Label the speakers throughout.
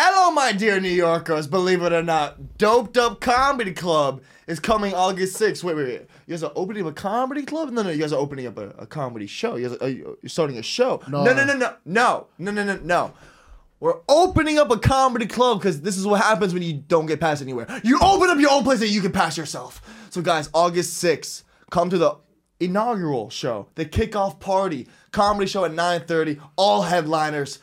Speaker 1: Hello, my dear New Yorkers. Believe it or not, Doped Up Comedy Club is coming August 6th. Wait, wait, wait. You guys are opening up a comedy club? No, no, you guys are opening up a, a comedy show. You guys are, are you- you're starting a show. No. no, no, no, no, no, no, no, no, no. We're opening up a comedy club because this is what happens when you don't get past anywhere. You open up your own place that you can pass yourself. So, guys, August 6th, come to the inaugural show, the kickoff party, comedy show at 9.30, all headliners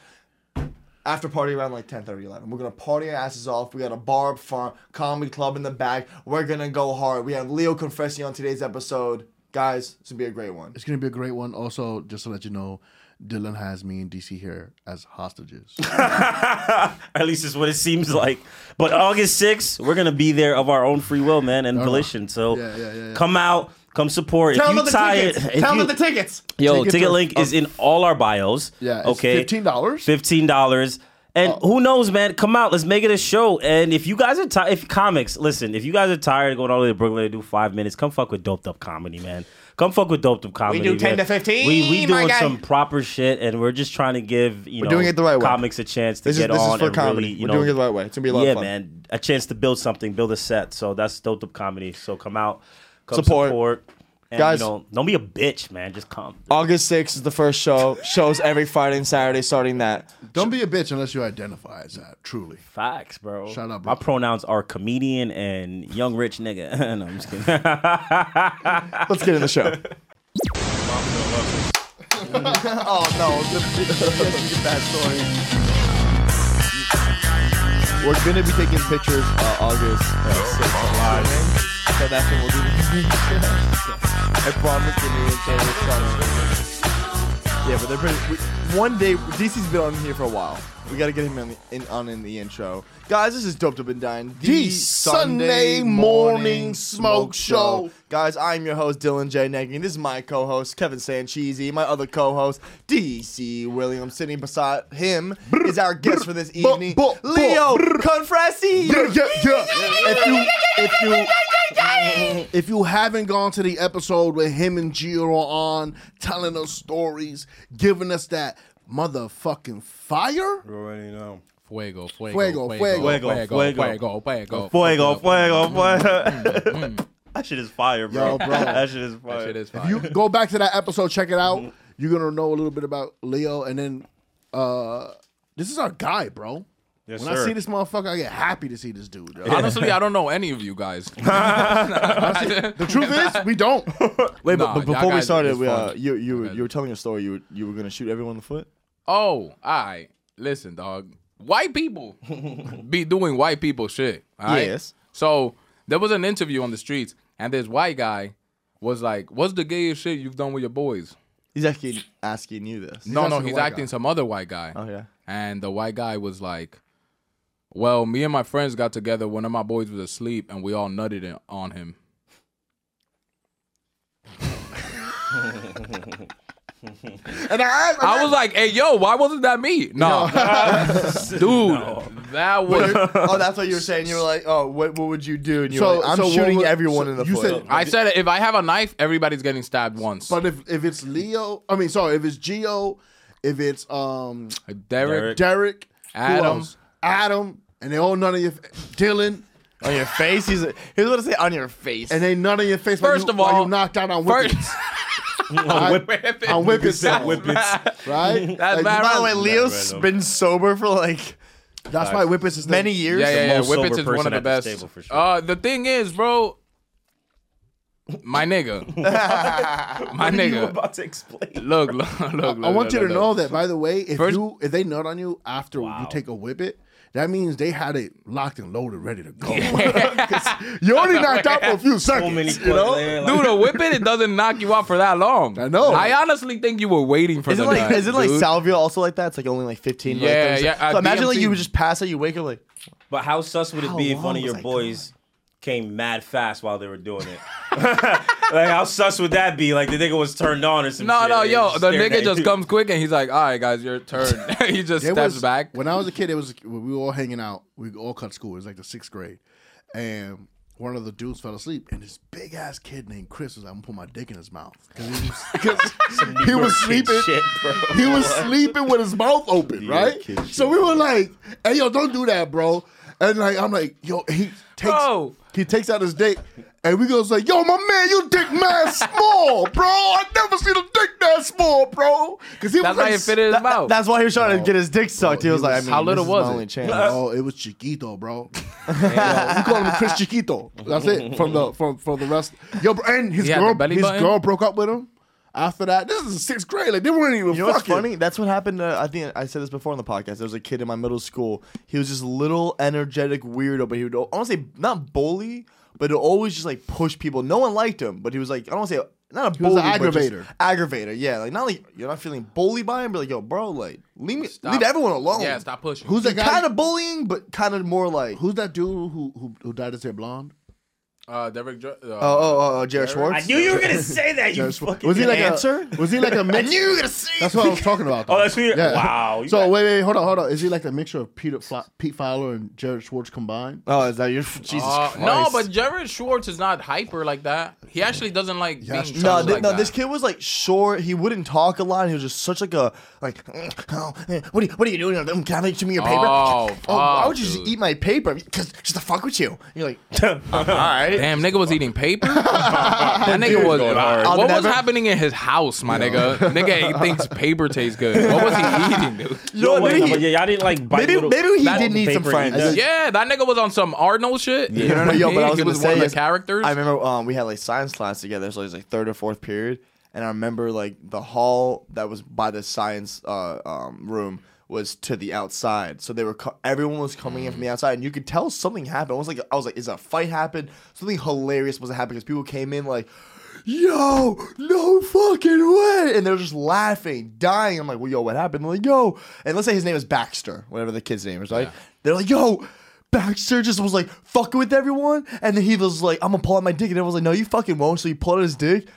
Speaker 1: after party around like 10 30 11 we're gonna party our asses off we got a bar up front comedy club in the back we're gonna go hard we have leo confessi on today's episode guys it's gonna be a great one
Speaker 2: It's gonna be a great one. Also, just to let you know, Dylan has me and DC here as hostages.
Speaker 3: At least it's what it seems like. But August 6th, we're gonna be there of our own free will, man, and volition. So
Speaker 2: Uh-huh. Yeah, yeah, yeah, yeah.
Speaker 3: come out, come support.
Speaker 1: tell
Speaker 3: if
Speaker 1: them
Speaker 3: you
Speaker 1: about the
Speaker 3: tired,
Speaker 1: tickets tell
Speaker 3: if you,
Speaker 1: them about the tickets
Speaker 3: yo,
Speaker 2: Tickets
Speaker 3: ticket
Speaker 2: are-
Speaker 3: link is in all our bios.
Speaker 2: Yeah, it's
Speaker 3: okay,
Speaker 2: fifteen dollars.
Speaker 3: fifteen dollars. And
Speaker 1: Oh.
Speaker 3: who knows, man? Come out, let's make it a show. And if you guys are tired, if comics, listen, if you guys are tired of going all the way to Brooklyn to do five minutes, come fuck with doped up comedy, man. Come fuck with doped up comedy.
Speaker 1: do 10
Speaker 3: man.
Speaker 1: to 15,
Speaker 3: We we
Speaker 1: my
Speaker 3: doing
Speaker 1: guy.
Speaker 3: some proper shit, and we're just trying to give you know
Speaker 1: doing it the right way.
Speaker 3: comics a chance to
Speaker 1: this is,
Speaker 3: get
Speaker 1: this
Speaker 3: on
Speaker 1: is for
Speaker 3: and
Speaker 1: comedy
Speaker 3: really, you
Speaker 1: we're
Speaker 3: know,
Speaker 1: doing it the right way it's gonna be a lot
Speaker 3: yeah,
Speaker 1: of fun
Speaker 3: man, a chance to build something, build a set. So that's doped up comedy. So come out, come
Speaker 1: Support.
Speaker 3: support, and,
Speaker 1: Guys-
Speaker 3: You know, don't be a bitch, man. Just come.
Speaker 1: august 6th is the first show shows every friday and saturday starting that
Speaker 2: Don't be a bitch unless you identify as that. Truly.
Speaker 3: Facts, bro.
Speaker 2: Shut up, bro.
Speaker 3: My pronouns are comedian and young rich nigga. no, I'm just kidding.
Speaker 1: let's get in the show oh no bad story
Speaker 4: We're gonna be taking pictures uh, August uh, 6th. So that's when we'll do the I promise the new Taylor
Speaker 1: Yeah, but they're pretty. We, one day, DC's been on here for a while. We got to get him on, the, in, on in the intro, guys. This is doped up and dying.
Speaker 2: The Sunday morning smoke show.
Speaker 1: Guys, I'm your host Dylan J. Nagy, and This is my co-host Kevin Sancheesy. My other co-host DC Williams. Sitting beside him is our guest for this evening,
Speaker 2: buh, buh,
Speaker 1: Leo Confresi.
Speaker 2: If you if you if you haven't gone to the episode with him and Giro on telling us stories, giving us that motherfucking fire.
Speaker 3: already know.
Speaker 5: Fuego, fuego,
Speaker 2: Fuego,
Speaker 3: fuego.
Speaker 2: fuego,
Speaker 5: fuego, fuego,
Speaker 3: Fuego, fuego, fuego. that shit is fire, bro.
Speaker 2: Yo, bro.
Speaker 3: that shit is fire.
Speaker 5: That shit is
Speaker 2: If
Speaker 5: fire. Mm-hmm.
Speaker 2: you go back to that episode, check it out. You're gonna know a little bit about Leo, and then uh, this is our guy, bro.
Speaker 3: Yes,
Speaker 2: when I
Speaker 3: sir.
Speaker 2: see this motherfucker, I get happy to see this dude. yo.
Speaker 5: Honestly, I don't know any of you guys.
Speaker 2: the truth is, we don't.
Speaker 1: Wait, but,
Speaker 5: Nah,
Speaker 1: but
Speaker 5: y'all
Speaker 1: before we
Speaker 5: guys
Speaker 1: started,
Speaker 5: is
Speaker 1: we, uh,
Speaker 5: fun.
Speaker 1: you you were-
Speaker 5: Okay.
Speaker 1: you were telling a story. You were, you were gonna shoot everyone in the foot.
Speaker 5: Oh, all right. Listen, dog. White people be doing white people shit. all right?
Speaker 1: Yes.
Speaker 5: So there was an interview on the streets, and this white guy was like, "What's the gayest shit you've done with your boys?"
Speaker 1: He's actually asking you this.
Speaker 5: no,
Speaker 2: asking
Speaker 5: no,
Speaker 2: the
Speaker 5: he's
Speaker 2: white
Speaker 5: acting
Speaker 2: guy.
Speaker 5: some other white guy.
Speaker 1: Oh yeah.
Speaker 5: And the white guy was like, "Well, me and my friends got together. One of my boys was asleep, and we all nutted in- on him."
Speaker 1: And I, I,
Speaker 5: I was like, "Hey, yo, why wasn't that me?" No, dude, that was.
Speaker 1: oh, that's what you were saying. You were like, oh, what, what would you do? And you
Speaker 2: So-
Speaker 1: were like, I'm
Speaker 2: so what
Speaker 1: shooting
Speaker 2: would-
Speaker 1: everyone
Speaker 2: so
Speaker 1: in the
Speaker 2: you
Speaker 1: foot.
Speaker 2: said-
Speaker 5: I said if I have a knife, everybody's getting stabbed once.
Speaker 2: But if if it's Leo, I mean, sorry, if it's Geo, if it's um
Speaker 3: Derek.
Speaker 5: Derek,
Speaker 2: Derek, who
Speaker 5: Adam.
Speaker 2: else? Adam, and they all none of your Dylan,
Speaker 1: on your face. He's here's what I say on your face. And
Speaker 2: and they none of your face. while
Speaker 5: First
Speaker 2: you,
Speaker 5: of
Speaker 2: while
Speaker 5: all,
Speaker 2: you knocked out on
Speaker 5: first,
Speaker 2: whippets, on whippets, right?
Speaker 5: That's
Speaker 2: Like,
Speaker 5: mad
Speaker 1: by the way,
Speaker 5: Right,
Speaker 1: Leo's
Speaker 3: right,
Speaker 1: been sober for like
Speaker 2: That's why whippets is
Speaker 1: many years.
Speaker 5: yeah, yeah, yeah.
Speaker 3: most
Speaker 5: Whippets
Speaker 3: sober
Speaker 5: is one
Speaker 3: person
Speaker 5: of the
Speaker 3: at this
Speaker 5: best.
Speaker 3: table, for sure.
Speaker 5: Uh, the thing is, bro, my nigga, my nigga.
Speaker 3: about to explain.
Speaker 5: Look, look, look.
Speaker 2: I want you to know
Speaker 5: look.
Speaker 2: that, by the way, if
Speaker 5: First-
Speaker 2: you if they nut on you after you take a whippet, that means they had it locked and loaded, ready to go. 'Cause you only knocked out for a few
Speaker 3: So many
Speaker 2: seconds.
Speaker 3: you know?
Speaker 5: Dude, a whipping it doesn't knock you out for that long.
Speaker 2: I know.
Speaker 5: I honestly think you were waiting for
Speaker 1: Is it
Speaker 5: the
Speaker 1: like
Speaker 5: nut,
Speaker 1: is it like
Speaker 5: dude.
Speaker 1: salvia also like that? It's like only like 15 like
Speaker 5: Yeah,
Speaker 1: 30
Speaker 5: yeah,
Speaker 1: seconds. So
Speaker 5: uh,
Speaker 1: imagine like
Speaker 5: DMT.
Speaker 1: you would just pass out, you wake up like
Speaker 3: But how sus would it
Speaker 1: How
Speaker 3: be if
Speaker 1: long
Speaker 3: one of
Speaker 1: was
Speaker 3: your
Speaker 1: I
Speaker 3: boys came mad fast while they were doing it? like how sus would that be? Like the nigga was turned on or some
Speaker 5: No,
Speaker 3: shit.
Speaker 5: no,
Speaker 3: and
Speaker 5: yo, the
Speaker 3: stared at
Speaker 5: nigga just
Speaker 3: you.
Speaker 5: comes quick and he's like, "All right, guys, your turn." he just
Speaker 2: There
Speaker 5: steps
Speaker 2: was-
Speaker 5: back.
Speaker 2: When I was a kid, it was we were all hanging out. We all cut school. It was like the sixth grade, and one of the dudes fell asleep, and this big ass kid named Chris was like, "I'm gonna put my dick in his mouth." 'Cause he was- 'cause he was sleeping.
Speaker 3: Shit, bro.
Speaker 2: He was sleeping with his mouth open,
Speaker 3: kid
Speaker 2: right? So we were like, "Hey, yo, don't do that, bro." And like, I'm like, "Yo," he takes
Speaker 5: Bro.
Speaker 2: he takes out his dick, and we goes like, "Yo, my man, you dick man small, bro. I never seen a dick that small, bro." Because he
Speaker 5: That's
Speaker 2: was
Speaker 5: how
Speaker 2: like,
Speaker 5: it fit in his mouth.
Speaker 1: That's why he was trying to get his dick sucked. He was like, I mean,
Speaker 5: How little
Speaker 1: this is
Speaker 5: was
Speaker 1: my
Speaker 5: it?
Speaker 1: only chance.
Speaker 2: Oh, it was Chiquito, bro. we call him Chris Chiquito. That's it from the from from the rest. Yo, bro, and his
Speaker 5: He had
Speaker 2: girl,
Speaker 5: the belly
Speaker 2: his
Speaker 5: button?
Speaker 2: girl broke up with him. After that, this is sixth grade. Like they weren't even
Speaker 1: You know what's
Speaker 2: fucking.
Speaker 1: funny? That's what happened. To, I think I said this before on the podcast. There was a kid in my middle school. He was just a little energetic weirdo, but he would honestly not bully, but he'd always just like push people. No one liked him, but he was like I don't want to say not a
Speaker 2: was
Speaker 1: bully,
Speaker 2: an
Speaker 1: but just
Speaker 2: aggravator.
Speaker 1: aggravator, yeah. Like not like you're not feeling bullied by him, but like yo, bro, like leave me,
Speaker 5: Stop.
Speaker 1: leave everyone alone.
Speaker 5: Yeah, stop pushing.
Speaker 2: Who's that guy?
Speaker 1: Kind of bullying, but kind of more like
Speaker 2: Who's that dude who who, who dyed his hair blonde?
Speaker 5: uh, Derek? Dr- uh,
Speaker 1: oh oh oh Jared Schwartz.
Speaker 3: I knew you were gonna say that. You fucking
Speaker 2: Was he like
Speaker 1: answer?
Speaker 2: a? Was he like a mix?
Speaker 1: You were gonna say
Speaker 2: That's what I was talking about.
Speaker 3: Oh, that's who you- wow, you
Speaker 2: so
Speaker 3: got-
Speaker 2: wait, wait, hold on, hold on. Is he like a mixture of Peter Fla- Pete Fowler and Jared Schwartz combined?
Speaker 1: Oh, is that your Jesus
Speaker 5: Uh,
Speaker 1: Christ?
Speaker 5: no, but Jared Schwartz is not hyper like that. He actually doesn't like
Speaker 2: Yes,
Speaker 5: being
Speaker 1: No,
Speaker 5: no,
Speaker 1: thi-
Speaker 5: like
Speaker 1: no,
Speaker 5: that.
Speaker 1: this kid was like short. He wouldn't talk a lot. He was just such like a like. Oh, eh, what are you, what are you doing? Um, Can I make you me your paper?
Speaker 5: Oh,
Speaker 1: why
Speaker 5: fuck,
Speaker 1: would you just
Speaker 5: dude.
Speaker 1: eat my paper? Because just to fuck with you. You're like,
Speaker 5: Damn, nigga was eating paper. that nigga was.
Speaker 1: I'll
Speaker 5: What was
Speaker 1: never-
Speaker 5: happening in his house, my nigga? nigga thinks paper tastes good. What was he eating, dude?
Speaker 1: you know, what,
Speaker 3: Wait,
Speaker 1: maybe,
Speaker 3: no,
Speaker 1: he,
Speaker 3: yeah, y'all didn't like bite
Speaker 1: maybe,
Speaker 3: little-
Speaker 1: maybe he
Speaker 5: that
Speaker 1: did need some
Speaker 3: paper and
Speaker 1: friends.
Speaker 3: that.
Speaker 5: Yeah, that nigga was on some Arnold shit. You know what
Speaker 1: No,
Speaker 5: I
Speaker 1: yo, but I
Speaker 5: mean?
Speaker 1: was
Speaker 5: he
Speaker 1: gonna
Speaker 5: was
Speaker 1: say
Speaker 5: one of the
Speaker 1: is,
Speaker 5: characters.
Speaker 1: I remember um, we had like science class together, so it was like third or fourth period, and I remember like the hall that was by the science uh, um, room was to the outside, so they were co- everyone was coming in
Speaker 5: Mm.
Speaker 1: from the outside, and you could tell something happened. I was like, I was like, is a fight happened? Something hilarious was happening because people came in like. Yo, no fucking way! And they're just laughing, dying. I'm like, well, yo, what happened? They're like, yo, and let's say his name is Baxter, whatever the kid's name is, right? They're like, yo, Baxter just was like fucking with everyone, and then he was like, "I'm gonna pull out my dick," and everyone was like, "No, you fucking won't." So he pulled out his dick,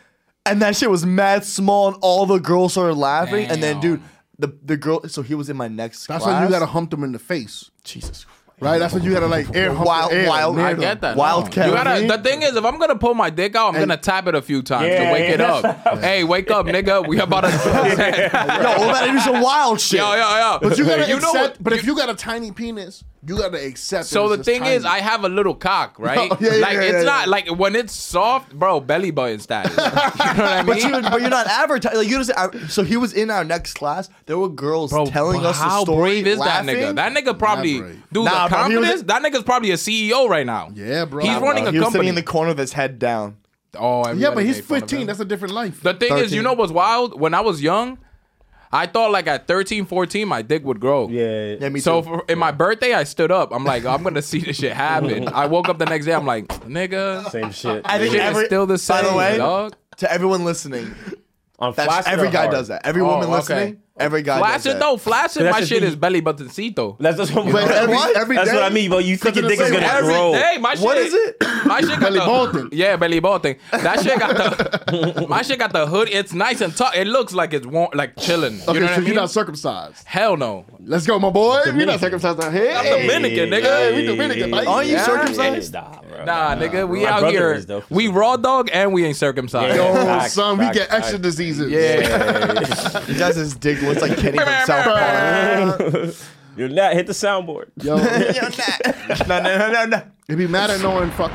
Speaker 1: and that shit was mad small, and all the girls started laughing. And then,
Speaker 5: Damn.
Speaker 1: dude, the the girl, so he was in my next
Speaker 2: That's
Speaker 1: class.
Speaker 2: why you gotta hump them in the face,
Speaker 1: Jesus. Christ.
Speaker 2: right? That's why you gotta like air hump.
Speaker 1: Wild-
Speaker 2: air
Speaker 1: wild-
Speaker 2: near
Speaker 5: I
Speaker 2: them.
Speaker 5: get that.
Speaker 1: Wildcat.
Speaker 5: You gotta. The thing is, if I'm gonna pull my dick out, I'm gonna tap it a few times to
Speaker 3: Yeah,
Speaker 5: wake it
Speaker 3: yeah.
Speaker 5: up. hey, wake up, nigga. We about to.
Speaker 1: Yo, we're about to do some wild shit.
Speaker 5: yo, yo, yo.
Speaker 2: But you gotta
Speaker 5: know
Speaker 2: accept.
Speaker 5: what-
Speaker 2: but if you got a tiny penis, you gotta accept. that
Speaker 5: So the
Speaker 2: it's
Speaker 5: thing
Speaker 2: just
Speaker 5: is, I
Speaker 2: tiny.
Speaker 5: have a little cock, right?
Speaker 2: Oh, Yeah, yeah,
Speaker 5: like
Speaker 2: yeah,
Speaker 5: it's
Speaker 2: yeah,
Speaker 5: not like when it's soft, bro. Belly button status. you know what I mean?
Speaker 1: But, you, but you're not advertising. Like you just, I, so he was in our next class. There were girls
Speaker 5: Bro,
Speaker 1: telling
Speaker 5: but
Speaker 1: us the
Speaker 5: how
Speaker 1: story.
Speaker 5: brave is
Speaker 1: laughing.
Speaker 5: that nigga? That nigga probably
Speaker 2: brave.
Speaker 5: dude.
Speaker 1: Nah,
Speaker 5: the
Speaker 1: bro, he was-
Speaker 5: confidence. that nigga's probably a CEO right now.
Speaker 2: Yeah, bro.
Speaker 5: He's
Speaker 2: Nah,
Speaker 5: running
Speaker 2: bro.
Speaker 5: a
Speaker 1: He was
Speaker 5: company.
Speaker 1: sitting in the corner with his head down.
Speaker 5: oh,
Speaker 2: Yeah,
Speaker 5: everybody
Speaker 2: but he's
Speaker 5: made fun of
Speaker 2: 15.
Speaker 5: him.
Speaker 2: That's a different life.
Speaker 5: The thing is,
Speaker 1: 13.
Speaker 5: you know what's wild? When I was young, I thought like at 13, 14, my dick would grow.
Speaker 3: Yeah.
Speaker 1: Yeah, me
Speaker 5: So
Speaker 1: too.
Speaker 5: for, in my birthday, I stood up. I'm like, I'm gonna see this shit happen. I woke up the next day. I'm like, nigga,
Speaker 3: Same shit.
Speaker 1: I think
Speaker 5: shit
Speaker 1: every-
Speaker 5: is still the
Speaker 1: by
Speaker 5: same.
Speaker 1: the way,
Speaker 5: dog.
Speaker 1: to everyone listening,
Speaker 3: On
Speaker 1: that's,
Speaker 3: Flaccid
Speaker 1: every
Speaker 3: or
Speaker 1: guy
Speaker 3: hard?
Speaker 1: does that. Every
Speaker 5: Oh,
Speaker 1: woman
Speaker 5: okay.
Speaker 1: listening, every guy does
Speaker 5: Flaccid
Speaker 1: that.
Speaker 5: though, flaccid.
Speaker 3: That's
Speaker 5: My
Speaker 3: just
Speaker 5: shit
Speaker 3: me.
Speaker 5: is belly buttoncito.
Speaker 3: That's, that's, what,
Speaker 2: But every,
Speaker 1: What?
Speaker 2: every
Speaker 3: that's
Speaker 2: day-
Speaker 3: what I mean, bro. You think your dick is
Speaker 2: Because
Speaker 3: gonna
Speaker 2: it's
Speaker 5: Every
Speaker 3: grow?
Speaker 5: day, my shit.
Speaker 1: What is it?
Speaker 5: My shit got
Speaker 2: Belly
Speaker 5: the
Speaker 2: ball thing.
Speaker 5: Yeah, belly ball thing. That shit got the. my shit got the hood. It's nice and tough. It looks like it's warm, like chilling.
Speaker 2: Okay,
Speaker 5: you know
Speaker 2: so
Speaker 5: what I mean?
Speaker 2: you're not circumcised.
Speaker 5: Hell no.
Speaker 2: Let's go, my boy. You're not circumcised out here.
Speaker 5: Dominican, nigga.
Speaker 2: Hey, we Dominican, like-
Speaker 1: Aren't you
Speaker 5: Yeah.
Speaker 1: circumcised?
Speaker 3: Nah, bro.
Speaker 5: Nah, nigga, we
Speaker 3: My
Speaker 5: out
Speaker 3: brother
Speaker 5: here.
Speaker 3: is, though, for
Speaker 5: we
Speaker 3: some
Speaker 5: raw dog and we ain't circumcised.
Speaker 3: Yeah.
Speaker 2: Oh,
Speaker 3: Facts,
Speaker 2: son,
Speaker 3: facts,
Speaker 2: we get extra
Speaker 3: facts.
Speaker 2: diseases.
Speaker 1: He does his dick looks like Kenny from South Park.
Speaker 3: You're not hit the soundboard.
Speaker 2: Yo,
Speaker 1: Yo, nah. no, no, no, no, no.
Speaker 2: it be mad at knowing fuck.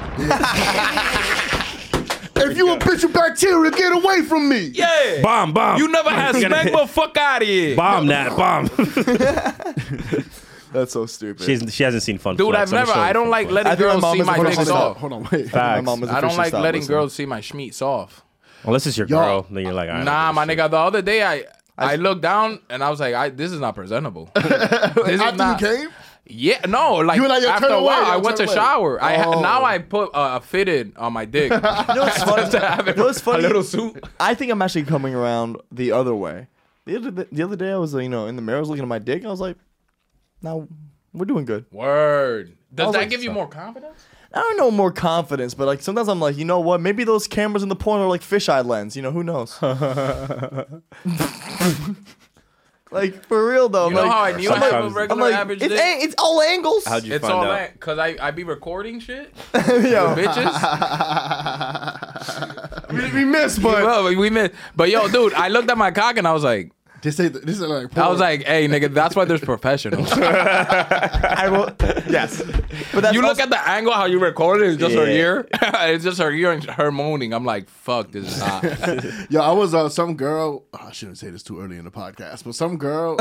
Speaker 2: if you a bitch of bacteria, get away from me.
Speaker 5: Yeah.
Speaker 3: Bomb, bomb.
Speaker 5: You never had smegma? Fuck out of here.
Speaker 3: bomb that bomb.
Speaker 1: That's so stupid.
Speaker 3: she, hasn't, she hasn't seen fun.
Speaker 5: Dude,
Speaker 3: Flex.
Speaker 5: I've
Speaker 3: I'ma
Speaker 5: never.
Speaker 3: show you
Speaker 5: I don't
Speaker 3: Fun
Speaker 5: like
Speaker 3: Flex.
Speaker 5: letting
Speaker 2: I think my
Speaker 5: girls
Speaker 2: mom
Speaker 5: see
Speaker 2: is
Speaker 5: my
Speaker 2: hold on,
Speaker 5: dick
Speaker 2: hold on,
Speaker 5: off.
Speaker 2: hold on, wait.
Speaker 1: My
Speaker 3: Facts.
Speaker 1: mom was
Speaker 5: I don't
Speaker 1: officially
Speaker 5: like
Speaker 1: stopped
Speaker 5: letting
Speaker 1: listening.
Speaker 5: girls see my schmeats off.
Speaker 3: Unless it's your
Speaker 2: Yo.
Speaker 3: girl, then you're like, all right,
Speaker 5: Nah, my nigga. The other day, I I looked down and I was like, I, this is not presentable. this
Speaker 2: After
Speaker 5: not-
Speaker 2: you came,
Speaker 5: Yeah, no, like,
Speaker 2: You were like, yo,
Speaker 5: after
Speaker 2: turn
Speaker 5: a
Speaker 2: away,
Speaker 5: while,
Speaker 2: yo,
Speaker 5: I went to
Speaker 2: turn away.
Speaker 5: shower. I ha-
Speaker 2: Oh.
Speaker 5: now I put uh, a fitted on my dick.
Speaker 1: You know what's
Speaker 5: to
Speaker 1: funny?
Speaker 5: have it,
Speaker 1: You know what's
Speaker 5: a
Speaker 1: funny?
Speaker 5: little suit.
Speaker 1: I think I'm actually coming around the other way. The other, the other day, I was, you know, in the mirror, I was looking at my dick, and I was like, now we're doing good.
Speaker 5: Word. Does
Speaker 1: was
Speaker 5: that
Speaker 1: like,
Speaker 5: give you more confidence?
Speaker 1: I don't know more confidence, but like sometimes I'm like, you know what? Maybe those cameras in the porn are like fisheye lens. You know, who knows? Like for real though.
Speaker 5: You know
Speaker 1: like,
Speaker 5: how I knew I
Speaker 1: I'm like,
Speaker 5: have
Speaker 3: sometimes-
Speaker 5: a
Speaker 1: I'm
Speaker 5: regular
Speaker 1: like,
Speaker 5: average
Speaker 1: it's,
Speaker 5: day?
Speaker 1: a- it's all angles.
Speaker 3: How'd you
Speaker 5: It's
Speaker 3: find
Speaker 5: all
Speaker 3: out?
Speaker 5: that because I, I be recording shit.
Speaker 1: Yo.
Speaker 5: Bitches.
Speaker 1: we, we missed, but
Speaker 5: well, we missed. But yo, dude, I looked at my cock and I was like,
Speaker 2: This ain't this is like
Speaker 5: I was like, hey, nigga, that's why there's professionals.
Speaker 1: I will. Yes, but that's
Speaker 5: you look
Speaker 1: also-
Speaker 5: at the angle how you recorded it's just her
Speaker 3: Yeah.
Speaker 5: ear. it's just her ear and her moaning. I'm like, fuck, this is hot.
Speaker 2: yo, I was uh, some girl. oh, I shouldn't say this too early in the podcast, but some girl.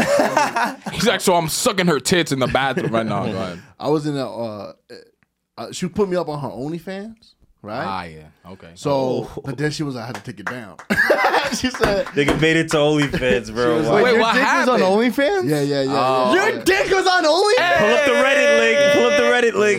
Speaker 5: He's like, so I'm sucking her tits in the bathroom right now. Go ahead.
Speaker 2: I was in a. Uh, uh, she put me up on her OnlyFans, right?
Speaker 5: Ah, yeah. Okay.
Speaker 2: So, but then she was like, I had to take it down. she said,
Speaker 3: Nigga made it to OnlyFans, bro. Wow.
Speaker 1: Wait,
Speaker 5: Wait,
Speaker 1: your
Speaker 5: what
Speaker 1: dick was on
Speaker 5: happened?
Speaker 1: OnlyFans?
Speaker 2: Yeah, yeah, yeah. yeah.
Speaker 1: Your dick was on OnlyFans.
Speaker 3: Pull up the Reddit link. Pull up the Reddit link.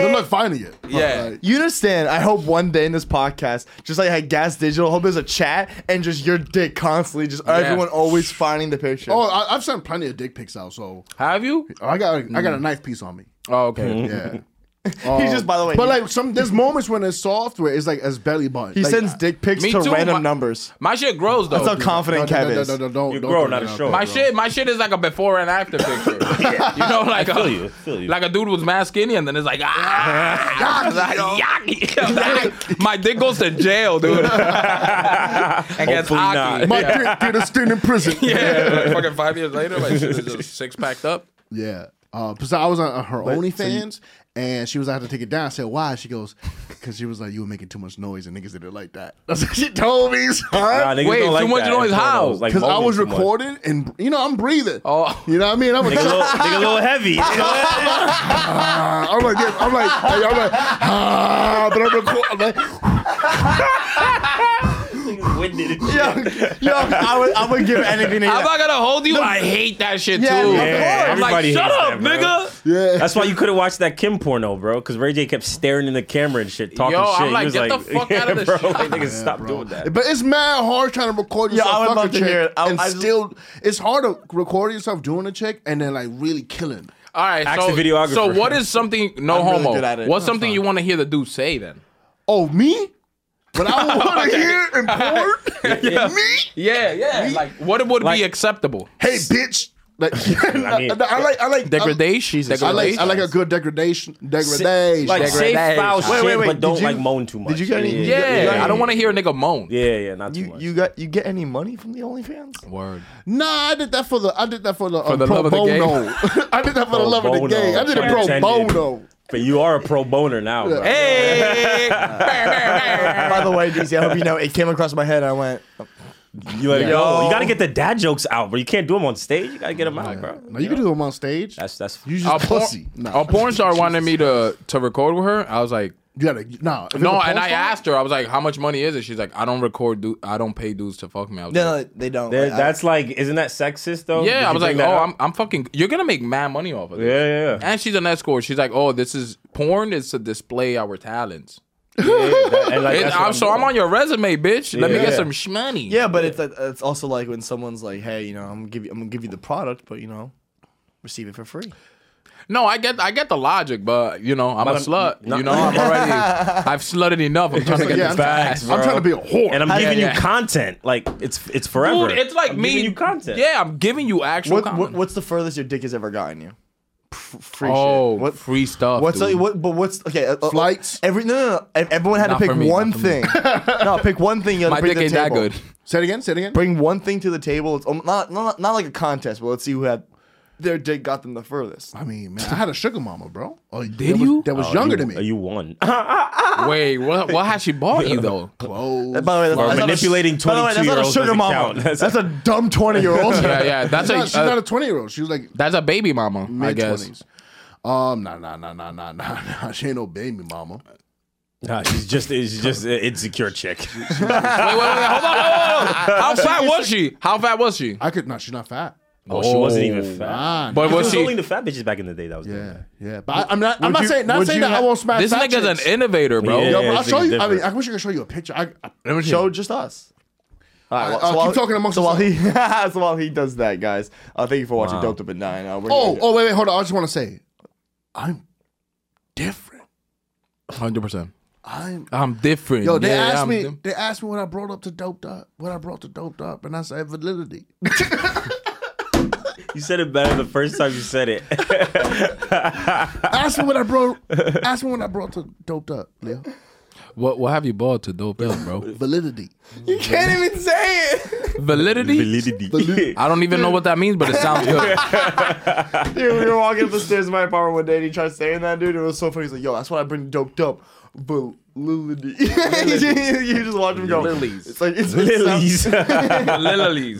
Speaker 2: Good luck finding it. But,
Speaker 5: Yeah.
Speaker 2: like,
Speaker 1: You understand? I hope one day in this podcast, just like I had Gas Digital, I hope there's a chat and just your dick constantly, just everyone always finding the picture.
Speaker 2: oh, I, I've sent plenty of dick pics out, so
Speaker 5: Have you?
Speaker 2: I got I got a knife piece on me.
Speaker 5: Oh, okay.
Speaker 1: Mm-hmm.
Speaker 2: Yeah.
Speaker 1: he just, by the way,
Speaker 2: But
Speaker 1: he,
Speaker 2: like some, there's moments when it's software is like as belly button.
Speaker 1: he
Speaker 2: like,
Speaker 1: sends dick pics
Speaker 5: Me
Speaker 1: to
Speaker 5: too,
Speaker 1: random
Speaker 5: my-
Speaker 1: numbers.
Speaker 5: My shit grows though.
Speaker 1: That's how confident Kev is.
Speaker 2: No, no, no, no,
Speaker 3: You're
Speaker 2: don't
Speaker 3: grown,
Speaker 2: put
Speaker 3: not a
Speaker 2: it out
Speaker 3: show.
Speaker 2: there.
Speaker 5: my shit, my shit is like a before and after picture. You know, like
Speaker 3: feel
Speaker 5: a,
Speaker 3: you, I feel you.
Speaker 5: like a dude was mad skinny and then it's like ah, like, yucky. my dick goes to jail, dude. and gets
Speaker 3: Hopefully
Speaker 5: hockey.
Speaker 3: not.
Speaker 2: My dick did a stint in prison.
Speaker 5: Yeah, like fucking five years later, like shit is just six packed up.
Speaker 2: Yeah. Uh, so I was on her OnlyFans, and she was like, "I had to take it down." I said, "Why?" She goes, "Cause she was like, you were making too much noise, and niggas did it like that." That's what she told me. son.
Speaker 3: Nah, niggas
Speaker 5: Wait,
Speaker 3: don't like
Speaker 5: too much
Speaker 3: that.
Speaker 5: noise,
Speaker 3: Pornos,
Speaker 5: how?
Speaker 3: Like
Speaker 2: Cause I
Speaker 3: moaning
Speaker 2: was
Speaker 3: too much.
Speaker 2: recording, and you know I'm breathing.
Speaker 5: Oh.
Speaker 2: you know what I mean? I'm, a,
Speaker 3: Nigga little, nigga little heavy.
Speaker 2: I'm like, this. I'm like, I'm like, ah, but I'm recording. I'm like,
Speaker 1: yo, yo, I would, I would give anything to
Speaker 5: I'm
Speaker 1: hear.
Speaker 5: not gonna hold you. I hate that shit
Speaker 1: Yeah,
Speaker 5: too.
Speaker 1: of
Speaker 3: Yeah,
Speaker 5: I'm like,
Speaker 3: everybody
Speaker 5: shut
Speaker 3: hates
Speaker 5: up,
Speaker 3: that, bro."
Speaker 5: nigga.
Speaker 2: yeah.
Speaker 3: That's why you couldn't watch that Kim porno, bro. Because Ray J kept staring in the camera and shit, talking
Speaker 5: Yo, I'm
Speaker 3: shit.
Speaker 5: like,
Speaker 3: he was
Speaker 5: "Get the
Speaker 3: like,
Speaker 5: fuck out of this
Speaker 3: bro,
Speaker 5: shit."
Speaker 3: Like, nigga, stop
Speaker 2: bro.
Speaker 3: doing that.
Speaker 2: But it's mad hard trying to record
Speaker 1: Yeah,
Speaker 2: yourself
Speaker 1: I would
Speaker 2: fucking
Speaker 1: love to
Speaker 2: chick
Speaker 1: hear it. I-
Speaker 2: and
Speaker 1: I just-
Speaker 2: still, it's hard to record yourself doing a chick and then like really killing.
Speaker 5: All right,
Speaker 3: Ask
Speaker 5: so
Speaker 3: the videographer.
Speaker 5: So what is something? No
Speaker 1: I'm really
Speaker 5: homo.
Speaker 1: good at it.
Speaker 5: What's
Speaker 1: I'm
Speaker 5: something you want to hear the dude say then?
Speaker 2: Oh me? But I want to hear in porn. Me?
Speaker 5: Yeah, yeah. Like what would be acceptable?
Speaker 2: Hey, bitch. Like, I,
Speaker 3: mean-
Speaker 2: like, I like
Speaker 5: Degradation.
Speaker 2: I, I like,
Speaker 5: Degradation.
Speaker 2: I like a good degradation. Degradation.
Speaker 3: Like, say foul shit,
Speaker 1: wait, wait,
Speaker 3: but
Speaker 1: did
Speaker 3: don't,
Speaker 1: you-
Speaker 3: like, moan too much.
Speaker 1: Did you get any?
Speaker 5: yeah,
Speaker 1: you got
Speaker 5: I don't
Speaker 1: any-
Speaker 5: want to hear a nigga moan.
Speaker 3: Yeah, yeah, not too
Speaker 1: You,
Speaker 3: much.
Speaker 1: you got you get any money from the OnlyFans?
Speaker 5: Word.
Speaker 2: nah, I did that for the. I did that for the, uh,
Speaker 5: the
Speaker 2: pro
Speaker 5: love of the game.
Speaker 2: bono. I did that for the
Speaker 3: Pro
Speaker 2: love of the
Speaker 3: bono.
Speaker 2: game. I did it pro
Speaker 3: Pretended.
Speaker 2: bono.
Speaker 3: but you are a pro boner now, bro.
Speaker 5: Hey.
Speaker 1: By the way, DC, I hope you know it came across my head. I went,
Speaker 3: You let it
Speaker 1: Yo.
Speaker 3: go. You gotta get the dad jokes out, bro. You can't do them on stage. You gotta get them out, bro.
Speaker 2: No, you can do them on stage.
Speaker 3: That's that's.
Speaker 2: you
Speaker 5: A
Speaker 2: just
Speaker 5: porn,
Speaker 2: pussy.
Speaker 5: a porn star wanted me to to record with her. I was like,
Speaker 2: You gotta no. if it's a
Speaker 5: no,
Speaker 2: porn
Speaker 5: and I
Speaker 2: star-
Speaker 5: asked her. I was like, how much money is it? She's like, I don't record. Du- I don't pay dudes to fuck me. I was
Speaker 1: no,
Speaker 5: like,
Speaker 1: no, they don't.
Speaker 3: That-
Speaker 1: Like, I-
Speaker 3: that's like, isn't that sexist though? Did
Speaker 5: yeah, I
Speaker 3: you
Speaker 5: was like,
Speaker 3: bring
Speaker 5: oh,
Speaker 3: that up?
Speaker 5: I'm, I'm fucking. You're gonna make mad money off of
Speaker 3: Yeah,
Speaker 5: this.
Speaker 3: yeah, yeah.
Speaker 5: And she's an escort. She's like, oh, this is porn. is to display our talents.
Speaker 3: yeah, that- and like,
Speaker 5: It-
Speaker 3: that's what
Speaker 5: I'm, so I'm
Speaker 3: doing.
Speaker 5: on your resume, bitch. Let me
Speaker 3: Yeah.
Speaker 5: get some shmoney.
Speaker 1: Yeah, but it's it's also like when someone's like, "Hey, you know, I'm gonna give you, I'm gonna give you the product, but you know, receive it for free."
Speaker 5: No, I get I get the logic, but you know, I'm a slut.
Speaker 3: no.
Speaker 5: You know, I'm already I've slutted enough. I'm trying to get
Speaker 2: Yeah,
Speaker 5: this
Speaker 2: I'm,
Speaker 5: back.
Speaker 2: I'm trying to be a whore.
Speaker 3: and I'm giving
Speaker 5: yeah.
Speaker 3: you content. Like it's it's forever.
Speaker 5: Dude, it's like
Speaker 3: I'm
Speaker 5: me.
Speaker 3: giving you content.
Speaker 5: Yeah, I'm giving you actual
Speaker 1: What, what
Speaker 5: content.
Speaker 1: what's the furthest your dick has ever gotten you? F- free
Speaker 5: oh,
Speaker 1: shit. What
Speaker 5: free stuff.
Speaker 1: What's
Speaker 5: dude.
Speaker 1: like, what? But what's okay? uh, uh,
Speaker 2: Flights?
Speaker 1: Every no, no, no. ev- Everyone had
Speaker 5: Not
Speaker 1: to pick
Speaker 5: for me,
Speaker 1: one
Speaker 5: not for me.
Speaker 1: thing. no, pick one thing. You had to
Speaker 5: My
Speaker 1: bring
Speaker 5: dick
Speaker 1: to the
Speaker 5: ain't that
Speaker 1: table.
Speaker 5: good.
Speaker 2: say it again. Say it again.
Speaker 1: Bring one thing to the table. It's um, not, not not like a contest, but let's see who had their dick got them the furthest.
Speaker 2: I mean, man, I had a sugar mama, bro. Oh, did that
Speaker 5: you?
Speaker 2: Was, that was younger
Speaker 3: you,
Speaker 2: than me.
Speaker 3: You won.
Speaker 5: Wait, what? What has she bought you though?
Speaker 1: By
Speaker 2: Clothes.
Speaker 1: the way, that's,
Speaker 3: Or
Speaker 1: that's not a-
Speaker 3: manipulating
Speaker 1: by the way,
Speaker 3: 22
Speaker 1: that's
Speaker 3: year
Speaker 1: not a
Speaker 3: olds.
Speaker 1: sugar mama.
Speaker 3: That's
Speaker 1: That's a dumb twenty year old.
Speaker 5: Yeah, yeah. That's
Speaker 2: she's,
Speaker 5: a,
Speaker 2: not, she's
Speaker 5: uh,
Speaker 2: not a twenty year old. She was like
Speaker 5: that's a baby mama. I
Speaker 2: mid
Speaker 5: guess.
Speaker 2: twenties. Um, nah, nah, nah, nah, nah, nah, nah. She ain't no baby mama.
Speaker 3: nah, she's just she's just an insecure chick.
Speaker 5: Wait, wait, wait. Hold on. Hold on, hold on. How fat was she? How fat was she?
Speaker 2: I could. Nah, she's not fat.
Speaker 3: Oh, she wasn't even fat.
Speaker 2: Nah.
Speaker 5: But
Speaker 3: It
Speaker 5: was
Speaker 3: was only
Speaker 5: she?
Speaker 3: the fat bitches back in the day that was doing
Speaker 2: yeah,
Speaker 3: that.
Speaker 2: yeah. But I, I'm not. I'm
Speaker 1: Would
Speaker 2: not
Speaker 1: you-
Speaker 2: saying. Not
Speaker 1: would
Speaker 2: saying
Speaker 1: you
Speaker 2: that I
Speaker 1: have-
Speaker 2: won't smash.
Speaker 5: This
Speaker 2: fat
Speaker 5: nigga's an
Speaker 2: chicks.
Speaker 5: innovator, bro.
Speaker 3: Yeah.
Speaker 2: Yo, bro, I'll
Speaker 3: this
Speaker 2: show
Speaker 3: nigga's
Speaker 2: you. I mean,
Speaker 3: different.
Speaker 2: I wish I could show you a picture. I, I,
Speaker 1: Show just us. All right, well,
Speaker 2: uh, keep talking amongst
Speaker 1: so while he so while he does that, guys. Uh, thank you for watching
Speaker 3: Wow.
Speaker 1: Doped Up and Nine. Uh, we're
Speaker 2: oh,
Speaker 1: gonna-
Speaker 2: oh, wait, wait, hold on. I just want to say, I'm different.
Speaker 5: Hundred percent.
Speaker 2: I'm.
Speaker 5: I'm different.
Speaker 2: Yo, they
Speaker 5: Yeah,
Speaker 2: asked
Speaker 5: I'm
Speaker 2: me.
Speaker 5: dim-
Speaker 2: they asked me what I brought up to doped up. What I brought to doped up, and I said validity.
Speaker 3: You said it better the first time you said it.
Speaker 2: Ask me what I brought. Ask me when I brought to doped up, Leo.
Speaker 5: What what have you bought to dope up, bro?
Speaker 2: Validity.
Speaker 4: You can't even say it.
Speaker 5: Validity?
Speaker 3: Validity.
Speaker 5: I don't even know what that means, but it sounds good.
Speaker 1: Dude, we were walking up the stairs in my apartment one day, and he tried saying that, dude. It was so funny. He's like, "Yo, that's why I bring doped up, validity." you just watch him go.
Speaker 5: Lilies.
Speaker 1: It's like it's
Speaker 3: Lilies.
Speaker 5: Lilies.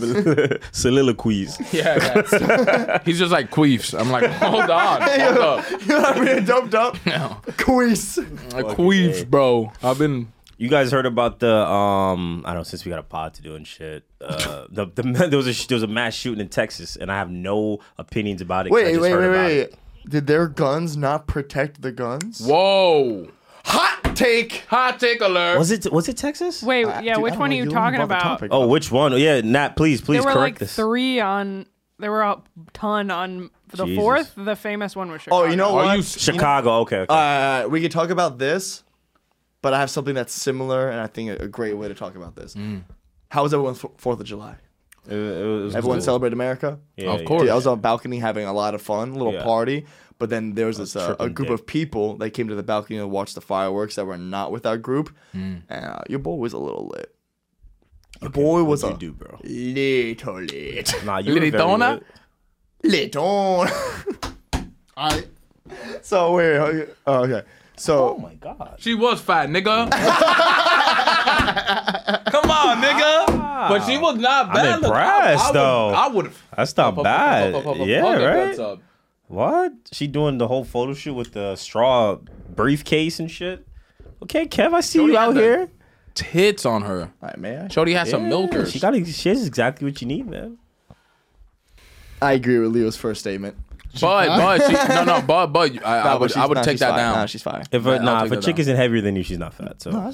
Speaker 3: Soliloquies.
Speaker 5: Yeah, yeah. He's just like queefs. I'm like, hold on. Hold up.
Speaker 1: You're not being doped up.
Speaker 5: No.
Speaker 1: Queefs.
Speaker 5: Like queefs, bro. I've been
Speaker 3: You guys heard about the um? I don't know. Since we got a pod to do and shit, uh, the, the there was a sh- there was a mass shooting in Texas, and I have no opinions about it. 'cause I
Speaker 1: Wait,
Speaker 3: just
Speaker 1: wait,
Speaker 3: heard
Speaker 1: wait,
Speaker 3: about
Speaker 1: wait.
Speaker 3: it.
Speaker 1: Did their guns not protect the guns?
Speaker 5: Whoa.
Speaker 1: Hot take.
Speaker 5: Hot take alert.
Speaker 3: Was it was it Texas?
Speaker 6: Wait, yeah,
Speaker 1: Uh, Dude, I
Speaker 6: which
Speaker 1: don't
Speaker 6: one
Speaker 1: know.
Speaker 6: are you
Speaker 1: don't
Speaker 6: talking
Speaker 1: brought the
Speaker 6: about?
Speaker 1: topic
Speaker 3: Oh,
Speaker 1: up.
Speaker 3: which one? Yeah, Nat. Please, please
Speaker 6: There were
Speaker 3: correct
Speaker 6: like
Speaker 3: this.
Speaker 6: three on. There were a ton on the
Speaker 3: Jesus.
Speaker 6: fourth. The famous one was Chicago.
Speaker 1: Oh, you know what?
Speaker 5: Are you
Speaker 3: Chicago. Okay. okay.
Speaker 1: Uh, we could talk about this, but I have something that's similar, and I think a, a great way to talk about this. How was everyone's Fo- Fourth of July?
Speaker 3: Mm. It was- it was-
Speaker 1: Everyone celebrate America.
Speaker 3: Yeah,
Speaker 5: Of
Speaker 3: yeah.
Speaker 5: course.
Speaker 1: Dude, I was on a balcony having a lot of fun, little
Speaker 3: Yeah.
Speaker 1: party. But then there was this uh, a
Speaker 3: tripping
Speaker 1: group
Speaker 3: dick.
Speaker 1: of people that came to the balcony to watch the fireworks that were not with our group.
Speaker 3: Mm.
Speaker 1: And uh, your boy was a little lit. Your boy was a
Speaker 3: You do, bro.
Speaker 1: little lit.
Speaker 3: Nah, you
Speaker 5: Lily
Speaker 3: were very
Speaker 5: Donna?
Speaker 3: lit.
Speaker 1: Lit on.
Speaker 2: All right.
Speaker 1: so wait. okay- Oh, okay. So
Speaker 3: Oh my god.
Speaker 5: She was fat, nigga. Come on, nigga. But she was not bad.
Speaker 3: Ah. I'm
Speaker 5: looking.
Speaker 3: impressed, though.
Speaker 5: I would.
Speaker 3: That's not bad. yeah, right.
Speaker 5: Up.
Speaker 3: What? She doing the whole photo shoot with the straw briefcase and shit. Okay, Kev, I see
Speaker 5: Shorty
Speaker 3: you
Speaker 5: had
Speaker 3: out
Speaker 5: the-
Speaker 3: here.
Speaker 5: Tits on her.
Speaker 1: all right, may I?
Speaker 5: Shorty has some milkers.
Speaker 3: She got. She has exactly what you need, man.
Speaker 1: I agree with Leo's first statement.
Speaker 5: but but she, no no but but I, I
Speaker 1: Nah, but
Speaker 5: would I
Speaker 1: she's-
Speaker 5: would
Speaker 1: nah,
Speaker 5: take
Speaker 1: she's
Speaker 5: that
Speaker 1: fire.
Speaker 5: down.
Speaker 1: Nah, she's fire.
Speaker 3: If a,
Speaker 5: I'll
Speaker 3: nah,
Speaker 5: take
Speaker 3: if a
Speaker 5: that
Speaker 3: chick
Speaker 5: down.
Speaker 3: isn't heavier than you, she's not fat. So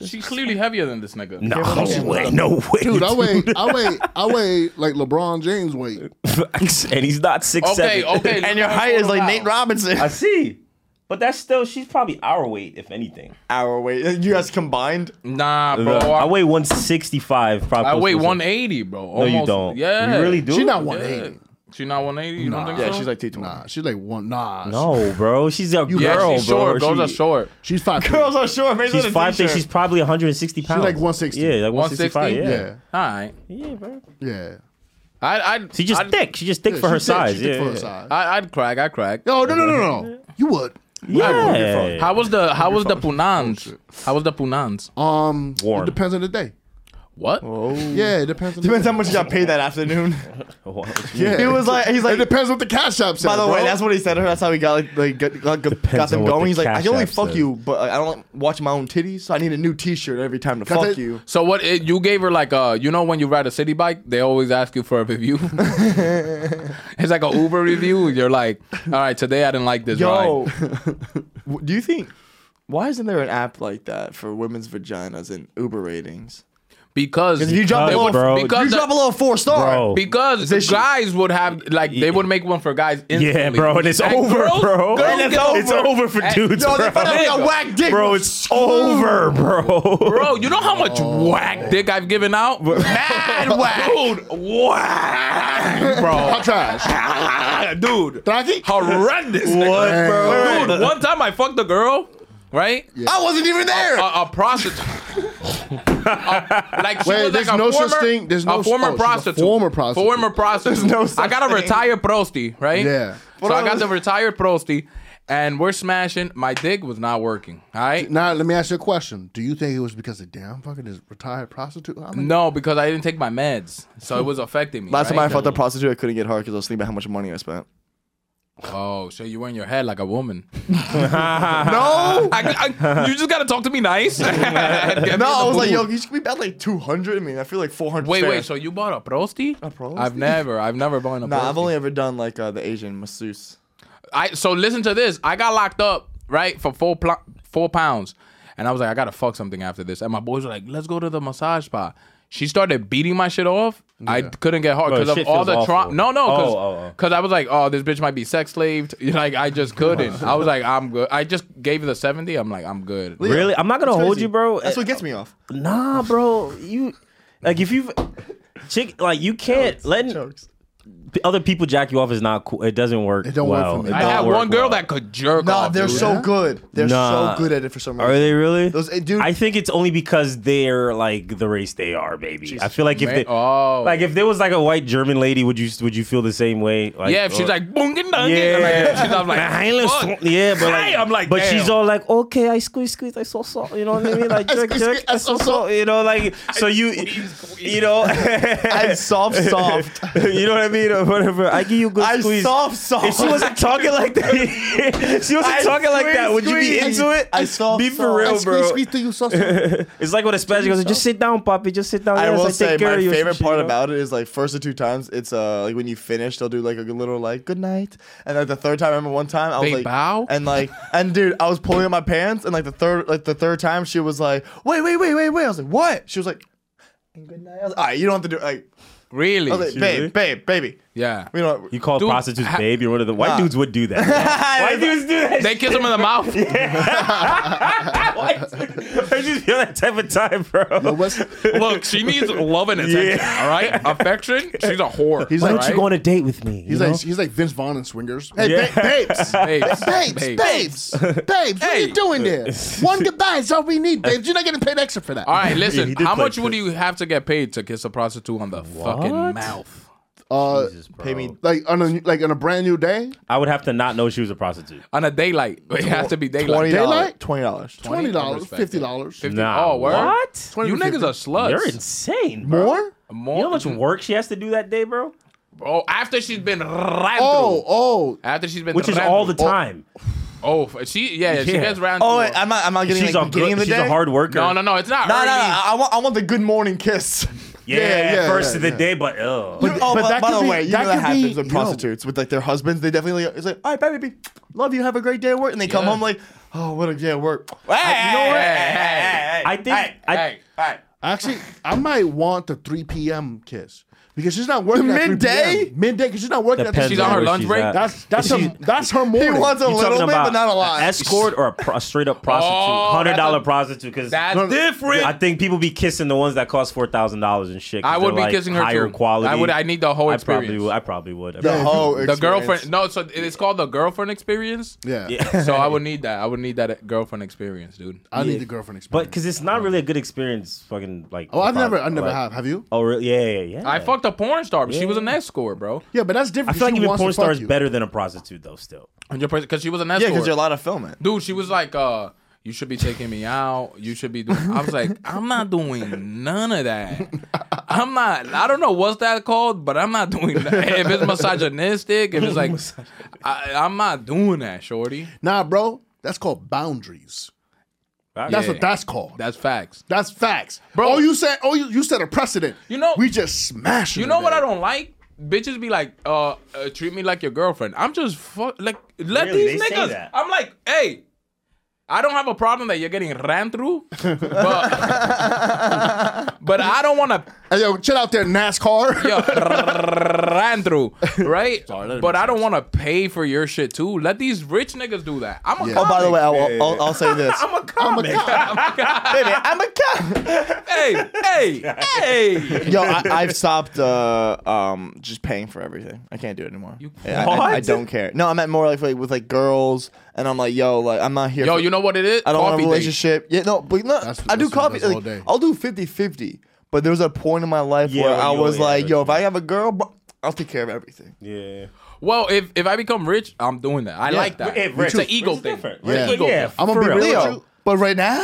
Speaker 5: she's clearly heavier than this nigga.
Speaker 3: no way, no way,
Speaker 2: Dude, I weigh, I weigh, I weigh like LeBron James weight.
Speaker 3: and he's not six
Speaker 5: Okay
Speaker 3: seven.
Speaker 5: okay.
Speaker 1: And your height is like Nate Robinson.
Speaker 3: I see, but that's still she's probably our weight, if anything.
Speaker 1: Our weight. You guys combined?
Speaker 5: Nah, bro.
Speaker 3: I
Speaker 5: I,
Speaker 3: weigh one sixty five. Probably.
Speaker 5: I weigh
Speaker 3: close to-
Speaker 5: 180, bro.
Speaker 3: No,
Speaker 5: Almost.
Speaker 3: you don't.
Speaker 5: Yeah.
Speaker 3: you really do.
Speaker 2: She not
Speaker 5: Yeah.
Speaker 2: 180.
Speaker 5: She not 180. You don't think
Speaker 1: Yeah,
Speaker 5: so?
Speaker 1: she's like 220.
Speaker 2: Nah, she's like one. Nah,
Speaker 3: No, bro. She's a girl,
Speaker 5: yeah, she's
Speaker 3: bro.
Speaker 5: short. Girls
Speaker 3: She-
Speaker 5: are short.
Speaker 2: she's five.
Speaker 1: Girls are short. Maybe
Speaker 3: She's five things. She's probably 160 pounds.
Speaker 2: like 160.
Speaker 3: Yeah, like
Speaker 5: 160?
Speaker 3: 165. Yeah.
Speaker 2: yeah,
Speaker 5: All right.
Speaker 3: Yeah, bro.
Speaker 2: yeah.
Speaker 5: I I
Speaker 3: She just
Speaker 5: I'd,
Speaker 3: thick. She just thick
Speaker 2: Yeah,
Speaker 3: for her
Speaker 2: she's thick,
Speaker 3: size.
Speaker 2: she's
Speaker 3: yeah,
Speaker 2: thick for her
Speaker 3: yeah.
Speaker 2: size.
Speaker 5: I, I'd crack. I'd crack.
Speaker 2: No, no, no, no, no. You would.
Speaker 3: Yeah.
Speaker 5: How was the How was the punans? How was the punans?
Speaker 2: Um,
Speaker 3: Warm.
Speaker 2: it depends on the day.
Speaker 5: What?
Speaker 2: Yeah, it depends. On
Speaker 1: Depends
Speaker 2: the
Speaker 1: how much you got paid that afternoon.
Speaker 3: How-
Speaker 2: Yeah,
Speaker 1: He was like, he's
Speaker 2: It
Speaker 1: like,
Speaker 2: depends what the cash app says.
Speaker 1: by the
Speaker 2: bro.
Speaker 1: way, that's what he said to her. That's how he got like, like got, got, got
Speaker 3: Depends on
Speaker 1: them
Speaker 3: what the
Speaker 1: going. He's like, I
Speaker 3: Cash
Speaker 1: can only
Speaker 3: App
Speaker 1: fuck
Speaker 3: says.
Speaker 1: you, but I don't watch my own titties, so I need a new T-shirt every time to
Speaker 2: Got
Speaker 1: fuck
Speaker 2: that-
Speaker 1: you.
Speaker 5: So what? It, you gave her like a. You know when you ride a city bike, they always ask you for a review. it's like a Uber review. You're like, all right, today I didn't like this
Speaker 1: Yo,
Speaker 5: ride.
Speaker 1: w- do you think? Why isn't there an app like that for women's vaginas and Uber ratings?
Speaker 5: Because
Speaker 1: If you drop
Speaker 3: Because,
Speaker 1: below,
Speaker 3: bro,
Speaker 1: because
Speaker 5: because
Speaker 1: you
Speaker 5: the-
Speaker 1: drop below a four star.
Speaker 3: Bro.
Speaker 5: because the guys would have like they would make one for guys. Instantly.
Speaker 3: Yeah, bro, and it's
Speaker 5: And
Speaker 3: over,
Speaker 5: girls-
Speaker 3: bro.
Speaker 5: girls
Speaker 1: it's
Speaker 5: get
Speaker 1: over.
Speaker 3: It's over for
Speaker 5: Hey,
Speaker 3: dudes,
Speaker 1: Yo, they
Speaker 3: bro.
Speaker 1: found out we got
Speaker 5: Nigga.
Speaker 1: whack dick.
Speaker 3: Bro, it's over, bro.
Speaker 5: Bro, you know how much whack dick I've given out? Mad whack. Dude, whack,
Speaker 2: Hot
Speaker 5: bro.
Speaker 2: trash.
Speaker 5: Dude,
Speaker 2: Rocky?
Speaker 5: horrendous. What,
Speaker 2: bro?
Speaker 5: Dude, one time I fucked a girl, right?
Speaker 1: I wasn't even there.
Speaker 5: A,
Speaker 2: Uh,
Speaker 5: a prostitute. A- like she
Speaker 2: Wait,
Speaker 5: was
Speaker 2: there's
Speaker 5: like a
Speaker 2: no
Speaker 5: former,
Speaker 2: such thing- there's no-
Speaker 5: a former
Speaker 2: oh, she's a
Speaker 5: prostitute.
Speaker 2: former prostitute.
Speaker 5: Former prostitute.
Speaker 1: There's no such
Speaker 5: I got a
Speaker 1: thing.
Speaker 5: retired prosty, right?
Speaker 2: Yeah.
Speaker 5: So I got the retired prosty, and we're smashing. My dick was not working. All right.
Speaker 2: Now let me ask you a question. Do you think it was because the damn fucking is retired prostitute? I mean,
Speaker 5: No, because I didn't take my meds, so it was affecting me.
Speaker 1: Last
Speaker 5: right?
Speaker 1: time I fucked a prostitute, I couldn't get hard because I was thinking about how much money I spent.
Speaker 5: Oh, so you were in your head like a woman.
Speaker 1: No,
Speaker 5: I, I, you just gotta talk to me nice. no,
Speaker 1: no, I was like, yo, you should be about like two hundred. I mean, I feel like four hundred.
Speaker 5: Wait, wait. So you bought a prosty? A
Speaker 1: prosty?
Speaker 5: I've never, I've never bought a
Speaker 1: nah, I've
Speaker 5: prosty.
Speaker 1: only ever done like uh, the Asian masseuse.
Speaker 5: I so listen to this. I got locked up right for four pl- four pounds, and I was like, I gotta fuck something after this. And my boys were like, Let's go to the massage spa. She started beating my shit off. I couldn't get hard
Speaker 3: Bro,
Speaker 5: because of
Speaker 3: shit
Speaker 5: all
Speaker 3: feels
Speaker 5: the trauma.
Speaker 3: awful.
Speaker 5: No, no, because
Speaker 3: Oh, oh, oh.
Speaker 5: I was like, oh, this bitch might be sex slaved. Like I just couldn't. I was like, I'm good. I just gave her the seventy. I'm like, I'm good.
Speaker 3: Really? I'm not gonna
Speaker 1: It's
Speaker 3: hold
Speaker 1: crazy.
Speaker 3: you, bro.
Speaker 1: That's what gets me off.
Speaker 3: Nah, bro. You like if you chick like you can't let
Speaker 1: Jokes.
Speaker 3: p- other people jack you off is not cool. It doesn't work. It
Speaker 2: don't work for me.
Speaker 5: I
Speaker 2: Nah,
Speaker 5: had
Speaker 3: don't work
Speaker 5: one girl
Speaker 3: well.
Speaker 5: that could jerk
Speaker 1: Nah,
Speaker 5: off.
Speaker 1: they're
Speaker 5: dude.
Speaker 1: so good. They're
Speaker 3: Nah.
Speaker 1: so good at it for some reason.
Speaker 3: Are they really?
Speaker 1: Those- eh, dude-
Speaker 3: I think it's only because they're like the race they are, baby. I feel like if
Speaker 5: Man-
Speaker 3: they,
Speaker 5: oh.
Speaker 3: like if there was like a white German lady, would you would you feel the same way? Like, oh,
Speaker 5: yeah, if she's
Speaker 3: or-
Speaker 5: like boom and dunk,
Speaker 3: Yeah.
Speaker 5: yeah. like, she's I'm
Speaker 3: Man, I ain't no
Speaker 5: like, fuck.
Speaker 3: salt- yeah, but like,
Speaker 5: I'm like,
Speaker 3: but
Speaker 5: damn.
Speaker 3: she's all like, okay, I squeeze, squeeze, I saw salt, you know what I mean? Like, jerk, jerk, I saw salt, you know, like, so you, you know,
Speaker 1: I soft soft.
Speaker 3: you know what I mean, or whatever. I give you a good
Speaker 1: I
Speaker 3: squeeze.
Speaker 1: soft soft.
Speaker 3: If she wasn't talking like that, she wasn't
Speaker 1: I
Speaker 3: talking like
Speaker 1: squeeze,
Speaker 3: that. Would you be
Speaker 1: squeeze.
Speaker 3: into it?
Speaker 1: I soft
Speaker 3: Be for
Speaker 1: soft. I
Speaker 3: real,
Speaker 1: squeeze,
Speaker 3: bro.
Speaker 2: Squeeze till you saw something.
Speaker 3: It's like when a spaz goes, just sit down, Poppy, just sit down.
Speaker 1: I
Speaker 3: yes,
Speaker 1: will
Speaker 3: take
Speaker 1: say
Speaker 3: care
Speaker 1: my
Speaker 3: of you," or some
Speaker 1: favorite
Speaker 3: shit,
Speaker 1: part
Speaker 3: you know?
Speaker 1: about it is like first or two times it's uh like when you finish they'll do like a little like good night and like the third time I remember one time I was
Speaker 5: They
Speaker 1: like
Speaker 5: bow?
Speaker 1: and like and dude I was pulling up my pants and like the third like the third time she was like wait wait wait wait wait I was like what she was like "And good night I was like, all right you don't have to do like
Speaker 5: Really?
Speaker 1: I was like, babe babe baby
Speaker 5: yeah.
Speaker 1: we don't
Speaker 3: You call
Speaker 5: Dude,
Speaker 3: prostitutes
Speaker 5: ha-
Speaker 3: baby or whatever. The white
Speaker 1: Nah.
Speaker 3: dudes would do that. white dudes do that.
Speaker 5: They kiss him in the mouth.
Speaker 3: White dudes- I just feel that type of time, bro.
Speaker 2: What's-
Speaker 5: Look, she needs love and attention. All right, affection. She's a whore.
Speaker 2: He's
Speaker 3: Why
Speaker 2: like,
Speaker 3: don't you go on a date with me?
Speaker 2: he's
Speaker 3: you
Speaker 2: like,
Speaker 3: know?
Speaker 2: he's like Vince Vaughn in Swingers. Hey,
Speaker 3: Yeah.
Speaker 2: ba- babes,
Speaker 5: Babes,
Speaker 2: babes,
Speaker 5: babes.
Speaker 2: babes, babes. What are
Speaker 5: Hey.
Speaker 2: you doing there? One goodbye is all we need, babes. You're not getting paid extra for that.
Speaker 5: All right,
Speaker 3: he
Speaker 5: listen.
Speaker 3: did
Speaker 5: how
Speaker 3: play
Speaker 5: much would you have to get paid to kiss a prostitute on the fucking mouth?
Speaker 2: Uh,
Speaker 1: pay me
Speaker 2: like on a like on a brand new day,
Speaker 3: I would have to not know she was a prostitute.
Speaker 5: On a daylight, it has to be
Speaker 1: twenty dollars
Speaker 5: daylight.
Speaker 2: Daylight?
Speaker 1: twenty dollars
Speaker 2: twenty dollars,
Speaker 5: Respect it.
Speaker 2: fifty dollars,
Speaker 5: Fifty-
Speaker 3: Nah,
Speaker 5: oh, word?
Speaker 3: what?
Speaker 5: You niggas are sluts.
Speaker 3: You're insane, bro.
Speaker 2: more.
Speaker 5: More,
Speaker 3: You know how much work she has to do that day, bro?
Speaker 5: Oh, after she's been ran
Speaker 2: Oh,
Speaker 5: through.
Speaker 2: oh,
Speaker 5: After she's been
Speaker 3: Which is
Speaker 5: ran
Speaker 3: all the
Speaker 5: through.
Speaker 3: time.
Speaker 5: Oh, f- she yeah, she
Speaker 3: Yeah.
Speaker 5: gets ran
Speaker 1: oh
Speaker 5: through.
Speaker 1: wait, I'm not I'm not getting
Speaker 3: She's
Speaker 1: like,
Speaker 3: a
Speaker 1: beginning
Speaker 3: good,
Speaker 1: of the
Speaker 3: she's a
Speaker 1: day?
Speaker 3: hard worker.
Speaker 5: no, no, no, it's not.
Speaker 1: no no
Speaker 5: early.
Speaker 1: no I want I want the good morning kiss
Speaker 3: Yeah,
Speaker 2: yeah,
Speaker 3: first
Speaker 2: yeah,
Speaker 3: of the
Speaker 2: yeah.
Speaker 3: day, but ugh.
Speaker 1: oh,
Speaker 2: but
Speaker 1: but
Speaker 2: that
Speaker 1: by
Speaker 2: could
Speaker 1: the
Speaker 2: be-
Speaker 1: way, you
Speaker 2: that
Speaker 1: know that
Speaker 2: could be-
Speaker 1: happens with
Speaker 2: you know-
Speaker 1: prostitutes with like their husbands. They definitely like, it's like, all right, baby, love you, have a great day at work, and they come
Speaker 5: Yeah.
Speaker 1: home like, oh, what a day at work.
Speaker 5: Hey,
Speaker 3: know what?
Speaker 5: hey, hey,
Speaker 3: I think
Speaker 5: hey,
Speaker 3: I,
Speaker 5: hey, hey.
Speaker 2: Actually, I might want the 3 p.m. kiss because she's not working at 3
Speaker 1: midday?
Speaker 2: p.m.. Midday, because she's not working
Speaker 3: depends
Speaker 2: at 3
Speaker 5: She's on her
Speaker 3: where
Speaker 5: lunch break?
Speaker 3: at.
Speaker 2: That's that's her, that's her
Speaker 1: He
Speaker 2: morning.
Speaker 1: wants a
Speaker 3: You talking
Speaker 1: little bit,
Speaker 3: about
Speaker 1: but not a lot.
Speaker 3: an escort or a, pro- a straight up prostitute,
Speaker 5: Oh,
Speaker 3: hundred dollar
Speaker 5: that's a-
Speaker 3: prostitute. Because
Speaker 5: That's different.
Speaker 3: I think people be kissing the ones that cost four thousand dollars and shit. 'cause
Speaker 5: I would
Speaker 3: they're,
Speaker 5: be
Speaker 3: like,
Speaker 5: kissing her
Speaker 3: higher
Speaker 5: too.
Speaker 3: quality.
Speaker 5: I would. I need the whole
Speaker 3: I
Speaker 5: experience.
Speaker 3: probably would. I probably would.
Speaker 1: the whole
Speaker 5: the
Speaker 1: Oh, experience.
Speaker 5: girlfriend. No, so it's called the girlfriend experience.
Speaker 2: Yeah.
Speaker 5: So I would need that. I would need that girlfriend experience, dude.
Speaker 2: I
Speaker 3: Yeah.
Speaker 2: need the girlfriend
Speaker 3: but
Speaker 2: experience.
Speaker 3: because it's not really a good experience. Fucking like.
Speaker 2: oh, I've never, I
Speaker 3: like-
Speaker 2: never have. Have you?
Speaker 3: Oh really? Yeah, yeah, yeah.
Speaker 5: I fucked a porn star, but she was an
Speaker 3: Yeah.
Speaker 5: escort, bro.
Speaker 2: Yeah, but that's
Speaker 3: I
Speaker 2: different.
Speaker 3: feel like
Speaker 2: she
Speaker 3: even
Speaker 2: wants to
Speaker 3: porn star
Speaker 2: fuck
Speaker 3: is
Speaker 2: you.
Speaker 3: better than a prostitute though. Still,
Speaker 5: Hundred percent, because she was an
Speaker 1: Yeah,
Speaker 5: escort.
Speaker 1: because you're a lot of filming.
Speaker 5: dude, she was like, uh, you should be taking me out. You should be doing. I was like, I'm not doing none of that. I'm not. I don't know what's that called, but I'm not doing that. If it's misogynistic, if it's like, I, I'm not doing that, shorty.
Speaker 2: Nah, bro, that's called boundaries. That's
Speaker 5: Yeah.
Speaker 2: what that's called.
Speaker 5: That's facts.
Speaker 2: That's facts, bro. Oh, you said, oh, you, you set a precedent.
Speaker 5: You know-
Speaker 2: we just smashed.
Speaker 5: You know what I don't like? Bitches be like, uh, uh treat me like your girlfriend. I'm just fuck like let
Speaker 3: Really?
Speaker 5: these
Speaker 3: They say
Speaker 5: niggas.
Speaker 3: that.
Speaker 5: I'm like, hey, I don't have a problem that you're getting ran through, but but I don't want to
Speaker 2: Hey, yo, chill out there, NASCAR.
Speaker 5: ran through, right? but I don't want to pay for your shit too. Let these rich niggas do that. I'm a
Speaker 2: Yeah.
Speaker 1: Oh,
Speaker 5: cop.
Speaker 1: by the way, I'll, I'll, I'll, I'll say this. I'm a baby. I'm a cop.
Speaker 5: hey, hey, hey.
Speaker 1: Yo, I, I've stopped uh, um, just paying for everything. I can't do it anymore. You I, I- I
Speaker 3: What?
Speaker 1: don't care. No, I'm at more like, like with like girls, and I'm like, yo, like I'm not here.
Speaker 5: Yo,
Speaker 1: for-
Speaker 5: you know what it is?
Speaker 1: I don't want
Speaker 5: Coffee
Speaker 1: a
Speaker 5: date.
Speaker 1: relationship. Yeah, no, but no,
Speaker 2: That's-
Speaker 1: I do
Speaker 2: that's what
Speaker 1: coffee.
Speaker 2: it does all
Speaker 1: like,
Speaker 2: day.
Speaker 1: I'll do 50-50. But there was a point in my life
Speaker 3: Yeah,
Speaker 1: where
Speaker 3: when
Speaker 1: I
Speaker 3: you
Speaker 1: was
Speaker 3: only had
Speaker 1: like, yo, if I
Speaker 3: everything.
Speaker 1: have a girl, bro, I'll take care of everything.
Speaker 3: yeah.
Speaker 5: Well, if if I become rich, I'm doing that. I like that.
Speaker 3: Hey,
Speaker 5: it's an ego thing.
Speaker 2: Yeah.
Speaker 3: Yeah, yeah.
Speaker 2: I'm
Speaker 3: for
Speaker 2: gonna be
Speaker 3: real.
Speaker 2: real. with
Speaker 1: Leo,
Speaker 2: you.
Speaker 1: but right now,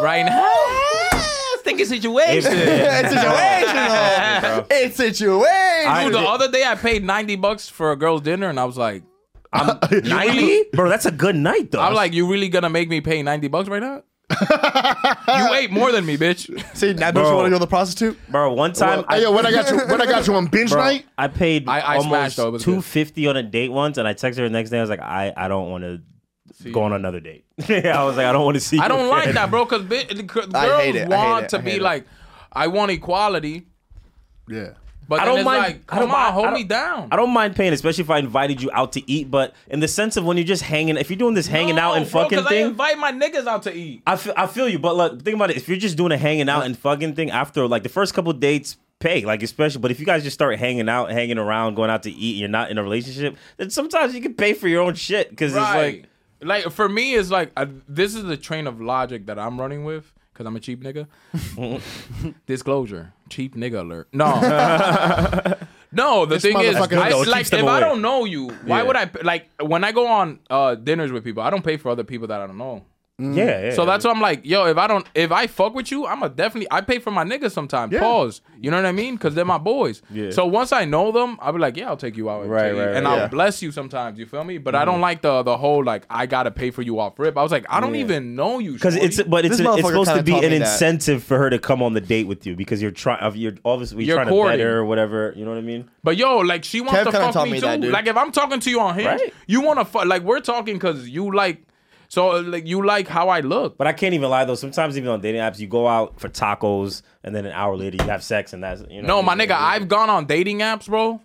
Speaker 5: Right now, stinking situation.
Speaker 1: it's situational. it's situational.
Speaker 5: Dude, the other day I paid 90 bucks for a girl's dinner and I was like,
Speaker 3: Ninety, bro. That's a good night though.
Speaker 5: I'm like, you really gonna make me pay 90 bucks right now? you ate more than me, bitch.
Speaker 1: See, now don't you
Speaker 3: Bro.
Speaker 1: want to go to the prostitute?
Speaker 3: bro. One time,
Speaker 2: Hey, yo, when I got you, when I got you on binge
Speaker 3: Bro,
Speaker 2: night,
Speaker 3: I paid
Speaker 5: I- I smashed,
Speaker 3: almost
Speaker 5: though. It was good.
Speaker 3: two fifty on a date once, and I texted her the next day. I was like, I, I don't want to go on another date. I was like, I don't want to see.
Speaker 5: I
Speaker 3: you
Speaker 5: don't like
Speaker 3: again.
Speaker 5: that, bro, because girls
Speaker 1: I hate it. I hate
Speaker 5: want
Speaker 1: it.
Speaker 5: to
Speaker 1: I
Speaker 5: be
Speaker 1: hate it.
Speaker 5: like, I want equality,
Speaker 2: yeah.
Speaker 5: but
Speaker 3: I
Speaker 5: then
Speaker 3: don't
Speaker 5: it's
Speaker 3: mind-
Speaker 5: like,
Speaker 3: I don't
Speaker 5: come on,
Speaker 3: mind- I
Speaker 5: hold
Speaker 3: don't-
Speaker 5: me down.
Speaker 3: I don't mind paying, especially if I invited you out to eat. But in the sense of when you're just hanging, if you're doing this hanging out and
Speaker 5: No, bro, 'cause
Speaker 3: fucking
Speaker 5: I
Speaker 3: thing,
Speaker 5: invite my niggas out to eat.
Speaker 3: I feel, I feel you. But look, think about it. If you're just doing a hanging out and fucking thing after like the first couple dates, pay, like especially. But if you guys just start hanging out, hanging around, going out to eat, and you're not in a relationship, then sometimes you can pay for your own shit because
Speaker 5: Right. Like, for me, it's like I, this is the train of logic that I'm running with because I'm a cheap nigga. Disclosure: cheap nigga alert. No, no. The thing is,
Speaker 3: motherfucker
Speaker 5: I,
Speaker 3: though, keeps
Speaker 5: like if
Speaker 3: them
Speaker 5: I
Speaker 3: away.
Speaker 5: don't know you, why would I p- like when I go on uh, dinners with people? I don't pay for other people that I don't know.
Speaker 3: it's like yeah, yeah.
Speaker 5: So that's why I'm like, yo, if I don't, if I fuck with you, I'm a definitely, I pay for my niggas sometimes. Pause. You know what I mean? Because they're my boys.
Speaker 3: Yeah.
Speaker 5: So once I know them, I'll be like, yeah, I'll take you out. and
Speaker 3: Right,
Speaker 5: take you-
Speaker 3: right,
Speaker 5: And
Speaker 3: right.
Speaker 5: I'll
Speaker 1: Yeah. Mm-hmm.
Speaker 5: bless you sometimes. You feel me? But I don't like the the whole like I gotta pay for you off rip. I was like, I don't even know you.
Speaker 3: Because
Speaker 5: shorty.
Speaker 3: it's but it's
Speaker 1: This
Speaker 3: an- it's
Speaker 1: motherfucker
Speaker 3: supposed to
Speaker 1: kinda
Speaker 3: be
Speaker 1: taught
Speaker 3: an
Speaker 1: me that.
Speaker 3: incentive for her to come on the date with you because you're trying you're obviously
Speaker 5: You're
Speaker 3: trying
Speaker 5: courting.
Speaker 3: to better or whatever. You know what I mean?
Speaker 5: But yo, like she wants
Speaker 1: Kev
Speaker 5: to
Speaker 1: kinda
Speaker 5: fuck
Speaker 1: taught
Speaker 5: me,
Speaker 1: me
Speaker 5: too.
Speaker 1: that, dude.
Speaker 5: Like if I'm talking to you on here,
Speaker 3: Right.
Speaker 5: you want to fuck. Like we're talking because you like, so like you like how I look.
Speaker 3: But I can't even lie though. Sometimes even on dating apps, you go out for tacos and then an hour later you have sex and that's you know.
Speaker 5: No,
Speaker 3: what I
Speaker 5: my
Speaker 3: mean?
Speaker 5: nigga, I've gone on dating apps, bro,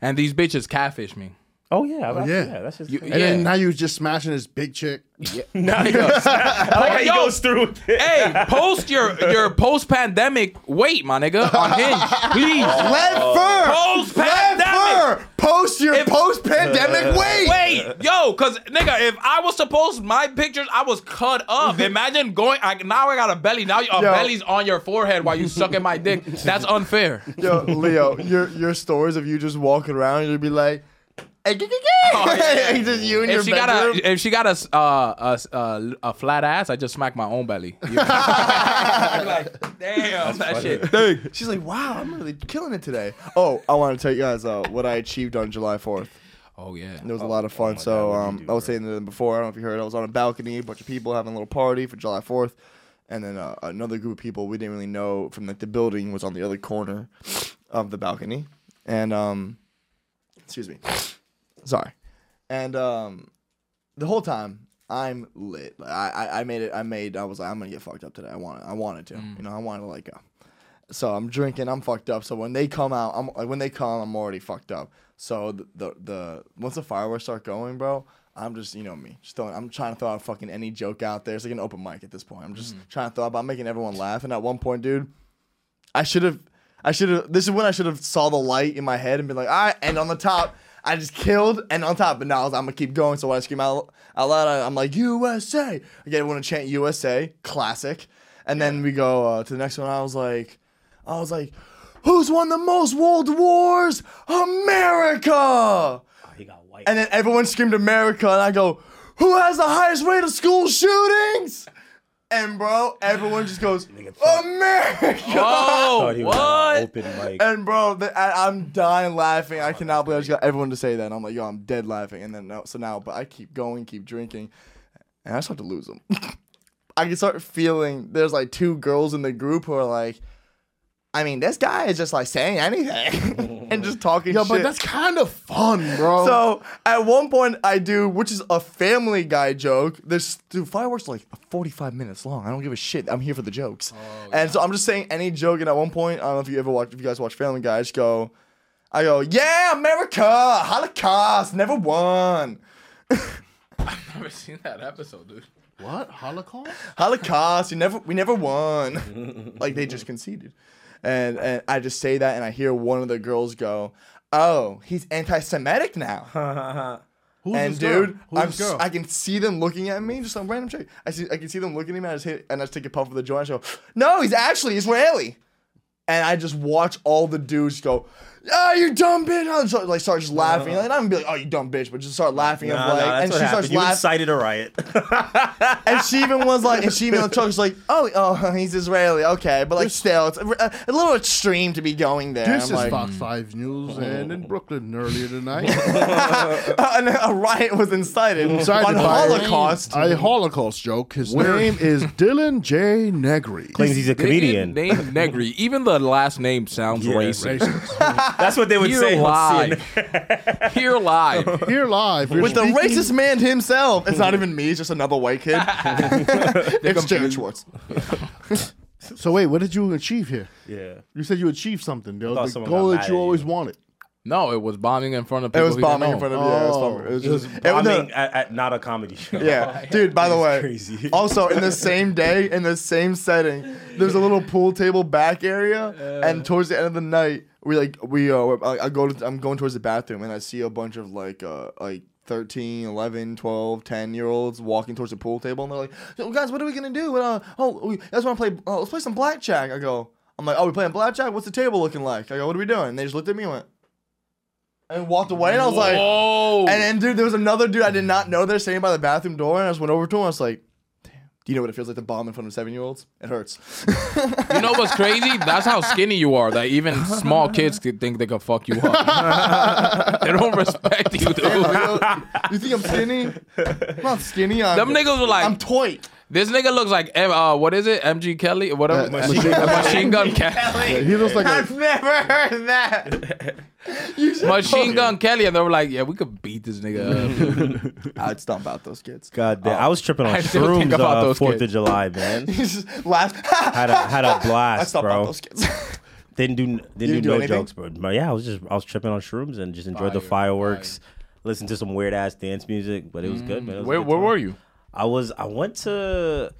Speaker 5: and these bitches catfish me.
Speaker 3: Oh yeah, oh,
Speaker 2: yeah.
Speaker 3: yeah. That's just
Speaker 5: You-
Speaker 2: And then now you just smashing this big chick.
Speaker 3: I like how he
Speaker 5: Yo,
Speaker 3: goes through. with it.
Speaker 5: Hey, post your your post pandemic weight, my nigga, on Hinge, please.
Speaker 1: Let
Speaker 5: Post
Speaker 1: fur, let
Speaker 5: pandemic.
Speaker 1: fur. Post your
Speaker 5: If-
Speaker 1: post pandemic weight.
Speaker 5: Wait, yo, cause nigga, if I was to post my pictures, I was cut up. Imagine going. I, now I got a belly. Now your
Speaker 1: Yo.
Speaker 5: belly's on your forehead while you sucking my dick. That's unfair.
Speaker 1: Yo, Leo, your your stories of you just walking around, you'd be like, hey, g- g- g-
Speaker 5: yeah.
Speaker 1: just you in your
Speaker 5: If she got
Speaker 1: bedroom.
Speaker 5: a if she got a s- uh, a s- uh, a flat ass, I just smack my own belly. You- I'd be like, damn, that shit.
Speaker 1: She's like, wow, I'm really killing it today. Oh, I want to tell you guys uh, what I achieved on July 4th.
Speaker 5: Oh yeah.
Speaker 1: It was a lot of fun. so um, I was saying to them before, I don't know if you heard, I was on a balcony, a bunch of people having a little party for July 4th. And then uh, another group of people we didn't really know from like the building was on the other corner of the balcony. And, um, excuse me, sorry. And um, the whole time, I'm lit. Like, I, I I made it. I made. I was like, I'm gonna get fucked up today. I wanted. I wanted to.
Speaker 5: Mm.
Speaker 1: You know, I wanted to like uh, go. So I'm drinking. I'm fucked up. So when they come out, I'm like, when they come, I'm already fucked up. So the the, the once the fireworks start going, bro, I'm just you know me. Just throwing, I'm trying to throw out fucking any joke out there. It's like an open mic at this point. I'm just trying to throw out. I'm making everyone laugh. And at one point, dude, I should have. I should have. This is when I should have saw the light in my head and been like, all right, and on the top. I just killed and on top, but now I'm gonna keep going. So when I scream out, out loud, I- I'm like USA. I get everyone to chant USA, classic. And then we go uh, to the next one. I was like, I was like, who's won the most world wars? America.
Speaker 3: He got white.
Speaker 1: And then everyone screamed America, and I go, who has the highest rate of school shootings? And bro, everyone just goes, America.
Speaker 5: Oh,
Speaker 3: Thought he was on an
Speaker 5: what?
Speaker 3: Open mic.
Speaker 1: And bro, the, I, I'm dying laughing.
Speaker 2: Oh,
Speaker 1: I cannot believe I just got everyone to say that. And I'm like, yo, I'm dead laughing. And then no, so now, but I keep going, keep drinking, and I start to lose them. I can start feeling there's like two girls in the group who are like, I mean, this guy is just like saying anything and just talking.
Speaker 2: Yo,
Speaker 1: shit.
Speaker 2: but that's kind of fun, bro.
Speaker 1: So at one point I do, which is a Family Guy joke. There's dude, fireworks are like 45 minutes long. I don't give a shit. I'm here for the jokes. And so I'm just saying any joke. And at one point, I don't know if you ever watch, if you guys watch Family Guy, I just go, I go, yeah, America, Holocaust, never won.
Speaker 5: I've never seen that episode, dude.
Speaker 2: what Holocaust?
Speaker 1: Holocaust, you never, we never won. like they just conceded. And and I just say that, and I hear one of the girls go, oh, he's anti-Semitic now.
Speaker 2: Who's
Speaker 1: and
Speaker 2: this girl?
Speaker 1: dude,
Speaker 2: Who's
Speaker 1: I'm,
Speaker 2: this
Speaker 1: s-
Speaker 2: girl?
Speaker 1: I can see them looking at me, just some random chick. I see, I can see them looking at me. I just hit, and I just take a puff of the joint. I go, no, he's actually Israeli. And I just watch all the dudes go, oh, you dumb bitch. And I just, like start just laughing.
Speaker 2: Uh.
Speaker 1: And I'm gonna be like, oh, you dumb bitch, but just start laughing.
Speaker 3: Nah,
Speaker 1: and
Speaker 3: nah,
Speaker 1: like,
Speaker 3: that's
Speaker 1: and
Speaker 3: what
Speaker 1: she
Speaker 3: happened.
Speaker 1: starts
Speaker 3: You
Speaker 1: laughing.
Speaker 3: incited a riot.
Speaker 1: And she even was like, and she even told us like, oh, oh, he's Israeli, okay, but like still, it's a, a little extreme to be going there.
Speaker 2: This
Speaker 1: I'm
Speaker 2: is
Speaker 1: like,
Speaker 2: Fox Five News, and in Brooklyn earlier tonight,
Speaker 1: and a riot was incited,
Speaker 2: Decided
Speaker 1: on
Speaker 2: by
Speaker 1: Holocaust.
Speaker 2: a Holocaust joke. His name is Dylan J. Negri.
Speaker 3: Claims he's a comedian.
Speaker 5: Name Negri. Even the last name sounds
Speaker 3: Yeah,
Speaker 5: racist.
Speaker 3: That's what they would
Speaker 5: Here
Speaker 3: say. on CNN.
Speaker 5: live. Here live.
Speaker 2: Here live you're
Speaker 1: with the
Speaker 2: speaking-
Speaker 1: racist man himself. It's not even me. It's just another white kid. it's Jared Schwartz.
Speaker 2: So wait, what did you achieve here?
Speaker 3: Yeah.
Speaker 2: You said you achieved something, though.
Speaker 3: thought
Speaker 2: The
Speaker 3: someone
Speaker 2: goal
Speaker 3: got
Speaker 2: that
Speaker 3: mad
Speaker 2: you
Speaker 3: at
Speaker 2: always
Speaker 3: you.
Speaker 2: wanted.
Speaker 5: No, it was bombing in front of
Speaker 1: It
Speaker 5: people.
Speaker 1: was
Speaker 5: he didn't
Speaker 1: bombing in
Speaker 5: know.
Speaker 1: front of yeah. It was bombing. It was just it
Speaker 3: I
Speaker 1: was- no,
Speaker 3: mean, at, at not a comedy show.
Speaker 1: Yeah, dude. By the
Speaker 3: That's
Speaker 1: way,
Speaker 3: crazy.
Speaker 1: also in the same day, in the same setting, there's a little pool table back area, and towards the end of the night, we like we uh, I, I go to I'm going towards the bathroom, and I see a bunch of like uh like. 13, 11, 12, 10 year olds walking towards the pool table, and they're like, so guys, what are we gonna do? And, uh, oh, we, I just wanna play, oh, let's play some blackjack. I go, I'm like, oh, we playing blackjack? What's the table looking like? I go, what are we doing? And they just looked at me and went, and walked away, and I was like,
Speaker 5: Whoa!
Speaker 1: and then, dude, there was another dude I did not know there standing by the bathroom door, and I just went over to him. I was like, "Damn, do you know what it feels like to bomb in front of seven year olds? It hurts."
Speaker 5: you know what's crazy? That's how skinny you are. That even small kids could think they could fuck you up. they don't respect you, dude.
Speaker 1: you think I'm skinny? I'm not skinny. I'm,
Speaker 5: Them niggas were like,
Speaker 1: I'm toy.
Speaker 5: this nigga looks like, M- uh, what is it? MG Kelly? Whatever.
Speaker 1: Uh,
Speaker 2: Machine
Speaker 5: Machine, Gun Kelly.
Speaker 2: He looks like a,
Speaker 1: never heard that.
Speaker 5: Machine Gun Kelly. And they were like, yeah, we could beat this nigga up.
Speaker 1: I'd stomp out those kids.
Speaker 3: God damn, I was tripping on
Speaker 5: Oh. I still think
Speaker 3: shrooms
Speaker 5: about
Speaker 3: on
Speaker 5: those
Speaker 3: Fourth of
Speaker 5: kids.
Speaker 3: July, man.
Speaker 1: Just laugh.
Speaker 3: Had a had a
Speaker 1: I
Speaker 3: blast,
Speaker 1: stomped out
Speaker 3: bro.
Speaker 1: those kids.
Speaker 3: Didn't do didn't, do,
Speaker 1: do
Speaker 3: no
Speaker 1: anything?
Speaker 3: jokes, bro. But yeah, I was just I was tripping on shrooms and just enjoyed the
Speaker 5: Fire,
Speaker 3: fireworks. Listened to some weird ass dance music, but it was good, man. It was a
Speaker 5: where
Speaker 3: good
Speaker 5: where
Speaker 3: time.
Speaker 5: were you?
Speaker 3: I was I went to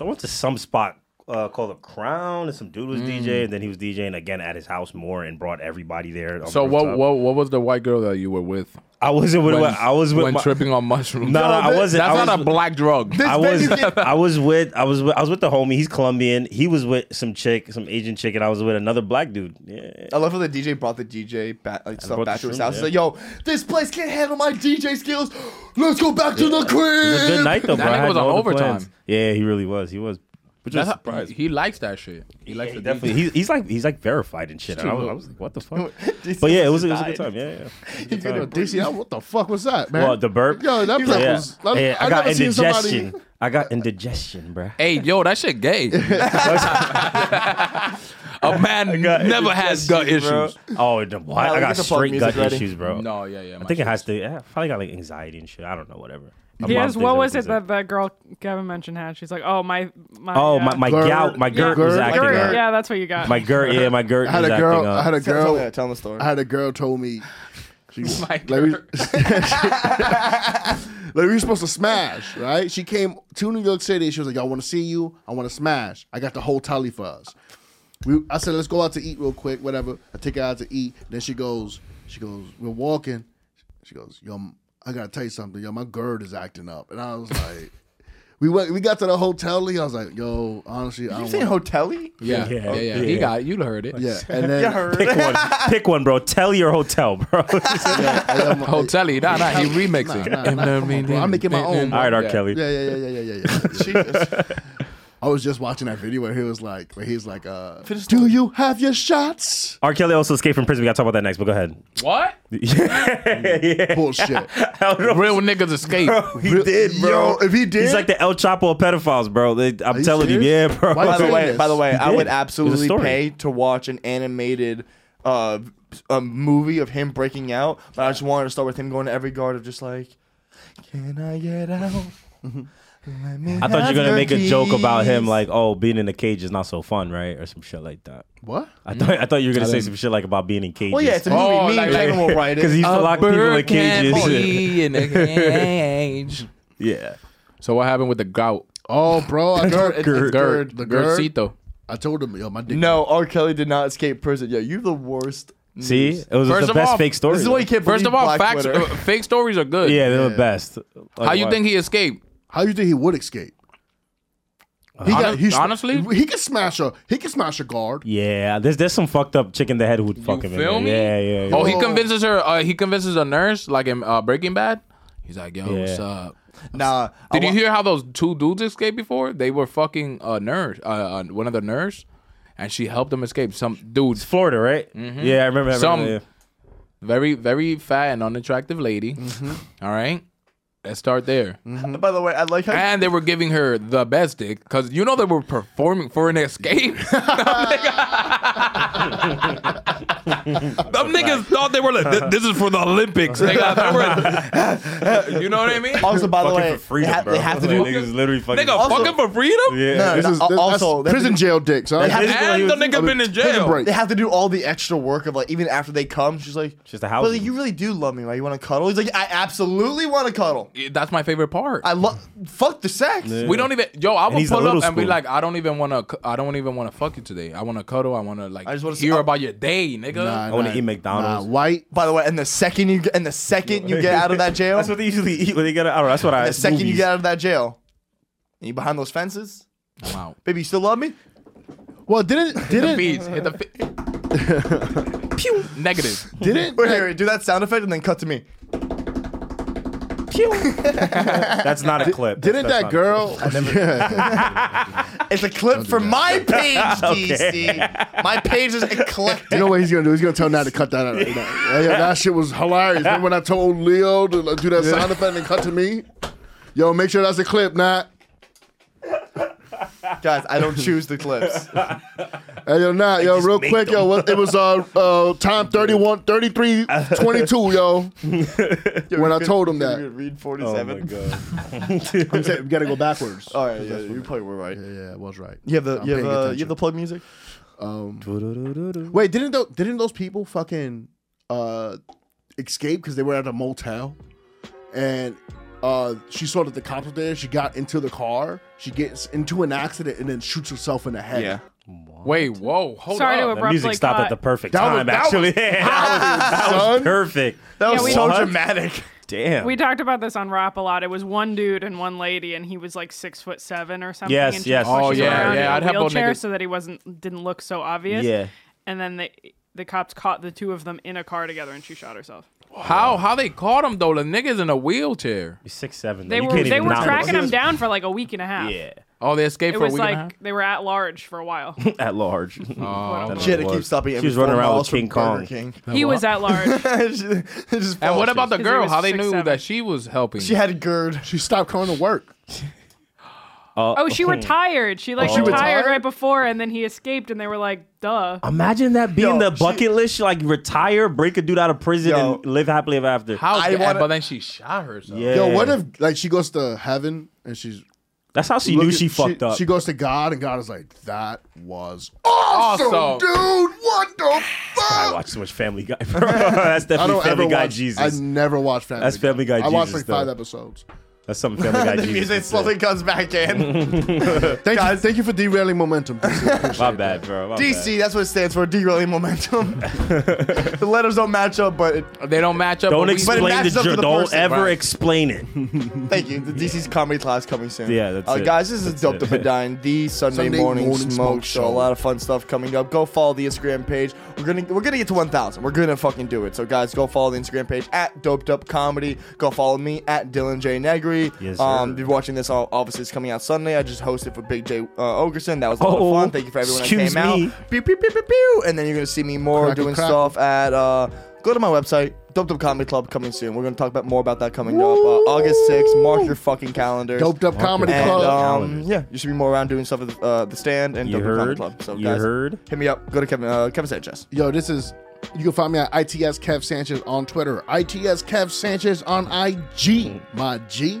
Speaker 3: I went to some spot uh, called the Crown, and some dude was
Speaker 5: Mm.
Speaker 3: DJ, and then he was DJing again at his house more, and brought everybody there. on
Speaker 5: So what,
Speaker 3: rooftop.
Speaker 5: what what was the white girl that you were with?
Speaker 3: I wasn't with I was with
Speaker 5: when
Speaker 3: my,
Speaker 5: tripping on mushrooms.
Speaker 3: No, no, I wasn't.
Speaker 5: That's
Speaker 3: I
Speaker 5: not
Speaker 3: was-
Speaker 5: a black drug.
Speaker 3: I was I was with I was with, I was with the homie. He's Colombian. He was with some chick, some Asian chick, and I was with another black dude. Yeah.
Speaker 1: I love how the DJ brought the DJ back, like stuff
Speaker 3: brought
Speaker 1: back to
Speaker 3: the
Speaker 1: his
Speaker 3: shrooms,
Speaker 1: house.
Speaker 3: yeah.
Speaker 1: He's like, "Yo, this place can't handle my DJ skills. Let's go back to the crib."
Speaker 3: It was a good night though,
Speaker 5: That
Speaker 3: bro. I
Speaker 5: nigga
Speaker 3: had
Speaker 5: was on
Speaker 3: no other
Speaker 5: overtime.
Speaker 3: plans. Yeah, he really was. He was. Which was
Speaker 5: That's how,
Speaker 3: surprising.
Speaker 5: he likes that shit. He likes
Speaker 3: Yeah,
Speaker 5: the
Speaker 3: he definitely. He's, he's like he's like verified and shit. And I, was, I was like, what the fuck? But yeah, it was, it was a good time. Yeah, yeah. It was a good time.
Speaker 2: DC, that- what the fuck was that, man?
Speaker 3: Well, the burp.
Speaker 2: Yo, that
Speaker 3: yeah.
Speaker 2: black was. that-
Speaker 3: Yeah, I,
Speaker 2: I've
Speaker 3: got
Speaker 2: never seen somebody-
Speaker 3: indigestion. I got indigestion, bruh.
Speaker 5: Hey, yo, that shit gay. a man never has gut issues.
Speaker 3: Oh, the, what?
Speaker 1: Alright,
Speaker 3: I got
Speaker 1: get the fuck
Speaker 3: straight
Speaker 1: music
Speaker 3: gut
Speaker 1: ready.
Speaker 3: issues, bro.
Speaker 5: No, yeah, yeah.
Speaker 3: I think it has to. Yeah, probably got like anxiety and shit. I don't know, whatever. My mom
Speaker 6: Yes,
Speaker 3: thinks
Speaker 6: what
Speaker 3: I'm
Speaker 6: was it
Speaker 3: crazy.
Speaker 6: that that girl Gavin mentioned had? She's like, oh my my.
Speaker 3: Oh,
Speaker 6: uh,
Speaker 3: my my
Speaker 2: Gerd.
Speaker 3: gout, my
Speaker 6: yeah,
Speaker 3: GERD was acting
Speaker 6: Gert,
Speaker 3: up.
Speaker 6: Yeah, that's what you got.
Speaker 3: My GERD, yeah, my GERD
Speaker 2: I had
Speaker 3: was
Speaker 2: a
Speaker 3: acting
Speaker 2: girl. I
Speaker 3: up.
Speaker 2: had a
Speaker 1: Tell me,
Speaker 2: girl.
Speaker 1: tell him the story.
Speaker 2: I had a girl told me. She,
Speaker 5: My
Speaker 2: like, we, like we were supposed to smash, right? She came to New York City. She was like, "I want to see you. I want to smash. I got the whole tally for us." We, I said, "Let's go out to eat real quick, whatever." I take her out to eat. Then she goes, she goes, we're walking. She goes, "Yo, I gotta tell you something. Yo, my gird is acting up," and I was like. We went. We got to the hotel. Lee, I was like, "Yo, honestly, I
Speaker 1: You
Speaker 2: don't."
Speaker 1: saying
Speaker 2: wanna-
Speaker 1: hotelly?
Speaker 5: Yeah,
Speaker 3: Yeah,
Speaker 5: yeah, yeah.
Speaker 3: yeah.
Speaker 5: He got you heard it.
Speaker 2: yeah, and then
Speaker 3: Pick one, pick one, bro. Tell your hotel, bro.
Speaker 2: Yeah, I'm-
Speaker 5: Hotel, nah, nah, he remixing.
Speaker 2: Nah, nah, nah, come on, bro. I'm making my own.
Speaker 3: All right, R.
Speaker 5: Yeah.
Speaker 3: Kelly.
Speaker 2: Yeah, yeah, yeah, yeah, yeah, yeah. yeah.
Speaker 1: Jesus.
Speaker 2: I was just watching that video where he was like, where he's like, uh, "Do you have your shots?"
Speaker 3: R. Kelly also escaped from prison. We got to talk about that next, but go ahead.
Speaker 5: What?
Speaker 3: yeah.
Speaker 2: Bullshit.
Speaker 3: I don't know.
Speaker 5: Real niggas escape.
Speaker 3: He did, bro.
Speaker 2: Yo, if he did,
Speaker 3: He's like the El Chapo of pedophiles, bro. They- I'm telling you, yeah,
Speaker 2: serious?
Speaker 3: bro.
Speaker 2: Why
Speaker 1: by the way, by the way,
Speaker 3: He
Speaker 1: I
Speaker 3: did.
Speaker 1: would
Speaker 3: It was a
Speaker 1: absolutely
Speaker 3: story.
Speaker 1: pay to watch an animated uh a movie of him breaking out, but I just wanted to start with him going to every guard of just like, can I get out? Let me
Speaker 3: I thought
Speaker 1: have
Speaker 3: you were gonna
Speaker 1: your
Speaker 3: make a joke about him,
Speaker 1: keys."
Speaker 3: like, oh, being in a cage is not so fun, right, or some shit like that.
Speaker 2: what?
Speaker 3: I thought I thought you were gonna say some shit like about being in cages.
Speaker 1: Well, yeah, it's a movie.
Speaker 5: Oh,
Speaker 1: Me
Speaker 5: like-
Speaker 1: and Kevin Uh, will write
Speaker 3: because he
Speaker 1: it.
Speaker 3: used to lock people in cages.
Speaker 5: in a cage.
Speaker 3: yeah.
Speaker 5: So what happened with the gout?
Speaker 2: Oh, bro, I heard
Speaker 5: Gerd.
Speaker 2: Gerd. The Gerd.
Speaker 5: Gerdcito.
Speaker 2: I told him, yo, my dick.
Speaker 1: No, R. Kelly did not escape prison. Yeah, you're the worst.
Speaker 3: See,
Speaker 1: news.
Speaker 3: it was
Speaker 5: First
Speaker 3: the
Speaker 5: of
Speaker 3: best
Speaker 5: all,
Speaker 3: fake story.
Speaker 1: this is why you
Speaker 3: though.
Speaker 1: can't.
Speaker 5: First of
Speaker 1: believe
Speaker 5: all,
Speaker 1: Black
Speaker 5: facts,
Speaker 1: Twitter.
Speaker 5: uh, fake stories are good.
Speaker 3: yeah, they're the best. Like,
Speaker 5: How you
Speaker 3: why-
Speaker 5: think he escaped?
Speaker 2: How you think he would escape? He got,
Speaker 5: Honest-
Speaker 2: he, sm-
Speaker 5: honestly?
Speaker 2: he could smash a he could smash a guard.
Speaker 3: Yeah, there's there's some fucked up chick in the head who'd fuck him. in
Speaker 5: feel
Speaker 3: there.
Speaker 5: me?
Speaker 3: Yeah, yeah. yeah.
Speaker 5: Oh, he
Speaker 2: Yo.
Speaker 5: convinces her. Uh, he convinces a nurse, like in uh, Breaking Bad. He's like, "Yo, what's
Speaker 3: Yeah.
Speaker 5: up?"
Speaker 1: nah. I
Speaker 5: Did
Speaker 1: wa-
Speaker 5: you hear how those two dudes escaped before? They were fucking a nurse, uh, uh, one of the nurse, and she helped them escape. Some dudes,
Speaker 3: Florida, right?
Speaker 5: Mm-hmm.
Speaker 3: Yeah, I remember. I remember
Speaker 5: Some-
Speaker 3: that, yeah.
Speaker 5: very very fat and unattractive lady. All right, Let's start there.
Speaker 1: By the way, I like how
Speaker 5: And they were giving her the best dick because you know they were performing for an escape. Them niggas thought they were like, "Th- this is for the Olympics. Nigga, They were- you know what I mean?
Speaker 1: also by the
Speaker 3: Fucking
Speaker 1: way,
Speaker 3: for freedom,
Speaker 1: they, ha-
Speaker 3: bro.
Speaker 1: they have to
Speaker 3: Like,
Speaker 1: do
Speaker 3: niggas literally fucking.
Speaker 5: Nigga, fucking for freedom?
Speaker 3: yeah.
Speaker 1: No,
Speaker 2: This
Speaker 1: no,
Speaker 2: is
Speaker 1: al-
Speaker 2: this- that's
Speaker 1: also they have to
Speaker 2: prison
Speaker 1: do-
Speaker 2: jail dicks. Huh?
Speaker 1: They have to
Speaker 5: And the nigga been in
Speaker 2: Prison
Speaker 5: jail.
Speaker 2: break.
Speaker 1: They have to do all the extra work of like even after they come, she's like,
Speaker 3: She's the house.
Speaker 1: Billy, you really do love me, right? You want to cuddle? He's like, I absolutely want to cuddle.
Speaker 5: That's my favorite part.
Speaker 1: I love fuck the sex.
Speaker 5: We don't even, yo. I would
Speaker 3: he's a
Speaker 5: pull up
Speaker 3: little
Speaker 5: and be
Speaker 3: spoon.
Speaker 5: like, I don't even want to. I don't even want to fuck you today. I want to cuddle. I want to like.
Speaker 1: I just wanna see-
Speaker 5: hear
Speaker 1: oh.
Speaker 5: about your day, nigga.
Speaker 3: I wanna eat McDonald's.
Speaker 2: Nah, white.
Speaker 1: By the way, and the second you and the second you get out of that jail,
Speaker 3: That's what they usually eat when they get out. I don't know, That's what I.
Speaker 1: the
Speaker 3: it's
Speaker 1: second you
Speaker 3: movies.
Speaker 1: get out of that jail, and you behind those fences,
Speaker 5: I'm out.
Speaker 1: baby, you still love me?
Speaker 2: Well, didn't didn't
Speaker 5: Beats, hit the fi- Pew. Negative.
Speaker 2: didn't
Speaker 1: Wait, wait, wait, do that sound effect and then cut to me.
Speaker 3: That's not a clip.
Speaker 2: didn't
Speaker 3: That's-
Speaker 2: that
Speaker 3: that's
Speaker 2: girl? Yeah.
Speaker 1: It's a clip from my page, DC. My page is
Speaker 2: You
Speaker 1: eclectic.
Speaker 2: know what he's gonna do? He's gonna tell Nat to cut that out right now. Yeah, yeah, that shit was hilarious. Remember when I told Leo to like, do that sound effect and cut to me? Yo, make sure that's a clip, Nat.
Speaker 1: Guys, I don't choose the clips.
Speaker 2: Hey, yo, Nat, yo, real quick, yo, what, it was uh, uh time 31, 33, 22, yo. when I told
Speaker 1: You could
Speaker 2: him that.
Speaker 1: read
Speaker 3: Oh my
Speaker 1: 47.
Speaker 3: god.
Speaker 2: I'm saying, we gotta go backwards.
Speaker 1: All right, yeah, you probably were right.
Speaker 2: Yeah, yeah, it was right.
Speaker 1: You have the
Speaker 2: I'm
Speaker 1: you have,
Speaker 2: paying
Speaker 1: uh, you have the plug music.
Speaker 2: attention. Wait, didn't those, didn't those people fucking uh escape because they were at a motel, and uh she saw that the cops were there. She got into the car. She gets into an accident and then shoots herself in the head.
Speaker 1: Yeah.
Speaker 5: Wait, whoa, hold
Speaker 6: Sorry to
Speaker 5: up.
Speaker 3: The music
Speaker 6: abruptly
Speaker 3: stopped
Speaker 6: cut.
Speaker 3: at the perfect
Speaker 2: That was-
Speaker 3: time.
Speaker 2: that was-
Speaker 3: actually, that was
Speaker 2: Son,
Speaker 3: perfect.
Speaker 1: That
Speaker 6: Yeah,
Speaker 1: was
Speaker 6: we-
Speaker 1: so
Speaker 3: What?
Speaker 1: dramatic.
Speaker 3: Damn.
Speaker 6: We talked about this on rap a lot. It was one dude and one lady, and he was like six foot seven or something.
Speaker 3: Yes,
Speaker 6: and she
Speaker 3: yes.
Speaker 6: pushed
Speaker 3: Oh,
Speaker 6: him
Speaker 3: yeah,
Speaker 6: around
Speaker 5: yeah,
Speaker 6: in a
Speaker 5: I'd have both
Speaker 6: wheelchair
Speaker 5: niggas-
Speaker 6: so that he wasn't didn't look so obvious.
Speaker 3: Yeah.
Speaker 6: And then they the cops caught the two of them in a car together, and she shot herself.
Speaker 5: How how they caught him though? The niggas in a wheelchair.
Speaker 3: Six seven.
Speaker 6: They
Speaker 3: you
Speaker 6: were
Speaker 3: can't
Speaker 6: they
Speaker 3: even
Speaker 6: were
Speaker 3: knock
Speaker 6: tracking
Speaker 3: them.
Speaker 6: him down for like a week and a half.
Speaker 3: Yeah,
Speaker 5: Oh, they escaped
Speaker 6: It
Speaker 5: for a
Speaker 6: was
Speaker 5: week and a half.
Speaker 6: like they were at large for a while.
Speaker 3: at large.
Speaker 6: Quote,
Speaker 3: That's
Speaker 6: unquote.
Speaker 3: it.
Speaker 1: She had to keep
Speaker 3: was.
Speaker 1: stopping
Speaker 3: She
Speaker 1: every
Speaker 3: was running
Speaker 1: four
Speaker 3: around
Speaker 1: miles
Speaker 3: with King
Speaker 1: from Burger
Speaker 3: Kong.
Speaker 1: King.
Speaker 6: he was at large.
Speaker 1: She- it just
Speaker 5: And what
Speaker 1: falls.
Speaker 5: about the
Speaker 6: Because he
Speaker 5: girl?
Speaker 6: was
Speaker 5: How they
Speaker 6: six,
Speaker 5: knew
Speaker 6: seven.
Speaker 5: that she was helping?
Speaker 1: She had GERD.
Speaker 2: She stopped coming to work.
Speaker 6: Oh, she retired. She like
Speaker 1: she
Speaker 6: retired,
Speaker 1: retired?
Speaker 6: right before, and then he escaped, and they were like, "Duh."
Speaker 3: Oh, Imagine that being
Speaker 1: Yo,
Speaker 3: the
Speaker 1: she-
Speaker 3: bucket list. Like retire, break a dude out of prison,
Speaker 1: Yo.
Speaker 3: and live happily ever after.
Speaker 5: How?
Speaker 1: I
Speaker 5: yeah,
Speaker 1: wanna-
Speaker 5: But then she shot herself.
Speaker 3: Yeah.
Speaker 2: Yo, what if like she goes to heaven and she's
Speaker 3: That's how she knew
Speaker 2: looking-
Speaker 3: she fucked up.
Speaker 2: She goes to God and God is like, that was
Speaker 5: Awesome.
Speaker 2: awesome, dude. What the
Speaker 3: I
Speaker 2: fuck?
Speaker 3: watch too much Family Guy. bro. That's definitely Family Guy
Speaker 2: watch.
Speaker 3: Jesus.
Speaker 2: I never watched Family.
Speaker 3: That's Family Guy
Speaker 2: I watched
Speaker 3: Jesus,
Speaker 2: like five
Speaker 3: though.
Speaker 2: episodes.
Speaker 3: That's something Family Guy
Speaker 1: The
Speaker 3: Jesus.
Speaker 1: music
Speaker 3: would say.
Speaker 1: slowly comes back in.
Speaker 2: Thank you, thank you for derailing momentum.
Speaker 3: My bad, bro. My bad.
Speaker 1: DC, that's what it stands for, derailing momentum. the letters don't match up, but it,
Speaker 5: They don't match up.
Speaker 3: Don't
Speaker 5: but we-
Speaker 1: it
Speaker 3: explain the,
Speaker 1: matches up to
Speaker 3: joke.
Speaker 1: the
Speaker 3: Don't
Speaker 1: person,
Speaker 3: ever
Speaker 5: right.
Speaker 3: explain it.
Speaker 1: thank you. The DC's comedy class coming soon.
Speaker 3: Yeah, that's
Speaker 1: uh,
Speaker 3: it.
Speaker 1: Guys, this is Dope
Speaker 3: it.
Speaker 1: to Bedine, the Sunday,
Speaker 2: Sunday
Speaker 1: morning,
Speaker 2: morning
Speaker 1: smoke,
Speaker 2: smoke
Speaker 1: show. A
Speaker 2: show.
Speaker 1: lot of fun stuff coming up. Go follow the Instagram page. We're gonna we're gonna get to 1,000. We're gonna fucking do it. So guys, go follow the Instagram page at Doped Up Comedy. Go follow me at Dylan J Negri.
Speaker 3: Yes,
Speaker 1: um,
Speaker 3: sir.
Speaker 1: if you're watching this, all- obviously it's coming out Sunday. I just hosted for Big J uh, Ogerson. That was a lot
Speaker 3: Oh,
Speaker 1: of fun. Thank you for everyone that came
Speaker 3: excuse
Speaker 1: out.
Speaker 3: me.
Speaker 1: Pew, pew, pew, pew, pew. And then you're gonna see me more
Speaker 2: Crackle,
Speaker 1: doing
Speaker 2: crackle.
Speaker 1: stuff at. uh Go to my website, Dope Dope Comedy Club, coming soon. We're gonna talk about more about that coming up. Uh, August 6th. Mark your fucking calendars.
Speaker 2: Doped up comedy
Speaker 1: And,
Speaker 2: club.
Speaker 1: um, yeah, you should be more around doing stuff at the, uh, the stand and
Speaker 3: You
Speaker 1: Dope Dope Comedy
Speaker 3: heard?
Speaker 1: Club. So
Speaker 3: You
Speaker 1: guys,
Speaker 3: heard?
Speaker 1: hit me up. Go to Kevin uh, Kevin Sanchez.
Speaker 2: Yo, this is. You can find me at ITS Kev Sanchez on Twitter. ITS Kev Sanchez on IG. My G.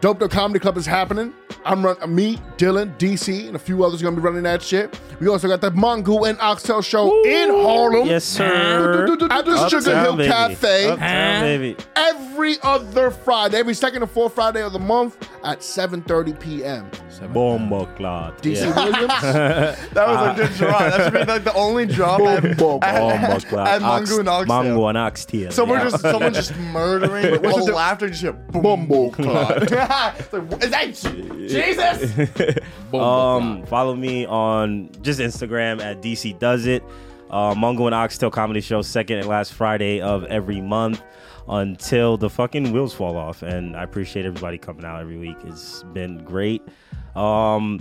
Speaker 2: Dope Dope Comedy Club is happening. I'm run me, Dylan, DC, and a few others gonna be running that shit. We also got the Mongo and Oxtail show in Harlem.
Speaker 3: Yes, sir.
Speaker 2: At the Sugar Hill
Speaker 3: Uptown, baby.
Speaker 2: Cafe.
Speaker 3: Uptown, baby.
Speaker 2: every other Friday, every second and fourth Friday of the month at 7:30 p.m.
Speaker 3: Bomba clot.
Speaker 2: DC
Speaker 3: Yeah.
Speaker 2: Williams,
Speaker 1: That was a good drop. That should be like the only drop I've
Speaker 2: boom,
Speaker 3: Bomba clot.
Speaker 1: I had Mongo and Oxtail.
Speaker 3: Mongo and oxtail.
Speaker 1: So we're
Speaker 3: yeah.
Speaker 1: just someone just murdering all
Speaker 2: the-
Speaker 1: laughter just here. Boom.
Speaker 2: Bumble Club.
Speaker 1: It's like, what is that Jesus?
Speaker 5: Boom, boom, boom.
Speaker 3: Um, follow me on just Instagram at DC Does It. Uh, Mongo and Oxtail Comedy Show, second and last Friday of every month until the fucking wheels fall off. And I appreciate everybody coming out every week. It's been great. Um,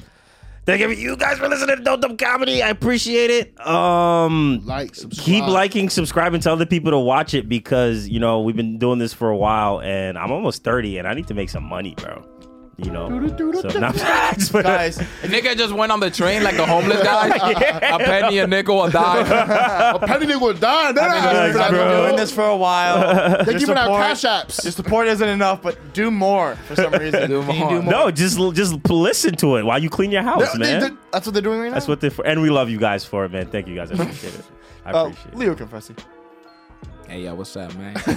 Speaker 3: Thank you- you guys for listening to Dope Dumb Comedy. I appreciate it. Um,
Speaker 2: Like, subscribe.
Speaker 3: keep liking, subscribing, tell other people to watch it because you know we've been doing this for a while, and I'm almost 30, and I need to make some money, bro. You know, so, nah, but-
Speaker 1: Guys,
Speaker 5: Nigga just went on the train like a homeless guy. A penny, a nickel, a dime.
Speaker 2: A petty nigga would die. Nah,
Speaker 1: guys, I've been
Speaker 3: bro.
Speaker 1: doing this for a while.
Speaker 2: They
Speaker 1: Your
Speaker 2: giving out
Speaker 1: support-
Speaker 2: cash apps.
Speaker 1: Your support isn't enough, but do more for some reason.
Speaker 5: Do
Speaker 1: Can you
Speaker 5: more.
Speaker 1: do more?
Speaker 3: no, just just listen to it while you clean your house,
Speaker 1: They-
Speaker 3: man.
Speaker 1: they- that's what they're doing right now.
Speaker 3: That's what they're for, and we love you guys for it, man. Thank you guys, I appreciate it. I
Speaker 1: Uh,
Speaker 3: appreciate
Speaker 1: Leo Confessi.
Speaker 5: Hey, yo, what's up, man?
Speaker 3: it.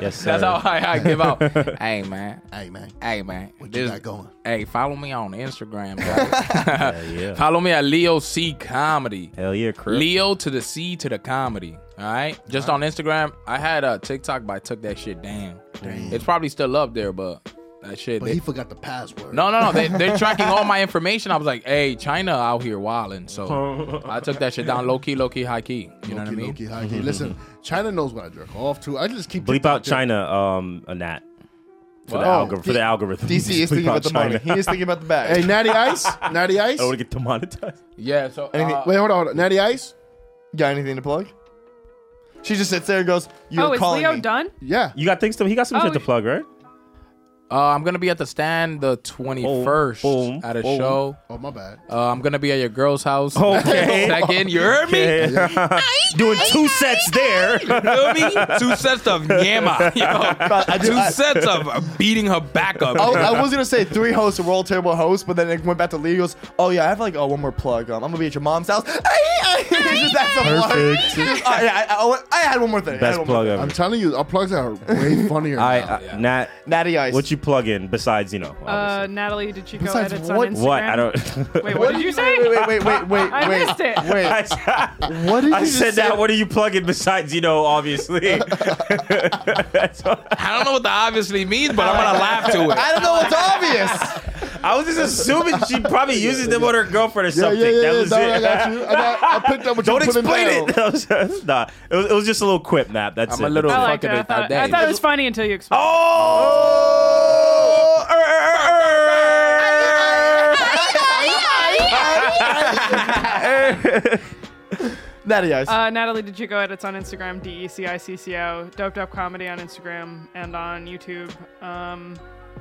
Speaker 3: Yes, sir.
Speaker 5: That's how I, I give up. hey, man.
Speaker 2: Hey, man.
Speaker 5: Hey, man.
Speaker 2: What you got going?
Speaker 5: Hey, follow me on Instagram. guys.
Speaker 3: Hell yeah.
Speaker 5: follow me at Leo C Comedy.
Speaker 3: Hell yeah, Chris.
Speaker 5: Leo to the C to the comedy. All right. Just on Instagram, I had a TikTok, but I took that shit down. It's probably still up there, but that shit.
Speaker 2: But
Speaker 5: they-
Speaker 2: he forgot the password.
Speaker 5: no, no, no. They, they're tracking all my information. I was like, hey, China out here wilding. So I took that shit down low key, low key, high key. You know what I mean?
Speaker 2: Loki, Loki, Loki. Listen, China knows what I jerk off to. I just keep
Speaker 3: Mm-hmm. Bleep out China, um, a nat for the,
Speaker 2: Wow.
Speaker 1: Oh,
Speaker 3: algor- for the algorithm.
Speaker 1: DC is
Speaker 3: Just bleep
Speaker 1: thinking about
Speaker 3: out
Speaker 1: the money. He is thinking about the bag.
Speaker 2: Hey, Natty Ice, Natty Ice.
Speaker 3: I don't want to get demonetized.
Speaker 5: Yeah. So uh,
Speaker 2: Wait, hold on, hold on. Natty Ice.
Speaker 1: got anything to plug? She just sits there and goes, "You're
Speaker 6: oh, is
Speaker 1: calling
Speaker 6: Leo
Speaker 1: me."
Speaker 6: done?
Speaker 2: Yeah.
Speaker 3: You got things to. He got some
Speaker 6: Oh,
Speaker 3: shit to
Speaker 6: yeah.
Speaker 3: plug, right?
Speaker 5: uh, I'm going to be at the stand the 21st
Speaker 3: Boom, boom,
Speaker 5: at a
Speaker 3: boom. Oh,
Speaker 5: show.
Speaker 2: Oh my bad.
Speaker 5: Uh, I'm going to be at your girl's house.
Speaker 3: Okay.
Speaker 5: Second, you heard me?
Speaker 3: Yeah. Doing two sets there.
Speaker 5: feel me? Two sets of yama, yo. Two sets of beating her back up.
Speaker 1: oh, I, I was gonna say three hosts, a world table host, but then it went back to Leo. He Goes, oh yeah, I have like oh one more plug. Um, I'm gonna be at your mom's house. Just that's the plug.
Speaker 3: Perfect.
Speaker 1: Just, uh, yeah, I, I, I had one more thing. I had
Speaker 3: Best
Speaker 1: one more
Speaker 3: plug
Speaker 1: thing.
Speaker 3: ever.
Speaker 2: I'm
Speaker 5: Oh,
Speaker 2: telling you, our plugs are way funnier.
Speaker 3: All right,
Speaker 2: now.
Speaker 3: uh, Nat,
Speaker 1: Natty Ice.
Speaker 3: what you plug in besides you know?
Speaker 6: Uh,
Speaker 3: obviously?
Speaker 6: Natalie DeChico
Speaker 1: Besides
Speaker 6: edits
Speaker 1: what-
Speaker 6: on Instagram.
Speaker 3: what I don't.
Speaker 6: Wait, what did you say?
Speaker 1: Wait, wait, wait, wait, wait.
Speaker 6: I
Speaker 1: wait,
Speaker 6: missed it.
Speaker 1: Wait,
Speaker 3: I,
Speaker 1: what did you
Speaker 3: I
Speaker 1: just
Speaker 3: said
Speaker 1: say?
Speaker 3: that. What are you plugging besides you know? Obviously. That's all-
Speaker 5: I don't know what the obviously means, but I'm gonna laugh to
Speaker 1: I
Speaker 5: it.
Speaker 1: don't know. It's obvious.
Speaker 3: I was just assuming she probably uses them on her girlfriend or
Speaker 2: Yeah,
Speaker 3: something.
Speaker 2: yeah, yeah.
Speaker 3: that
Speaker 2: yeah.
Speaker 3: was
Speaker 2: No,
Speaker 3: it.
Speaker 2: I got you. I, got, I picked up what
Speaker 3: Don't
Speaker 2: you put
Speaker 3: explain
Speaker 2: in
Speaker 3: it. That was- nah, it was, it was just a little quip nap. That's
Speaker 5: I'm
Speaker 3: it. Oh!
Speaker 5: a little
Speaker 6: I
Speaker 3: That's it.
Speaker 6: liked it.
Speaker 5: fucking
Speaker 6: I
Speaker 5: with
Speaker 6: thought,
Speaker 5: that
Speaker 6: I thought
Speaker 5: day.
Speaker 6: it was funny until you explained.
Speaker 3: Oh! Er, er, er, er.
Speaker 1: Natty Ice.
Speaker 6: Uh, Natalie DeChico edits on Instagram, D E C I C C O. Doped Up Comedy on Instagram and on YouTube. Um,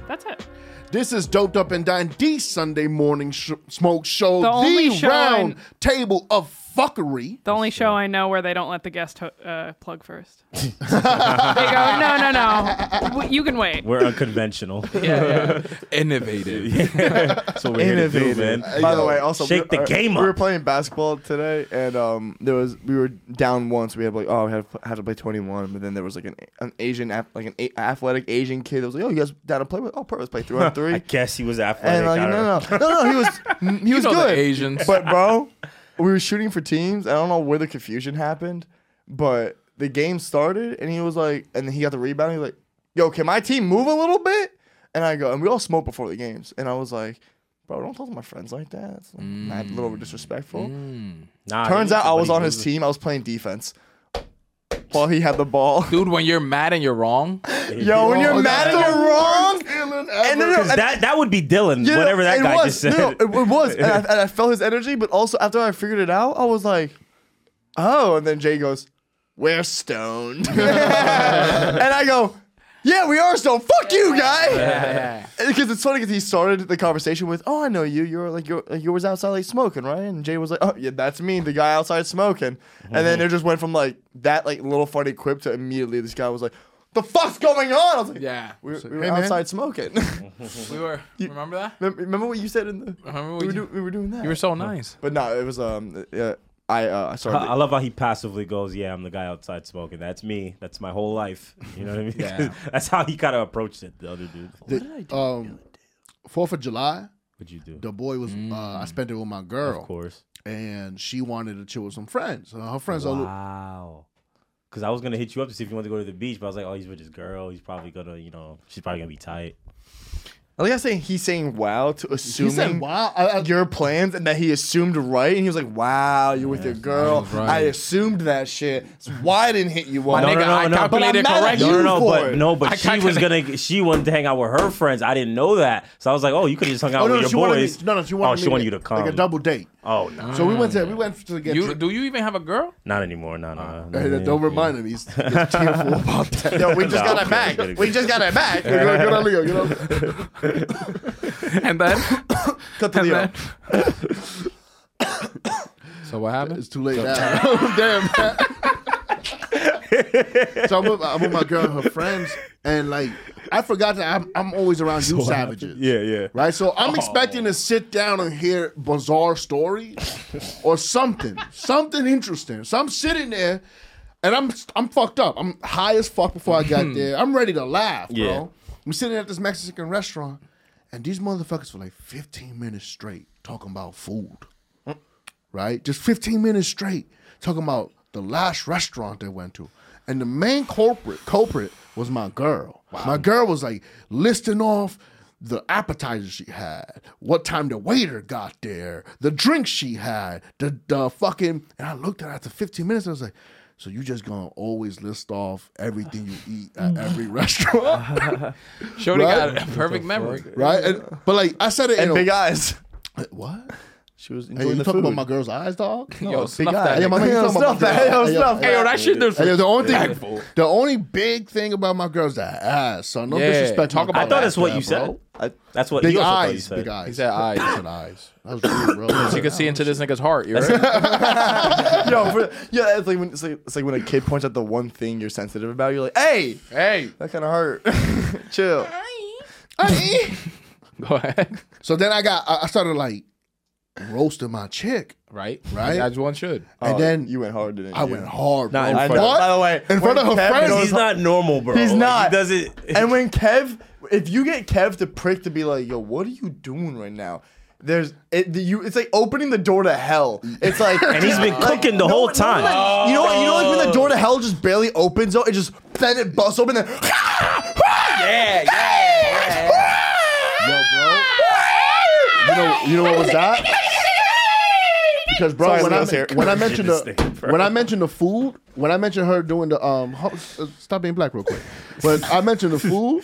Speaker 6: that's it.
Speaker 2: This is Doped Up and Dine, the Sunday morning sh- smoke show,
Speaker 6: The only show
Speaker 2: round
Speaker 6: in-
Speaker 2: table of fuckery.
Speaker 6: The only show I know where they don't let the guest ho- uh, plug first. they go, no, no, no. W- You can wait.
Speaker 3: We're unconventional.
Speaker 5: Innovative.
Speaker 3: That's what we're here to do,
Speaker 1: Innovative.
Speaker 3: man.
Speaker 1: By the way, also
Speaker 3: Shake
Speaker 1: we,
Speaker 3: the
Speaker 1: uh,
Speaker 3: game
Speaker 1: We were
Speaker 3: up.
Speaker 1: playing basketball today, and um, there was we were down once. We had like oh, we had, had to play twenty one, but then there was like an an Asian ath- like an a- athletic Asian kid that was like, oh, you guys down to play with? Oh, perfect, let's play three on
Speaker 3: I
Speaker 1: three.
Speaker 3: guess he was athletic.
Speaker 1: And like
Speaker 3: I don't
Speaker 1: no,
Speaker 3: know.
Speaker 1: no, no, no, no, he was he was
Speaker 5: know the
Speaker 1: good.
Speaker 5: Asians.
Speaker 1: but bro, we were shooting for teams. I don't know where the confusion happened, but the game started, and he was like, and then he got the rebound. He's like, "Yo, can my team move a little bit?" And I go, and we all smoke before the games, and I was like. Bro, don't talk to my friends like that. It's like mad- a
Speaker 5: Mm.
Speaker 1: little disrespectful.
Speaker 3: Nah,
Speaker 1: Turns
Speaker 3: he-
Speaker 1: out I
Speaker 3: but
Speaker 1: was
Speaker 3: he
Speaker 1: on his team. I was playing defense while he had the ball.
Speaker 5: Dude, when you're mad and you're wrong,
Speaker 1: Yo, when you're mad and you're wrong, and no, no, and-
Speaker 3: That that would be Dylan,
Speaker 1: Yeah,
Speaker 3: whatever that
Speaker 1: it
Speaker 3: guy
Speaker 1: was.
Speaker 3: just said.
Speaker 1: No, it, it was, and I, and I felt his energy. But also after I figured it out, I was like, "Oh!" And then Jay goes, "We're stoned," and I go, "Yeah, we are stoned. Fuck you, guy." Because it's funny because he started the conversation with, "Oh, I know you. You're like you're like, you was outside like smoking, right?" And Jay was like, "Oh, yeah, that's me, the guy outside smoking." And
Speaker 3: Mm-hmm.
Speaker 1: then it just went from like that like little funny quip to immediately this guy was like. The fuck's going on? I was like,
Speaker 5: Yeah.
Speaker 1: we, we were
Speaker 2: "Hey, man."
Speaker 1: outside smoking.
Speaker 3: Mm-hmm.
Speaker 5: we were. Remember that?
Speaker 1: Remem- Remember what you said in the?
Speaker 2: Uh-huh.
Speaker 5: Remember what
Speaker 1: we, were
Speaker 5: you-
Speaker 1: do, we were doing that.
Speaker 5: You were so nice.
Speaker 1: but no, it was um. Yeah, I uh, I
Speaker 3: I,
Speaker 1: started.
Speaker 3: I love how he passively goes, "Yeah, I'm the guy outside smoking. That's me. That's my whole life." You know what I mean?
Speaker 5: Yeah.
Speaker 3: That's how he kind of approached it. The other dude, what
Speaker 2: Um, Fourth of July,
Speaker 3: would you do?
Speaker 2: the boy was. Uh, I spent it with my
Speaker 3: Mm. Of
Speaker 2: girl,
Speaker 3: course.
Speaker 2: and she wanted to chill with some friends. Uh, her friends are.
Speaker 3: Wow. Because I was gonna hit you up to see if you want to go to the beach, but I was like, "Oh, he's with his girl. He's probably gonna, you know, she's probably gonna be tight."
Speaker 1: I like how saying he's saying wow to assuming
Speaker 2: wow.
Speaker 3: Oh,
Speaker 2: I- I-
Speaker 1: your plans and that he assumed right. And he was like, wow, you're with your girl.
Speaker 5: was right.
Speaker 1: I assumed that shit. So why I didn't hit you
Speaker 5: My
Speaker 1: up.
Speaker 5: nigga, I calculated
Speaker 1: But I'm mad at
Speaker 5: correctly.
Speaker 1: you
Speaker 3: No, no, no,
Speaker 1: for
Speaker 3: but
Speaker 1: it.
Speaker 3: no, but
Speaker 5: I
Speaker 3: she was gonna. She wanted to hang out with her friends. I didn't know that, so I was like, "Oh, you could just hung out
Speaker 2: Oh, no,
Speaker 3: with
Speaker 2: no,
Speaker 3: your
Speaker 2: she wanted
Speaker 3: boys."
Speaker 2: me, no, no, she
Speaker 3: oh,
Speaker 2: wanted me
Speaker 3: she wanted you to come.
Speaker 2: Like a double date.
Speaker 3: Oh no,
Speaker 2: So we went to we went to get
Speaker 5: You
Speaker 2: dr-
Speaker 5: do you even have a girl?
Speaker 3: not anymore. No, no, no.
Speaker 2: Hey, don't remind him. He's, he's tearful about that.
Speaker 1: Yo, we just
Speaker 3: No,
Speaker 1: got
Speaker 3: I'm
Speaker 1: it back.
Speaker 3: kidding.
Speaker 1: We just got it back.
Speaker 2: Get on- get on Leo. Get on.
Speaker 5: And then
Speaker 1: Cut the Leo.
Speaker 5: So what happened?
Speaker 2: It's too late now. Oh, Damn. man. so I'm with, I'm with my girl and her friends, and like I forgot that I'm, I'm always around you savages.
Speaker 3: Yeah, yeah. Oh.
Speaker 2: Right, so I'm expecting to sit down and hear bizarre stories or something, something interesting. So I'm sitting there, and I'm I'm fucked up. I'm high as fuck before I got there. I'm ready to laugh,
Speaker 3: Yeah.
Speaker 2: bro. I'm sitting at this Mexican restaurant, and these motherfuckers for like 15 minutes straight talking about food, right? Just 15 minutes straight talking about the last restaurant they went to, and the main culprit culprit was my girl. My girl was like listing off the appetizers she had, what time the waiter got there, the drinks she had, the the fucking. And I looked at her after 15 minutes. I was like. So you just gonna always list off everything you eat at
Speaker 1: Mm.
Speaker 2: every restaurant,
Speaker 5: Shorty
Speaker 2: Right?
Speaker 5: got a perfect memory.
Speaker 2: right? And, but like I said it in
Speaker 1: And
Speaker 2: a-
Speaker 1: big eyes.
Speaker 2: what?
Speaker 1: She was
Speaker 2: Hey,
Speaker 1: enjoying
Speaker 2: you
Speaker 1: the
Speaker 2: talking
Speaker 1: food.
Speaker 2: about my girl's eyes, dog?
Speaker 5: Yo,
Speaker 1: big
Speaker 5: snuff
Speaker 1: eyes.
Speaker 5: that.
Speaker 2: Hey, yo, my
Speaker 5: nigga.
Speaker 2: man, you talking
Speaker 1: Stop
Speaker 2: about my
Speaker 1: that.
Speaker 2: girl.
Speaker 1: Hey, yo, stop
Speaker 5: Hey, yo, that shit
Speaker 2: Hey, yo,
Speaker 5: different.
Speaker 2: the only
Speaker 5: Thankful.
Speaker 2: thing, the only big thing about my girl's that ass. So no
Speaker 5: Yeah,
Speaker 2: disrespect. to
Speaker 5: talk
Speaker 2: my
Speaker 5: about
Speaker 3: I thought
Speaker 5: that,
Speaker 3: that's what
Speaker 2: girl,
Speaker 3: you
Speaker 2: bro.
Speaker 3: said. I, that's what
Speaker 2: Big
Speaker 3: you also thought you
Speaker 2: eyes,
Speaker 3: said.
Speaker 2: big eyes.
Speaker 5: He said eyes.
Speaker 2: I said eyes. That was really real.
Speaker 5: You can see into this nigga's heart. You're right.
Speaker 1: Yo, for, yeah, it's like, when, it's like it's like when a kid points out the one thing you're sensitive about. You're like, hey,
Speaker 5: hey,
Speaker 1: that kind of hurt. Chill.
Speaker 5: go ahead.
Speaker 2: So then I got, I I started like roasting my chick,
Speaker 5: Right,
Speaker 2: Right?
Speaker 5: As one should.
Speaker 2: and then
Speaker 1: Oh, you went hard, didn't you?
Speaker 2: I went hard. Bro.
Speaker 3: in
Speaker 1: I know.
Speaker 3: front
Speaker 1: By the way,
Speaker 2: in front
Speaker 1: when
Speaker 2: of her
Speaker 1: Kev
Speaker 2: friends?
Speaker 1: goes-
Speaker 3: He's not normal, bro.
Speaker 1: He's
Speaker 3: He
Speaker 1: not.
Speaker 3: doesn't.
Speaker 1: and when Kev, if you get Kev to prick to be like, yo, what are you doing right now? There's it, you. It's like opening the door to hell. It's like
Speaker 3: And he's been cooking the whole time.
Speaker 1: you know what? You know like when the door to hell just barely opens, though, it just then it busts open. Then
Speaker 3: yeah, yeah.
Speaker 2: Yo, bro. You know, you know what was that? Because bro,
Speaker 1: Sorry,
Speaker 2: when, I,
Speaker 1: Leo's here.
Speaker 2: men- when I mentioned the
Speaker 3: This thing, bro.
Speaker 2: when I mentioned the food, when I mentioned her doing the um, ho- uh, stop being black real quick. When I mentioned the food,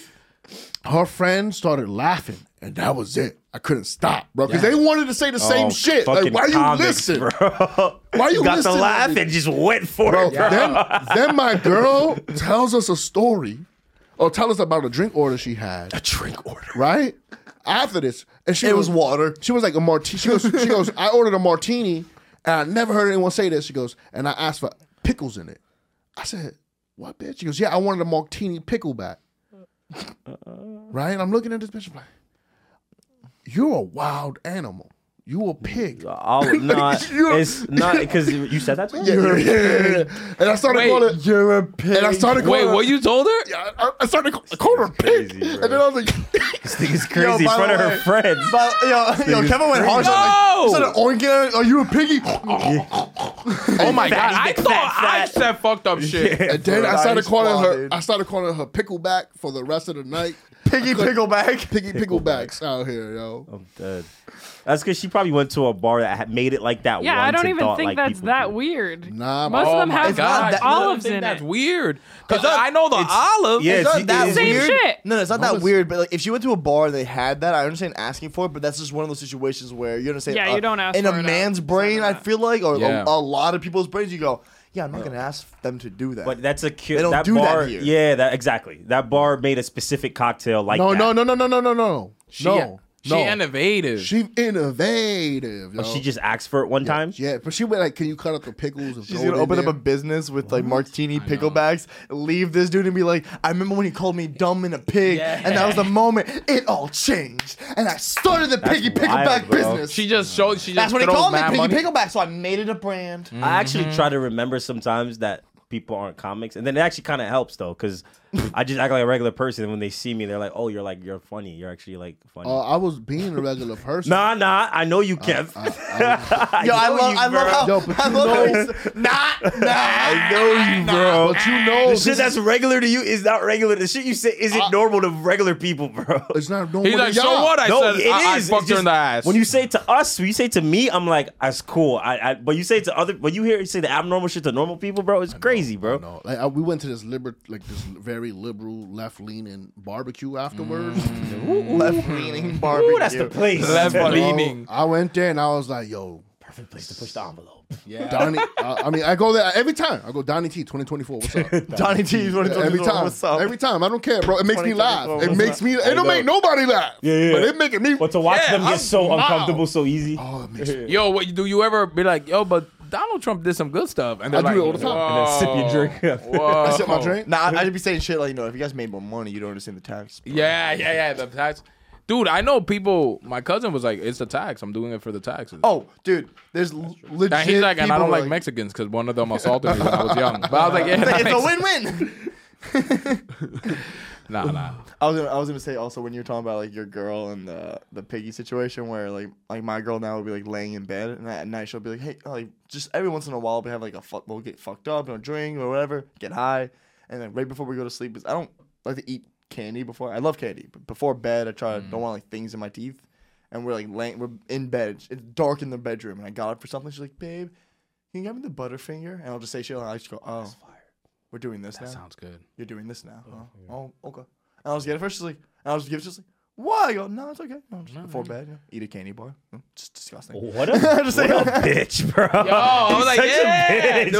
Speaker 2: her friend started laughing, and that was it. I couldn't stop, bro, because they wanted to say the same shit. Like,
Speaker 3: Oh, Fucking
Speaker 2: why you
Speaker 3: comics,
Speaker 2: listen,
Speaker 3: bro? Why
Speaker 2: you
Speaker 3: got the
Speaker 2: listening to
Speaker 3: laugh
Speaker 2: me?
Speaker 3: and just went for
Speaker 2: bro?
Speaker 3: it, bro?
Speaker 2: Then, then my girl tells us a story, or tell us about a drink order she had.
Speaker 3: Drink order.
Speaker 2: right? After this, and she
Speaker 1: It was water.
Speaker 2: She was like a martini. She goes, she goes. I ordered a martini, and I never heard anyone say this. She goes, and I asked for pickles in it. I said, "What, bitch?" She goes, "Yeah, I wanted a martini pickle back." Right, and I'm looking at this bitch I'm like, "You're a wild animal. You a pig."
Speaker 3: I'll not. it's not because you said that. To me?
Speaker 2: You're- And I started
Speaker 5: Wait.
Speaker 2: calling. You're a pig. And I started calling.
Speaker 5: Wait,
Speaker 2: her-
Speaker 5: what you told her?
Speaker 2: I, I started calling her a pig,
Speaker 3: crazy, bro.
Speaker 2: and then I was like,
Speaker 3: It's crazy in
Speaker 1: by
Speaker 3: front
Speaker 1: the
Speaker 3: of her
Speaker 1: way- oh
Speaker 3: friends.
Speaker 1: but yo, yo, Kevin went hard.
Speaker 5: No!
Speaker 1: Instead of oink at her, are you a piggy?
Speaker 5: Oh my god! I
Speaker 3: fat,
Speaker 5: thought I
Speaker 3: fat.
Speaker 5: said fucked up shit.
Speaker 2: And then I
Speaker 1: Nah,
Speaker 2: started
Speaker 1: he's
Speaker 2: calling her.
Speaker 1: wild, dude.
Speaker 2: I started calling her pickleback for the rest of the night.
Speaker 1: Piggy pickleback.
Speaker 2: Piggy picklebacks out here, yo.
Speaker 3: I'm dead. That's because she probably went to a bar that had made it like that.
Speaker 6: Yeah,
Speaker 3: once
Speaker 6: I don't
Speaker 3: and
Speaker 6: even
Speaker 3: thought,
Speaker 6: think
Speaker 3: like,
Speaker 6: that's
Speaker 3: people
Speaker 6: that
Speaker 3: do.
Speaker 6: weird.
Speaker 2: Nah,
Speaker 6: Most of
Speaker 5: Oh
Speaker 6: them
Speaker 5: my
Speaker 6: have
Speaker 5: god!
Speaker 1: that-
Speaker 6: olives
Speaker 5: I think
Speaker 6: in
Speaker 5: that's
Speaker 6: it.
Speaker 5: weird. Cause
Speaker 1: It's-
Speaker 5: I know the olive.
Speaker 3: yeah,
Speaker 1: It's not
Speaker 3: it's-
Speaker 1: that
Speaker 3: it's
Speaker 6: Same
Speaker 1: weird.
Speaker 6: shit.
Speaker 1: No, no, it's not that
Speaker 2: it's-
Speaker 1: weird. But like, if she went to a bar and they had that, I understand asking for it. But that's just one of those situations where you understand.
Speaker 6: Yeah,
Speaker 1: uh,
Speaker 6: you don't ask
Speaker 1: In
Speaker 6: for
Speaker 1: a
Speaker 6: it
Speaker 1: man's
Speaker 6: outside
Speaker 1: brain,
Speaker 6: of
Speaker 1: I
Speaker 6: that.
Speaker 1: feel like, or
Speaker 5: Yeah.
Speaker 1: a, a lot of people's brains, you go, "Yeah, I'm not gonna ask them to do that."
Speaker 3: But that's a cute.
Speaker 1: They don't
Speaker 3: that
Speaker 1: do that
Speaker 3: bar,
Speaker 1: here.
Speaker 3: Yeah, that exactly. That bar made a specific cocktail like
Speaker 2: No,
Speaker 3: that.
Speaker 2: no, no, no, no, no, no, no.
Speaker 5: She,
Speaker 2: no,
Speaker 5: she
Speaker 2: no.
Speaker 5: innovative.
Speaker 2: She innovative. Yo.
Speaker 3: But Oh, she just asked for it one time.
Speaker 2: yeah, but she went like, "Can you cut up the pickles?" And
Speaker 1: She's
Speaker 2: throw it
Speaker 1: gonna
Speaker 2: in
Speaker 1: open up
Speaker 2: there?"
Speaker 1: a business with like martini picklebacks, leave this dude and be like, I remember when he called me dumb and a pig, and that was the moment it all changed. And I started the piggy
Speaker 3: wild,
Speaker 1: pickleback
Speaker 3: bro.
Speaker 1: business.
Speaker 5: she just showed. She just
Speaker 1: That's what he
Speaker 5: throws
Speaker 1: called me,
Speaker 5: mad
Speaker 1: piggy
Speaker 5: money.
Speaker 1: pickleback, so I made it a brand.
Speaker 3: I actually try to remember sometimes that people aren't comics, and then it actually kind of helps though, because I just act like a regular person, and when they see me, they're like, "Oh, you're like you're funny. You're actually like funny."
Speaker 2: Uh, I was being a regular person.
Speaker 3: nah, nah. I know you, Kev.
Speaker 1: Yo, I,
Speaker 3: know
Speaker 1: love,
Speaker 3: you,
Speaker 1: I
Speaker 3: bro.
Speaker 1: love how,
Speaker 2: Yo, but
Speaker 1: I
Speaker 2: you
Speaker 1: love how
Speaker 2: know-
Speaker 1: he's, nah, nah. I
Speaker 3: know you, bro.
Speaker 2: but you know,
Speaker 3: the
Speaker 2: this
Speaker 3: shit
Speaker 2: is-
Speaker 3: that's regular to you is not regular. The shit you say isn't normal to regular people, bro.
Speaker 2: it's not normal.
Speaker 5: He's
Speaker 2: to
Speaker 5: like, so
Speaker 2: y'all."
Speaker 5: what? I
Speaker 3: no,
Speaker 5: said,
Speaker 3: it is.
Speaker 5: I, I
Speaker 3: It's
Speaker 5: fucked her
Speaker 3: just-
Speaker 5: in the ass.
Speaker 3: When you say to us, when you say to me, I'm like, that's cool. I, I but you say to other, but you hear you say the abnormal shit to normal people, bro. It's crazy, bro.
Speaker 2: No, like I, we went to this liber, like this very liberal, left leaning barbecue afterwards.
Speaker 5: Mm.
Speaker 1: Left leaning barbecue.
Speaker 3: Ooh, that's the place.
Speaker 5: left
Speaker 2: Bro,
Speaker 5: leaning.
Speaker 2: I went there and I was like, yo,
Speaker 3: Perfect place to push the envelope.
Speaker 2: Donnie. uh, I mean, I go there every time. I go Donnie T, twenty twenty four. What's up?
Speaker 1: Donnie T.
Speaker 2: every time,
Speaker 1: What's up?
Speaker 2: every time. I don't care, bro. It makes me laugh.
Speaker 1: 2024,
Speaker 2: It
Speaker 1: what's
Speaker 2: makes me. It don't make nobody laugh.
Speaker 3: Yeah, yeah.
Speaker 2: But it making me.
Speaker 3: But to watch
Speaker 5: Yeah,
Speaker 3: them get
Speaker 5: I'm
Speaker 3: so
Speaker 2: wild.
Speaker 3: uncomfortable so easy.
Speaker 2: oh, it makes me.
Speaker 5: Yo, what do you ever be like? Yo, but Donald Trump did some good stuff, and
Speaker 2: I
Speaker 5: they're
Speaker 2: do
Speaker 5: like,
Speaker 2: it all the time.
Speaker 3: And then sip your
Speaker 5: "Whoa,
Speaker 3: drink."
Speaker 5: whoa."
Speaker 2: I sip my drink.
Speaker 1: Nah, I'd be saying shit like, you know, if you guys made more money, you don't understand the tax.
Speaker 5: Yeah, yeah, yeah. The tax, dude. I know people. My cousin was like, "It's the tax. I'm doing it for the taxes."
Speaker 1: Oh, dude, there's l- legit.
Speaker 5: and he's like, "And I
Speaker 1: people
Speaker 5: don't like
Speaker 1: who are
Speaker 5: Mexicans because one of them assaulted me when I was young." But I was like, "Yeah,
Speaker 1: like,
Speaker 5: that
Speaker 1: It's a
Speaker 5: makes-
Speaker 1: win-win.
Speaker 5: nah, nah."
Speaker 1: I was gonna, I was gonna say also when you were talking about like your girl and the the piggy situation where like like my girl now would be like laying in bed and at night she'll be like hey like just every once in a while we have like a fuck we'll get fucked up don't drink or whatever get high and then right before we go to sleep because I don't like to eat candy before I love candy but before bed I try to don't want like things in my teeth and we're like laying we're in bed it's, it's dark in the bedroom and I got up for something she's like babe can you get me the Butterfinger and I'll just say shit and I just go oh we're doing this now
Speaker 5: Sounds good.
Speaker 1: you're doing this now. huh? Oh, okay. And I was getting first, she's like, and I was giving, she's like, why? I go, no, it's okay. No, just before bed, yeah. eat a candy bar. Mm, It's disgusting.
Speaker 3: What a, what a bitch, bro. Yo,
Speaker 5: I was like, "Yeah, dude."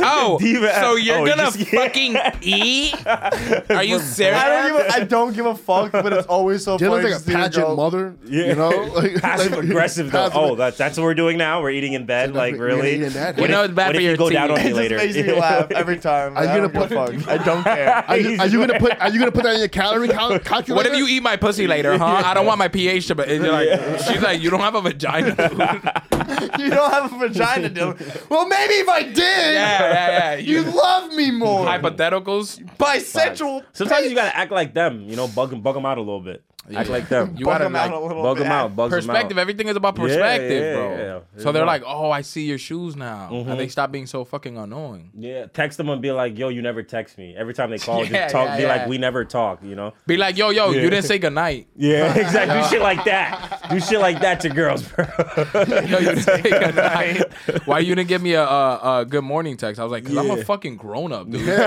Speaker 5: Oh,
Speaker 3: Diva.
Speaker 5: so you're
Speaker 3: Oh, you
Speaker 5: gonna
Speaker 3: just-
Speaker 5: fucking eat? Are you serious?
Speaker 1: I don't give a, I don't give a fuck, but it's always so
Speaker 2: Dylan's
Speaker 1: funny.
Speaker 2: like
Speaker 1: to
Speaker 2: a
Speaker 1: see her
Speaker 2: pageant
Speaker 1: go-
Speaker 2: mother. You know, Like- like-
Speaker 3: Passive aggressive though.
Speaker 2: passive-
Speaker 3: Oh, that, that's what we're doing now. We're eating in bed.
Speaker 2: that's
Speaker 3: Like
Speaker 2: what- we're gonna
Speaker 3: really.
Speaker 2: eat in bed.
Speaker 3: What
Speaker 5: You know
Speaker 3: if-
Speaker 5: it's bad
Speaker 3: what
Speaker 5: for
Speaker 3: if you
Speaker 5: your
Speaker 3: go down
Speaker 5: teeth.
Speaker 1: It
Speaker 3: on me
Speaker 1: just
Speaker 3: later.
Speaker 1: makes me laugh every time.
Speaker 2: Are you
Speaker 1: I don't
Speaker 2: gonna
Speaker 1: give a fuck. I don't care.
Speaker 2: Are you, are you gonna put? Are you gonna put that in your calorie cal- calculator?
Speaker 5: What if you eat my pussy later, huh? I don't want my pH to. But and you're like, she's like, you don't have a vagina. Dude. yeah,
Speaker 1: you don't have a vagina, Dylan. Well, maybe if I did,
Speaker 5: yeah, yeah.
Speaker 1: you
Speaker 5: You
Speaker 1: love me more.
Speaker 5: hypotheticals.
Speaker 1: Bisexual.
Speaker 3: Sometimes you gotta act like them. You know, bug them, bug them out a little bit. Act like them.
Speaker 5: You
Speaker 1: Bug
Speaker 5: gotta
Speaker 1: him out
Speaker 5: like
Speaker 1: a little
Speaker 3: Bug
Speaker 1: bit.
Speaker 3: them out. Bugs 'em
Speaker 5: perspective.
Speaker 3: out.
Speaker 5: Everything is about perspective,
Speaker 3: yeah,
Speaker 5: bro.
Speaker 3: yeah.
Speaker 5: So they're
Speaker 3: Yeah. Mm-hmm.
Speaker 5: like, oh, I see your shoes now, and they stop being so fucking annoying.
Speaker 3: Yeah, text them and be like, "Yo, you never text me." Every time they call,
Speaker 5: Yeah,
Speaker 3: just talk.
Speaker 5: yeah,
Speaker 3: be
Speaker 5: yeah.
Speaker 3: like, "We never talk," you know.
Speaker 5: Be like, yo, yo,
Speaker 3: Yeah.
Speaker 5: you didn't say goodnight.
Speaker 3: Yeah, exactly. Do shit like that. Do shit like that to girls, bro.
Speaker 5: Yo, you didn't say goodnight. Why you didn't give me a, a, a good morning text? I was like, cause I'm a
Speaker 3: Yeah.
Speaker 5: fucking grown up, dude. Are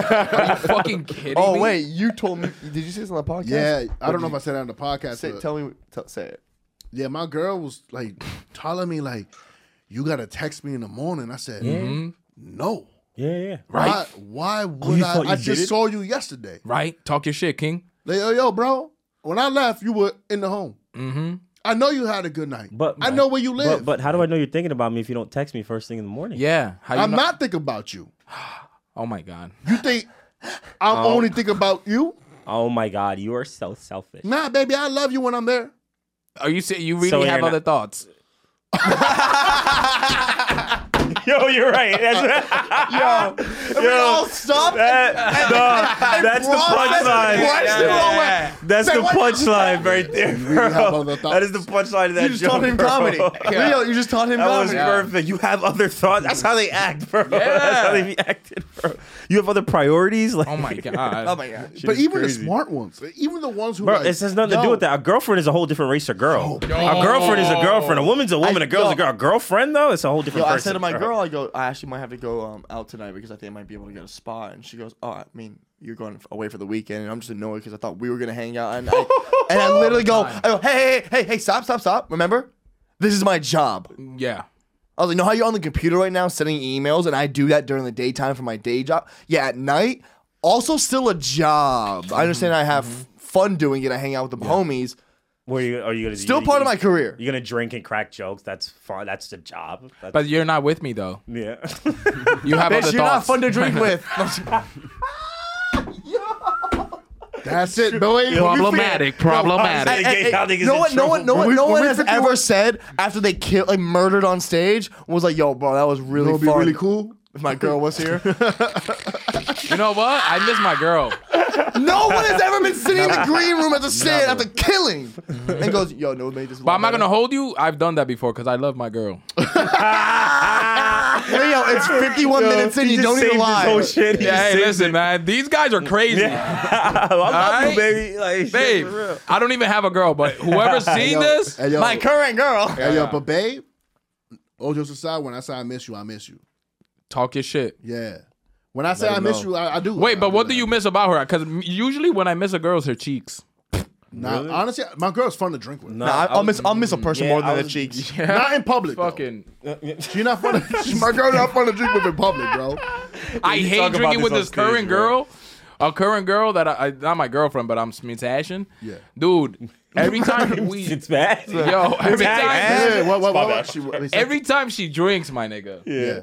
Speaker 5: you fucking kidding me?
Speaker 1: Oh wait, you told me. Did you say this on the podcast?
Speaker 2: Yeah, I don't know if I said that on the podcast.
Speaker 1: Say,
Speaker 2: but-
Speaker 1: tell me. Tell, say it.
Speaker 2: Yeah, my girl was like telling me like, you gotta text me in the morning. I said,
Speaker 5: Mm-hmm.
Speaker 2: no.
Speaker 3: Yeah, yeah.
Speaker 2: Why, why would
Speaker 3: Oh, you thought you
Speaker 2: I? I
Speaker 3: did
Speaker 2: just
Speaker 3: it?
Speaker 2: saw you yesterday.
Speaker 5: Right? Talk your shit, King.
Speaker 2: Like, yo, yo, bro. When I left, you were in the home. Mm-hmm. I know you had a good night.
Speaker 3: But
Speaker 2: I know where you live.
Speaker 3: But, but how do I know you're thinking about me if you don't text me first thing in the morning?
Speaker 5: Yeah. How you
Speaker 2: I'm
Speaker 5: know-
Speaker 2: not thinking about you.
Speaker 5: Oh my god.
Speaker 2: You think I'm only thinking about you?
Speaker 3: Oh my God, you are so selfish.
Speaker 2: Nah, baby, I love you when I'm there.
Speaker 5: Are you say you really
Speaker 3: So
Speaker 5: have
Speaker 3: you're
Speaker 5: other
Speaker 3: not-
Speaker 5: thoughts?
Speaker 3: Yo, you're right. That's, yo,
Speaker 1: we all stopped
Speaker 3: That, no, that's the punchline.
Speaker 1: Question
Speaker 5: Yeah.
Speaker 3: That's the punchline right there,
Speaker 2: have
Speaker 3: bro.
Speaker 2: other thoughts.
Speaker 3: That is the punchline of that
Speaker 1: You just
Speaker 3: joke,
Speaker 1: taught him
Speaker 3: bro.
Speaker 1: comedy. Leo, you just taught him
Speaker 3: That was
Speaker 1: comedy.
Speaker 3: perfect. You have other thoughts. That's how they act, bro. That's how they be acted, bro. You have other priorities. Like,
Speaker 5: Oh my god.
Speaker 1: Oh my god.
Speaker 2: but even the smart ones, even the ones who
Speaker 3: Bro,
Speaker 2: like,
Speaker 3: it has nothing to do
Speaker 2: yo,
Speaker 3: with that. A girlfriend is a whole different race of girl. A girlfriend is a girlfriend. A woman's a woman. A girl's a girl. A girlfriend though, it's a whole
Speaker 1: Yo,
Speaker 3: different.
Speaker 1: I
Speaker 3: person,
Speaker 1: said to my
Speaker 3: bro.
Speaker 1: girl, I go, I actually might have to go um, out tonight because I think I might be able to get a spot. And she goes, Oh, I mean, you're going away for the weekend, and I'm just annoyed because I thought we were gonna hang out. And I, and I literally go, I go, hey, hey, hey, hey, stop, stop, stop. Remember, this is my job.
Speaker 5: Yeah.
Speaker 1: I was like, know how you're on the computer right now sending emails, and I do that during the daytime for my day job. Yeah, at night, also still a job. I understand I have fun doing it. I hang out with the homies.
Speaker 3: Where are you, are you gonna
Speaker 1: Still part of my career.
Speaker 3: You're gonna drink and crack jokes. That's fun. That's the job. That's,
Speaker 5: But you're not with me though.
Speaker 3: yeah.
Speaker 5: You have
Speaker 1: Bitch,
Speaker 5: other
Speaker 1: you're not
Speaker 5: thoughts.
Speaker 1: fun to drink with.
Speaker 2: That's it, boy.
Speaker 5: problematic. Problematic.
Speaker 3: Hey, hey, y'all niggas
Speaker 1: no
Speaker 3: in
Speaker 1: one, no
Speaker 3: trouble,
Speaker 1: one, no
Speaker 3: bro.
Speaker 1: one, no
Speaker 2: When we-
Speaker 1: one
Speaker 2: when
Speaker 1: has
Speaker 2: we
Speaker 1: ever said after they killed, like murdered on stage, was like, "Yo, bro, that was
Speaker 2: You know
Speaker 1: really
Speaker 2: what'd be
Speaker 1: fun."
Speaker 2: really cool?
Speaker 1: if my girl was here.
Speaker 5: You know what? I miss my girl.
Speaker 1: no one has ever been sitting in the green room at the stand after killing and goes, "Yo, no, made this."
Speaker 5: But I'm not gonna hold you. I've done that before because I love my girl.
Speaker 1: Yo, it's 51 minutes in. You don't
Speaker 3: Saved
Speaker 1: even
Speaker 3: his whole
Speaker 1: lie.
Speaker 3: shit. He
Speaker 5: Yeah, hey,
Speaker 3: saved
Speaker 5: listen, man. These guys are crazy.
Speaker 3: I love
Speaker 5: Alright?
Speaker 3: you, baby. Like,
Speaker 5: Babe, I don't even have a girl, but whoever's seen this,
Speaker 2: Hey, yo,
Speaker 1: My current girl.
Speaker 2: hey, yo, but babe, all jokes aside, when I say I miss you, I miss you.
Speaker 5: talk your shit.
Speaker 2: Yeah. When I say I miss you, I, I do.
Speaker 5: Wait,
Speaker 2: I
Speaker 5: but what
Speaker 2: that.
Speaker 5: do you miss about her? Because usually when I miss a girl's her cheeks.
Speaker 2: Nah, Honestly, my girl's fun to drink with.
Speaker 1: Nah, I- I'll miss. I'll miss a person
Speaker 3: yeah,
Speaker 1: more
Speaker 3: I
Speaker 1: than the
Speaker 3: was-
Speaker 1: cheeks.
Speaker 2: Not in public. though.
Speaker 5: Fucking,
Speaker 2: She not fun. To, my girl not fun to drink with in public, bro.
Speaker 5: I hate
Speaker 1: talk about
Speaker 5: drinking
Speaker 1: this
Speaker 5: with
Speaker 1: on
Speaker 5: this
Speaker 1: stage,
Speaker 5: current
Speaker 1: bro.
Speaker 5: girl, a current girl that I, I not my girlfriend, but I'm smashing.
Speaker 2: Yeah.
Speaker 5: dude. Every time we,
Speaker 3: It's bad.
Speaker 5: yo, every time,
Speaker 2: Hey, what, what, what, what? She,
Speaker 5: every time she drinks, my nigga,
Speaker 2: yeah.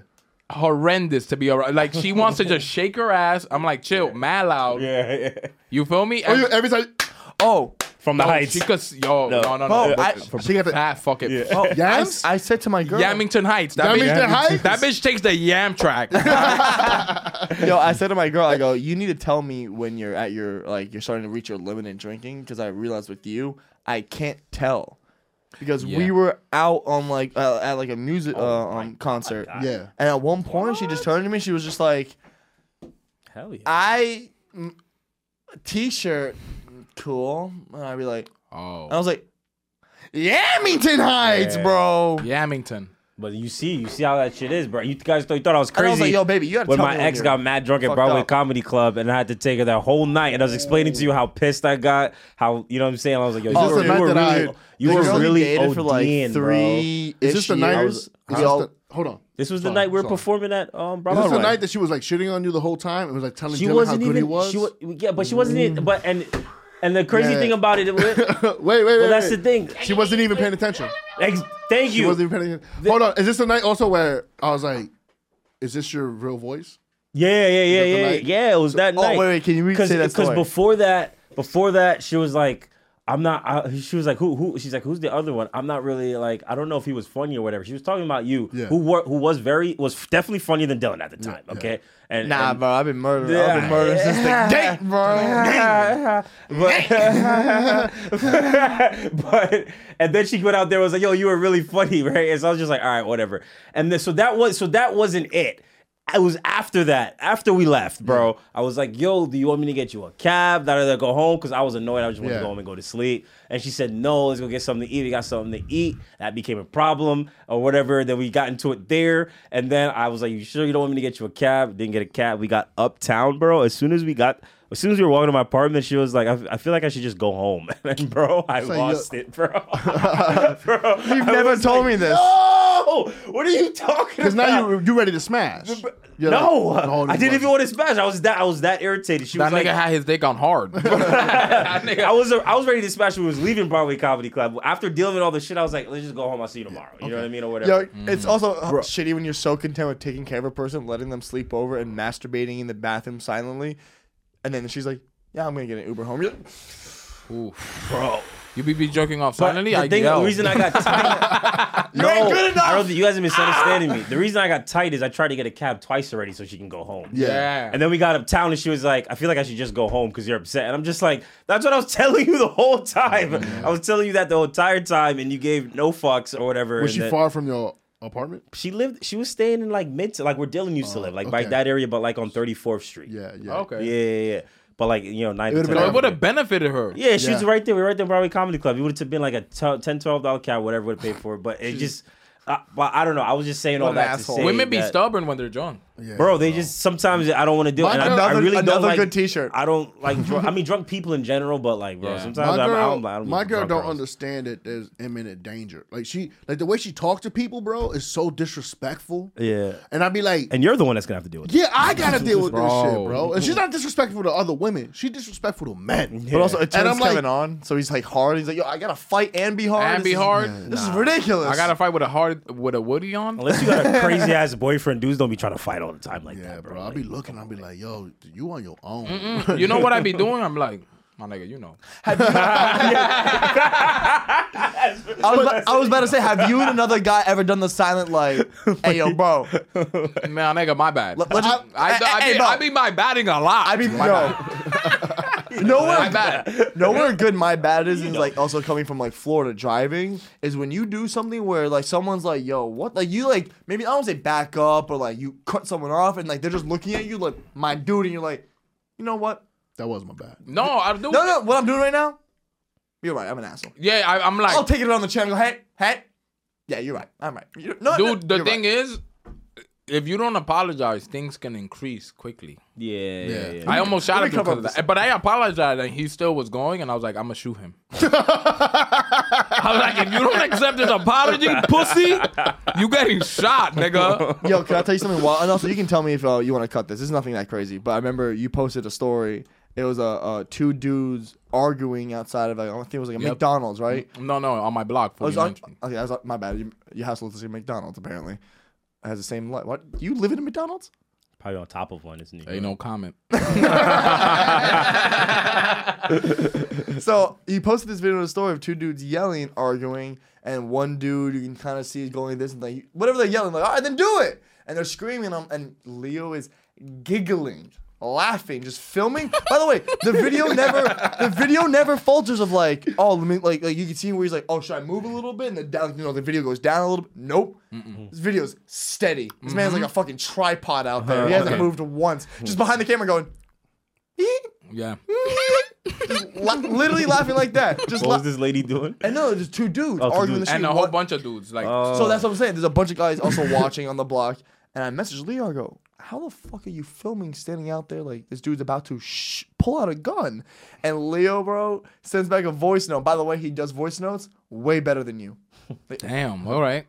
Speaker 5: horrendous to be around. Like she wants to just shake her ass. I'm like, chill, mad loud.
Speaker 3: Yeah, yeah.
Speaker 5: You feel me?
Speaker 2: Oh, you- Every time.
Speaker 1: Oh,
Speaker 3: From the
Speaker 5: No,
Speaker 3: heights.
Speaker 5: She could, s- yo, no,
Speaker 3: No. Oh,
Speaker 5: no, Ah,
Speaker 1: Bro,
Speaker 5: no.
Speaker 1: I-
Speaker 2: She got the-
Speaker 5: fat fucking
Speaker 1: oh, I,
Speaker 2: Yams?
Speaker 1: I said to my girl,
Speaker 5: Yammington Heights. That bitch,
Speaker 2: Yammington Heights?
Speaker 5: that bitch takes the yam track.
Speaker 1: yo, I said to my girl, I go, you need to tell me when you're at your like you're starting to reach your limit in drinking because I realized with you, I can't tell because we
Speaker 5: Yeah.
Speaker 1: were out on like uh, at like a music
Speaker 2: Oh
Speaker 1: uh, um, concert,
Speaker 2: Yeah.
Speaker 1: and at one point she just turned to me, she was just like,
Speaker 3: Hell yeah.
Speaker 1: I mm, t-shirt, cool, and I'd be like, and I
Speaker 5: oh,
Speaker 1: was like, Yammington Heights, bro.
Speaker 5: Yammington.
Speaker 3: But you see, you see how that shit is, bro. You guys thought you thought I was
Speaker 1: And
Speaker 3: crazy.
Speaker 1: I was like, yo, baby, you gotta
Speaker 3: when
Speaker 1: tell
Speaker 3: my
Speaker 1: me
Speaker 3: ex
Speaker 1: you're-
Speaker 3: got mad drunk at
Speaker 1: fucked
Speaker 3: Broadway
Speaker 1: up.
Speaker 3: Comedy Club, and I had to take her that whole night, and I was explaining to you how pissed I got, how you know what I'm saying. I was like, yo,
Speaker 2: this
Speaker 3: you were,
Speaker 2: the night
Speaker 3: you were
Speaker 2: that I-
Speaker 3: really, you
Speaker 1: The
Speaker 3: were
Speaker 1: girl he
Speaker 3: really
Speaker 1: dated for like
Speaker 3: ODing, bro.
Speaker 1: three.
Speaker 2: Is this the night?
Speaker 1: years.
Speaker 2: Is this
Speaker 1: Yo,
Speaker 2: the- hold on.
Speaker 3: This was the
Speaker 2: Sorry,
Speaker 3: night we were
Speaker 2: sorry.
Speaker 3: performing at um
Speaker 2: Is this
Speaker 3: Broadway.
Speaker 2: the night that she was like shitting on you the whole time and was like telling
Speaker 3: she
Speaker 2: Dylan how
Speaker 3: wasn't
Speaker 2: good
Speaker 3: even.
Speaker 2: he was?
Speaker 3: She was, yeah, but she wasn't even. But and and the crazy
Speaker 2: Yeah.
Speaker 3: thing about it, well,
Speaker 2: wait, wait, wait.
Speaker 3: that's
Speaker 2: wait.
Speaker 3: the thing.
Speaker 2: She wasn't even paying attention.
Speaker 3: Ex- thank
Speaker 2: She
Speaker 3: you.
Speaker 2: wasn't even paying attention. Hold on. Is this the night also where I was like, "Is this your real voice?"
Speaker 3: Yeah, yeah, yeah,
Speaker 2: the
Speaker 3: yeah,
Speaker 2: night?
Speaker 3: yeah. It was that
Speaker 1: oh,
Speaker 3: night.
Speaker 1: wait, wait, can you re-
Speaker 3: Cause,
Speaker 1: say that
Speaker 3: Because
Speaker 1: story?
Speaker 3: before that, before that, she was like, "I'm not." I, she was like, "Who? Who?" She's like, "Who's the other one?" I'm not really like. I don't know if he was funny or whatever. She was talking about you,
Speaker 2: Yeah.
Speaker 3: who were, who was very was definitely funnier than Dylan at the time. Okay, and
Speaker 1: Nah,
Speaker 3: and-
Speaker 1: bro, I've been murdering. I've
Speaker 3: Yeah.
Speaker 1: been murdering since the day, bro.
Speaker 3: but and then she went out there and was like, "Yo, you were really funny, right?" And so I was just like, "All right, whatever." And then so that was so that wasn't it. I was after that. After we left, bro, I was like, "Yo, do you want me to get you a cab? Da da da, go home?" Because I was annoyed. I just wanted
Speaker 2: Yeah.
Speaker 3: to go home and go to sleep. And she said, "No, let's go get something to eat. We got something to eat." That became a problem or whatever. Then we got into it there, and then I was like, "You sure you don't want me to get you a cab?" Didn't get a cab. We got uptown, bro. As soon as we got. As soon as we were walking to my apartment, she was like, I, I feel like I should just go home. And bro, I
Speaker 2: like,
Speaker 3: lost
Speaker 2: yo-
Speaker 3: it, bro. bro
Speaker 1: You've never told me this.
Speaker 3: No! What are you talking
Speaker 2: Because
Speaker 3: about?
Speaker 2: now you you ready to smash. You're like,
Speaker 3: no,
Speaker 2: "Oh,
Speaker 3: I
Speaker 2: this
Speaker 3: didn't
Speaker 2: was-
Speaker 3: even want to smash. I was that I was that irritated. She
Speaker 5: That
Speaker 3: was
Speaker 5: nigga
Speaker 3: like,
Speaker 5: had his dick on hard. That nigga-
Speaker 3: I was I was ready to smash when we was leaving Broadway Comedy Club. After dealing with all the shit, I was like, let's just go home. I'll see you tomorrow. You know what I mean or whatever.
Speaker 1: Yo, it's also uh, shitty when you're so content with taking care of a person, letting them sleep over, and masturbating in the bathroom silently, and then she's like, "Yeah, I'm gonna get an Uber home." You're like,
Speaker 5: you be, be joking off
Speaker 3: But
Speaker 5: silently.
Speaker 3: the,
Speaker 5: I
Speaker 3: thing, the
Speaker 5: yell.
Speaker 3: reason I got tight, you
Speaker 1: ain't good enough.
Speaker 3: I don't think you guys have misunderstanding me. The reason I got tight is I tried to get a cab twice already so she can go home.
Speaker 5: yeah.
Speaker 3: And then we got uptown and she was like, I feel like I should just go home because you're upset. And I'm just like, that's what I was telling you the whole time. I was telling you that the entire time and you gave no fucks or whatever.
Speaker 2: Was
Speaker 3: and
Speaker 2: she
Speaker 3: then-
Speaker 2: far from your apartment?
Speaker 3: She lived, she was staying in like mid, like where Dylan used to live, like by
Speaker 2: Oh, okay.
Speaker 3: that area, but like on 34th Street.
Speaker 2: Yeah, yeah.
Speaker 5: okay.
Speaker 3: Yeah, yeah, yeah. But like, you know, 9th
Speaker 2: would've been
Speaker 5: So it
Speaker 2: like-
Speaker 5: would have benefited her.
Speaker 3: Yeah, she was
Speaker 2: Yeah.
Speaker 3: right there. We were right there at Broadway Comedy Club. It would have been like a t- $10, $12 cab, whatever would have paid for it. But it just, I, well, I don't know. I was just saying all
Speaker 1: an
Speaker 3: that
Speaker 1: asshole.
Speaker 3: to say
Speaker 5: Women be
Speaker 3: that-
Speaker 5: stubborn when they're drunk.
Speaker 2: Yeah.
Speaker 3: Bro, they just sometimes I don't want to do it. And I, I
Speaker 1: Another-
Speaker 3: really don't
Speaker 1: another
Speaker 3: like,
Speaker 1: good t-shirt.
Speaker 3: I don't like. Drunk, I mean, drunk people in general, but like, bro,
Speaker 5: Yeah.
Speaker 3: sometimes
Speaker 2: my
Speaker 3: I'm,
Speaker 2: girl,
Speaker 3: I don't, I don't.
Speaker 2: my
Speaker 3: like
Speaker 2: girl
Speaker 3: drunk
Speaker 2: don't
Speaker 3: girls.
Speaker 2: understand that there's imminent danger. Like she, like the way she talks to people, bro, is so disrespectful.
Speaker 3: Yeah,
Speaker 2: And I'd be like,
Speaker 3: and you're the one that's gonna have to deal with it.
Speaker 2: yeah, I gotta deal with this
Speaker 5: Bro.
Speaker 2: shit, bro. And she's not disrespectful to other women. She's disrespectful to men.
Speaker 1: But also, it
Speaker 2: And
Speaker 1: turns
Speaker 2: I'm like-
Speaker 1: Kevin on, so he's like hard. He's like, "Yo, I gotta fight and be hard.
Speaker 5: And
Speaker 1: This
Speaker 5: be
Speaker 1: is-
Speaker 5: hard.
Speaker 1: This is ridiculous.
Speaker 5: I got to fight with a hard with a Woody on.
Speaker 3: Unless you got a crazy ass boyfriend, dudes don't be trying to fight all the time like
Speaker 2: Yeah,
Speaker 3: that,
Speaker 2: bro.
Speaker 3: bro.
Speaker 2: I'll
Speaker 3: Like,
Speaker 2: be looking. I'll be like, yo, you on your own.
Speaker 5: You know what I be doing? I'm like, my nigga, you know.
Speaker 1: I was, about, I was about to say, have you and another guy ever done the silent like, hey yo, bro?
Speaker 5: Man, nigga, my bad.
Speaker 1: Let- let's-
Speaker 5: I, I,
Speaker 1: Hey,
Speaker 5: I,
Speaker 1: hey,
Speaker 5: be-
Speaker 1: bro.
Speaker 5: I be my batting a lot.
Speaker 1: I mean,
Speaker 5: my
Speaker 1: no.
Speaker 5: my
Speaker 1: Nowhere,
Speaker 5: bad.
Speaker 1: nowhere good my bad is is like also coming from like Florida driving is when you do something where like someone's like yo what like you like maybe I don't say back up or like you cut someone off and like they're just looking at you like my dude and you're like you know what
Speaker 2: That was my bad.
Speaker 5: No, I do.
Speaker 1: no no what I'm doing right now you're right I'm an asshole
Speaker 5: Yeah, I, I'm like,
Speaker 1: I'll take it on the chin and go hey hey yeah you're right I'm right You- no no,
Speaker 5: dude. The
Speaker 1: you're
Speaker 5: thing
Speaker 1: right.
Speaker 5: is, if you don't apologize, things can increase quickly.
Speaker 3: Yeah, yeah, yeah.
Speaker 5: I almost shot
Speaker 1: me come
Speaker 5: him because
Speaker 1: up
Speaker 5: of
Speaker 1: with
Speaker 5: that. But I apologized, and he still was going, and I was like, I'm gonna shoot him. I was like, if you don't accept this apology, pussy, you getting shot, nigga.
Speaker 1: Yo, can I tell you something wild? And also, you can tell me if uh, you want to cut this. This is nothing that crazy. But I remember you posted a story. It was uh, uh, two dudes arguing outside of like I think it was like a
Speaker 5: Yep. Mm-hmm.
Speaker 1: McDonald's, right?
Speaker 5: No, no, on my blog.
Speaker 1: I was Oh, on,
Speaker 5: 49th.
Speaker 1: okay, I was on, my bad. You, your house looks like McDonald's apparently. It has the same light. What? You live in a McDonald's?
Speaker 3: Probably on top of one, isn't he?
Speaker 1: Mm.
Speaker 5: Ain't no comment.
Speaker 1: So you posted this video of the story of two dudes yelling, arguing, and one dude you can kind of see is going this and like whatever they're yelling, like all right, then do it. And they're screaming, um, and Leo is giggling, laughing, just filming. By the way, the video never, the video never falters of like, oh, let me like, like you can see where he's like, oh, should I move a little bit? And the down, you know, the video goes down a little bit. Nope, this video's steady. This man's like a fucking tripod out there. He hasn't
Speaker 5: Okay.
Speaker 1: moved once, just behind the camera going.
Speaker 5: Yeah.
Speaker 1: Just la- literally laughing like that. Just
Speaker 3: What
Speaker 1: la-
Speaker 3: was this lady doing?
Speaker 1: and no, there's two dudes
Speaker 3: Oh, two
Speaker 1: arguing
Speaker 3: dudes.
Speaker 1: the
Speaker 5: And
Speaker 1: street.
Speaker 5: a whole
Speaker 1: What-
Speaker 5: bunch of dudes. Like,
Speaker 1: So that's what I'm saying. There's a bunch of guys also watching on the block. And I messaged Leo. I go, "How the fuck are you filming standing out there like this dude's about to sh- pull out a gun?" And Leo, bro, sends back a voice note. By the way, he does voice notes way better than you.
Speaker 5: damn, all right.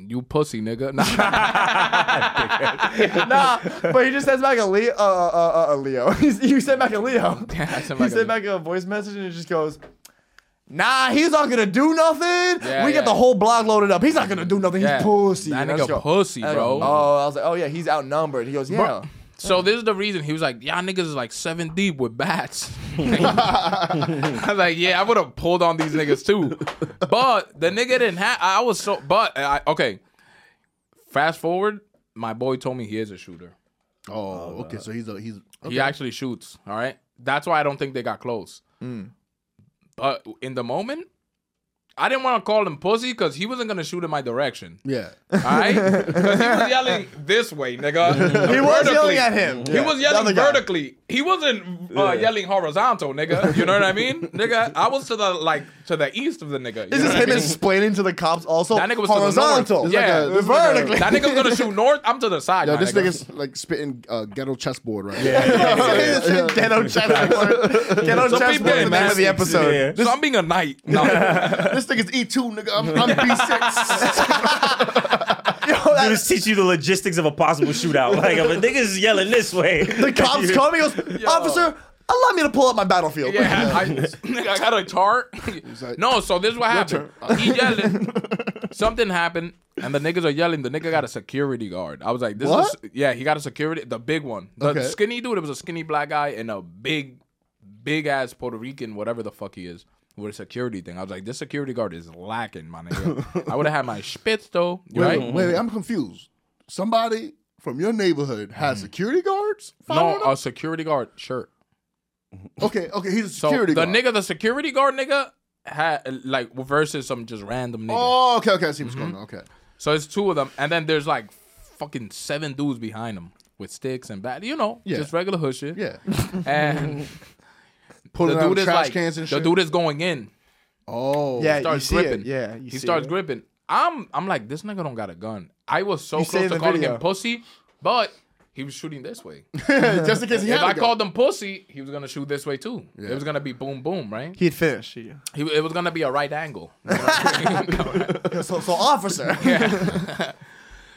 Speaker 5: You pussy, nigga.
Speaker 1: nah, but he just sends back a Leo. Uh, uh, uh, uh, Leo. He's- you sent back a Leo.
Speaker 5: I
Speaker 1: he
Speaker 5: sent back a
Speaker 1: sent back a voice message and it just goes, Nah, he's not gonna do nothing.
Speaker 5: Yeah,
Speaker 1: we
Speaker 5: yeah.
Speaker 1: got the whole blog loaded up. He's not gonna do nothing.
Speaker 5: Yeah.
Speaker 1: He's pussy.
Speaker 5: That
Speaker 1: And I just
Speaker 5: nigga pussy,
Speaker 1: and I go,
Speaker 5: bro.
Speaker 1: Oh, I was like, oh yeah, he's outnumbered. He goes, yeah.
Speaker 5: So this is the reason he was like, "Y'all niggas is like seven deep with bats." I was like, "Yeah, I would have pulled on these niggas too," but the nigga didn't have. I was so, but I, okay. Fast forward, my boy told me he is a shooter.
Speaker 2: Oh, okay. So he's a he's
Speaker 5: He actually shoots. All right, that's why I don't think they got close.
Speaker 1: Hmm.
Speaker 5: But in the moment, I didn't want to call him pussy because he wasn't gonna shoot in my direction.
Speaker 2: yeah.
Speaker 5: Alright? Because he was yelling this way, nigga.
Speaker 1: He was yelling at him.
Speaker 5: He was
Speaker 1: The other
Speaker 5: yelling
Speaker 1: guy.
Speaker 5: vertically. He wasn't uh, yelling horizontal, nigga. You know what I mean? nigga, I was to the like to the east of the nigga. You
Speaker 1: This
Speaker 5: know
Speaker 1: is
Speaker 5: what I
Speaker 1: him
Speaker 5: mean?
Speaker 1: explaining to the cops also
Speaker 5: That nigga was to the north.
Speaker 1: horizontal.
Speaker 5: This Yeah.
Speaker 2: nigga- this
Speaker 1: vertically.
Speaker 5: that nigga was gonna shoot north. I'm to the side.
Speaker 2: Yo,
Speaker 5: my
Speaker 2: this
Speaker 5: nigga.
Speaker 2: nigga's like spitting uh, ghetto chessboard right
Speaker 1: Ghetto chessboard. Ghetto
Speaker 5: So
Speaker 1: chessboard.
Speaker 5: people
Speaker 1: is The name of the
Speaker 5: in
Speaker 1: episode.
Speaker 3: Yeah.
Speaker 5: So I'm being a knight. No.
Speaker 2: now. this nigga's E two nigga. I'm, I'm B six.
Speaker 1: Yo, that-
Speaker 3: They just teach you the logistics of a possible shootout. Like if a nigga's yelling this way,
Speaker 1: the cops come. He goes, officer, allow me to pull up my battlefield.
Speaker 5: Yeah, I, nigga, I got a chart.
Speaker 2: like,
Speaker 5: no, so this is what happened. He yelling. Something happened, and the niggas are yelling. The nigga got a security guard. I was like, this is
Speaker 2: What?
Speaker 5: yeah, he got a security, the big one, the
Speaker 2: Okay.
Speaker 5: skinny dude. It was a skinny black guy and a big, big ass Puerto Rican, whatever the fuck he is, with a security thing. I was like, this security guard is lacking, my nigga. I would have had my spits though,
Speaker 2: Wait,
Speaker 5: right?
Speaker 2: wait, wait, I'm confused. Somebody from your neighborhood has security guards. following
Speaker 5: Mm. No,
Speaker 2: him?
Speaker 5: a security guard shirt.
Speaker 2: okay, okay. He's a
Speaker 5: So
Speaker 2: security
Speaker 5: the
Speaker 2: guard.
Speaker 5: nigga, the security guard nigga, had like versus some just random nigga.
Speaker 2: Oh, okay, okay. I see what's
Speaker 5: Mm-hmm.
Speaker 2: going on. Okay.
Speaker 5: So it's two of them, and then there's like fucking seven dudes behind them with sticks and bat. You know,
Speaker 2: Yeah.
Speaker 5: just regular hood shit.
Speaker 2: Yeah.
Speaker 5: And
Speaker 2: Pulling
Speaker 5: the
Speaker 2: out
Speaker 5: dude is
Speaker 2: trash
Speaker 5: like,
Speaker 2: cans and
Speaker 5: the
Speaker 2: shit.
Speaker 5: dude is going in.
Speaker 2: oh.
Speaker 1: Yeah, you
Speaker 5: Starts
Speaker 1: see
Speaker 5: gripping.
Speaker 1: it. Yeah, you
Speaker 5: he
Speaker 1: see
Speaker 5: starts
Speaker 1: it.
Speaker 5: gripping. I'm, I'm like, this nigga don't got a gun. I was so
Speaker 1: You see it
Speaker 5: close
Speaker 1: in
Speaker 5: to
Speaker 1: the
Speaker 5: calling
Speaker 1: video.
Speaker 5: him pussy, but he was shooting this way.
Speaker 2: Just in case he
Speaker 5: if
Speaker 2: had
Speaker 5: I
Speaker 2: a gun.
Speaker 5: called him pussy, he was gonna shoot this way too. It was gonna be boom, boom, right?
Speaker 1: He'd finish.
Speaker 5: He, it was gonna be a right angle.
Speaker 1: So, so officer.